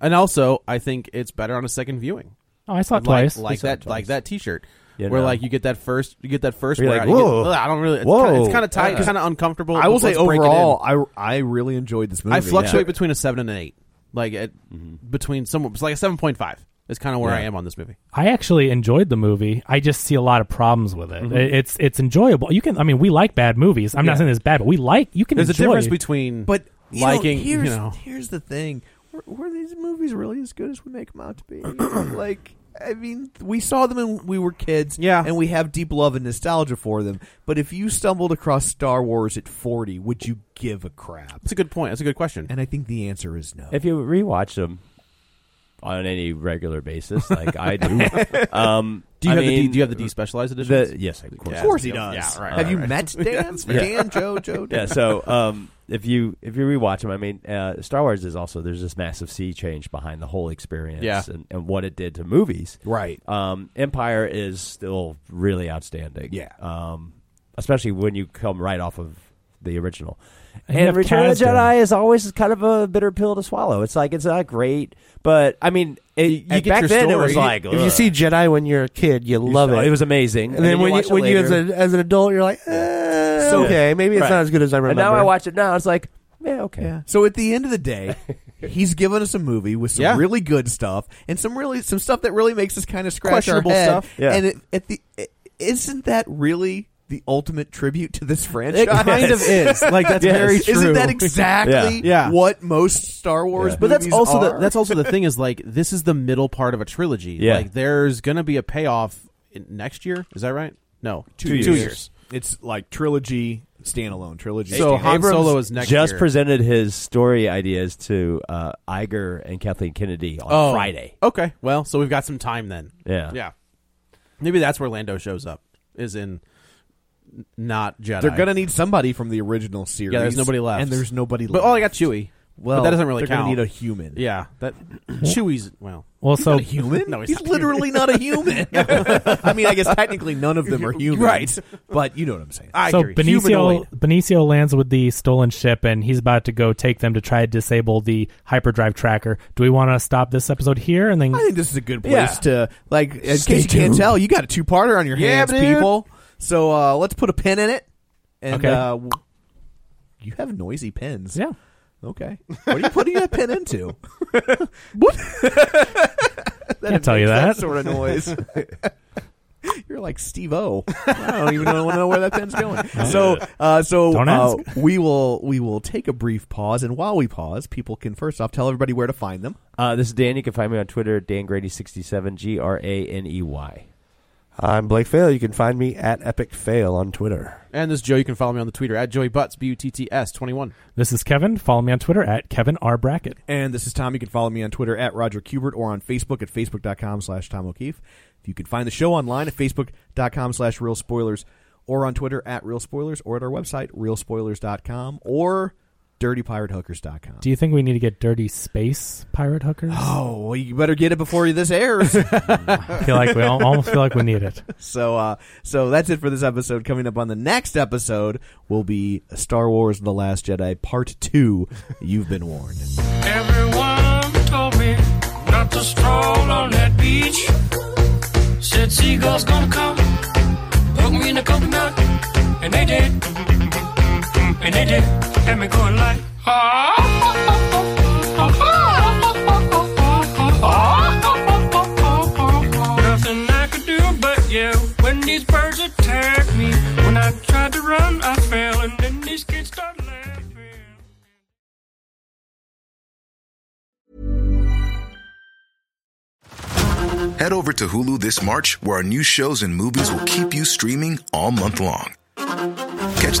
Speaker 1: And also, I think it's better on a second viewing.
Speaker 3: Oh, I saw it
Speaker 1: like,
Speaker 3: twice.
Speaker 1: Like
Speaker 3: I saw it
Speaker 1: that,
Speaker 3: twice.
Speaker 1: like that T-shirt,
Speaker 3: You
Speaker 1: where
Speaker 3: know.
Speaker 1: like you get that first, you get that 1st
Speaker 5: You're
Speaker 1: wear
Speaker 5: like,
Speaker 1: out, you get-
Speaker 5: "Whoa."
Speaker 1: Ugh, I don't really. It's
Speaker 5: Whoa.
Speaker 1: Kinda, it's kind of tight.
Speaker 5: Yeah.
Speaker 1: It's kind of uncomfortable.
Speaker 5: I will
Speaker 1: but
Speaker 5: say
Speaker 1: let's break it
Speaker 5: overall,
Speaker 1: in.
Speaker 5: I I really enjoyed this movie.
Speaker 1: I fluctuate between a seven and an eight. Like at,
Speaker 5: Mm-hmm.
Speaker 1: between some, it's like a seven point five. Is kind of where
Speaker 3: Yeah.
Speaker 1: I am on this movie.
Speaker 3: I actually enjoyed the movie. I just see a lot of problems with it.
Speaker 5: Mm-hmm.
Speaker 1: Mhm.
Speaker 3: It- It's it's enjoyable. You can I mean we like bad movies. I'm
Speaker 1: Yeah.
Speaker 3: not saying it's bad, but we like you can
Speaker 1: There's
Speaker 3: enjoy
Speaker 1: a difference between
Speaker 5: but you know,
Speaker 1: liking,
Speaker 5: here's,
Speaker 1: you know,
Speaker 5: here's the thing: were, were these movies really as good as we make them out to be? like, I mean, we saw them when we were kids, yeah, and we have deep love and nostalgia for them. But if you stumbled across Star Wars at forty, would you give a crap?
Speaker 1: That's a good point. That's a good question.
Speaker 5: And I think the answer is no.
Speaker 2: If you rewatch them on any regular basis, like I do, um,
Speaker 1: Do you
Speaker 2: I
Speaker 1: have the D-
Speaker 2: mean,
Speaker 1: do you have the despecialized editions?
Speaker 2: the- yes, of course.
Speaker 1: Of course he does. Yeah, right,
Speaker 5: Have
Speaker 1: right,
Speaker 5: you
Speaker 1: right.
Speaker 5: met
Speaker 1: Yeah,
Speaker 5: Dan?
Speaker 1: that's right.
Speaker 5: Dan, Joe, Joe.
Speaker 2: yeah. So um, if you if you rewatch them, I mean, uh, Star Wars is also there's this massive sea change behind the whole experience
Speaker 1: Yeah.
Speaker 2: and, and what it did to movies.
Speaker 5: Right.
Speaker 2: Um, Empire is still really outstanding.
Speaker 5: Yeah.
Speaker 2: Um, especially when you come right off of the original.
Speaker 3: And
Speaker 2: And,
Speaker 3: you have
Speaker 2: Return of the
Speaker 3: Kazdan.
Speaker 2: Jedi is always kind of a bitter pill to swallow. It's like it's not great, but I mean, it,
Speaker 4: get
Speaker 2: back
Speaker 4: your
Speaker 2: then it
Speaker 4: story.
Speaker 2: was like
Speaker 4: If you
Speaker 2: ugh.
Speaker 4: see Jedi when you're a kid, you, love
Speaker 2: saw-
Speaker 4: it.
Speaker 2: it was amazing.
Speaker 4: And,
Speaker 2: And
Speaker 4: then
Speaker 2: then you
Speaker 4: when
Speaker 2: watch
Speaker 4: you,
Speaker 2: it
Speaker 4: when you as,
Speaker 2: later.
Speaker 4: a, as an adult, you're like, eh, okay, maybe it's
Speaker 2: Right.
Speaker 4: not as good as I remember.
Speaker 2: And now I watch it now. It's like, yeah, okay.
Speaker 5: So at the end of the day, he's given us a movie with some
Speaker 2: Yeah.
Speaker 5: really good stuff and some really some stuff that really makes us kind of scratch our
Speaker 1: Questionable
Speaker 5: head.
Speaker 1: stuff.
Speaker 2: Yeah.
Speaker 5: And it, at the is isn't that really the ultimate tribute to this franchise?
Speaker 1: kind of is. Like, that's Yes. very true.
Speaker 5: Isn't that exactly
Speaker 1: Yeah. Yeah.
Speaker 5: what most Star Wars
Speaker 1: but that's
Speaker 5: movies
Speaker 1: also the,
Speaker 5: are?
Speaker 1: that's also the thing is like this is the middle part of a trilogy.
Speaker 2: Yeah.
Speaker 1: Like there's gonna be a payoff in, next year. Is that right? No,
Speaker 5: It's like trilogy standalone trilogy.
Speaker 1: So Han
Speaker 2: Abrams
Speaker 1: Solo is next.
Speaker 2: Just
Speaker 1: year.
Speaker 2: presented his story ideas to uh, Iger and Kathleen Kennedy on
Speaker 1: Oh,
Speaker 2: Friday.
Speaker 1: Okay, well, so we've got some time then.
Speaker 2: Yeah.
Speaker 5: Uh.
Speaker 1: yeah. Maybe that's where Lando shows up. Is in n- not Jedi.
Speaker 5: They're gonna need somebody from the original series.
Speaker 1: Yeah, there's nobody left,
Speaker 5: and there's nobody
Speaker 1: But
Speaker 5: left.
Speaker 1: oh, I got Chewie.
Speaker 5: Well,
Speaker 1: but that doesn't really
Speaker 5: they're gonna
Speaker 1: count.
Speaker 5: need a human.
Speaker 1: Yeah, that Chewie's well.
Speaker 3: Well, so
Speaker 5: human?
Speaker 1: No, he's not.
Speaker 5: literally not a human. I mean, I guess technically none of them are human,
Speaker 1: Right.
Speaker 5: But you know what I'm saying.
Speaker 1: I
Speaker 3: so
Speaker 1: agree.
Speaker 3: Benicio
Speaker 1: Humanoid.
Speaker 3: Benicio lands with the stolen ship and he's about to go take them to try to disable the hyperdrive tracker. Do we want to stop this episode here and then
Speaker 5: I think this is a good place
Speaker 3: Yeah.
Speaker 5: to like. In
Speaker 3: Stay
Speaker 5: case you can't
Speaker 3: tuned.
Speaker 5: tell, you got a two-parter on your
Speaker 3: Yeah,
Speaker 5: hands,
Speaker 3: dude.
Speaker 5: people. So uh, let's put a pin in it. And
Speaker 3: Okay.
Speaker 5: uh, w- you have noisy pins.
Speaker 3: Yeah.
Speaker 5: Okay. What are you putting that pin into? that
Speaker 3: Can't tell you
Speaker 5: makes
Speaker 3: that.
Speaker 5: sort of noise. You're like Steve O. I don't even know, know where that pen's going. So, uh, so
Speaker 3: Don't
Speaker 5: uh,
Speaker 3: ask.
Speaker 5: we will we will take a brief pause, and while we pause, people can first off tell everybody where to find them.
Speaker 2: Uh, this is Dan. You can find me on Twitter at Dan Grady67, G R A N E Y.
Speaker 4: I'm Blake Fail. You can find me at Epic Fail on Twitter.
Speaker 1: And this is Joe. You can follow me on the Twitter at Joey Butts B U T T S twenty one.
Speaker 3: This is Kevin. Follow me on Twitter at Kevin R Brackett.
Speaker 5: And this is Tom. You can follow me on Twitter at Roger Kubert or on Facebook at Facebook.com slash Tom O'Keefe. You can find the show online at Facebook.com slash Real Spoilers or on Twitter at Real Spoilers or at our website, RealSpoilers.com or DirtyPirateHookers.com.
Speaker 3: Do you think we need to get dirty space pirate hookers?
Speaker 5: Oh, well, you better get it before this airs.
Speaker 3: I feel like we al- almost feel like we need it.
Speaker 5: so, uh, so that's it for this episode. Coming up on the next episode will be Star Wars The Last Jedi Part 2. You've been warned.
Speaker 8: Everyone told me not to stroll on that beach. Said seagulls gonna come, poke me in the coconut, and they did, and they did, had me going like, ah. Nothing I could do but yell when these birds attack me. When I tried to run, I fell, and then these kids started laughing.
Speaker 9: Head over to Hulu this March, where our new shows and movies will keep you streaming all month long. Catch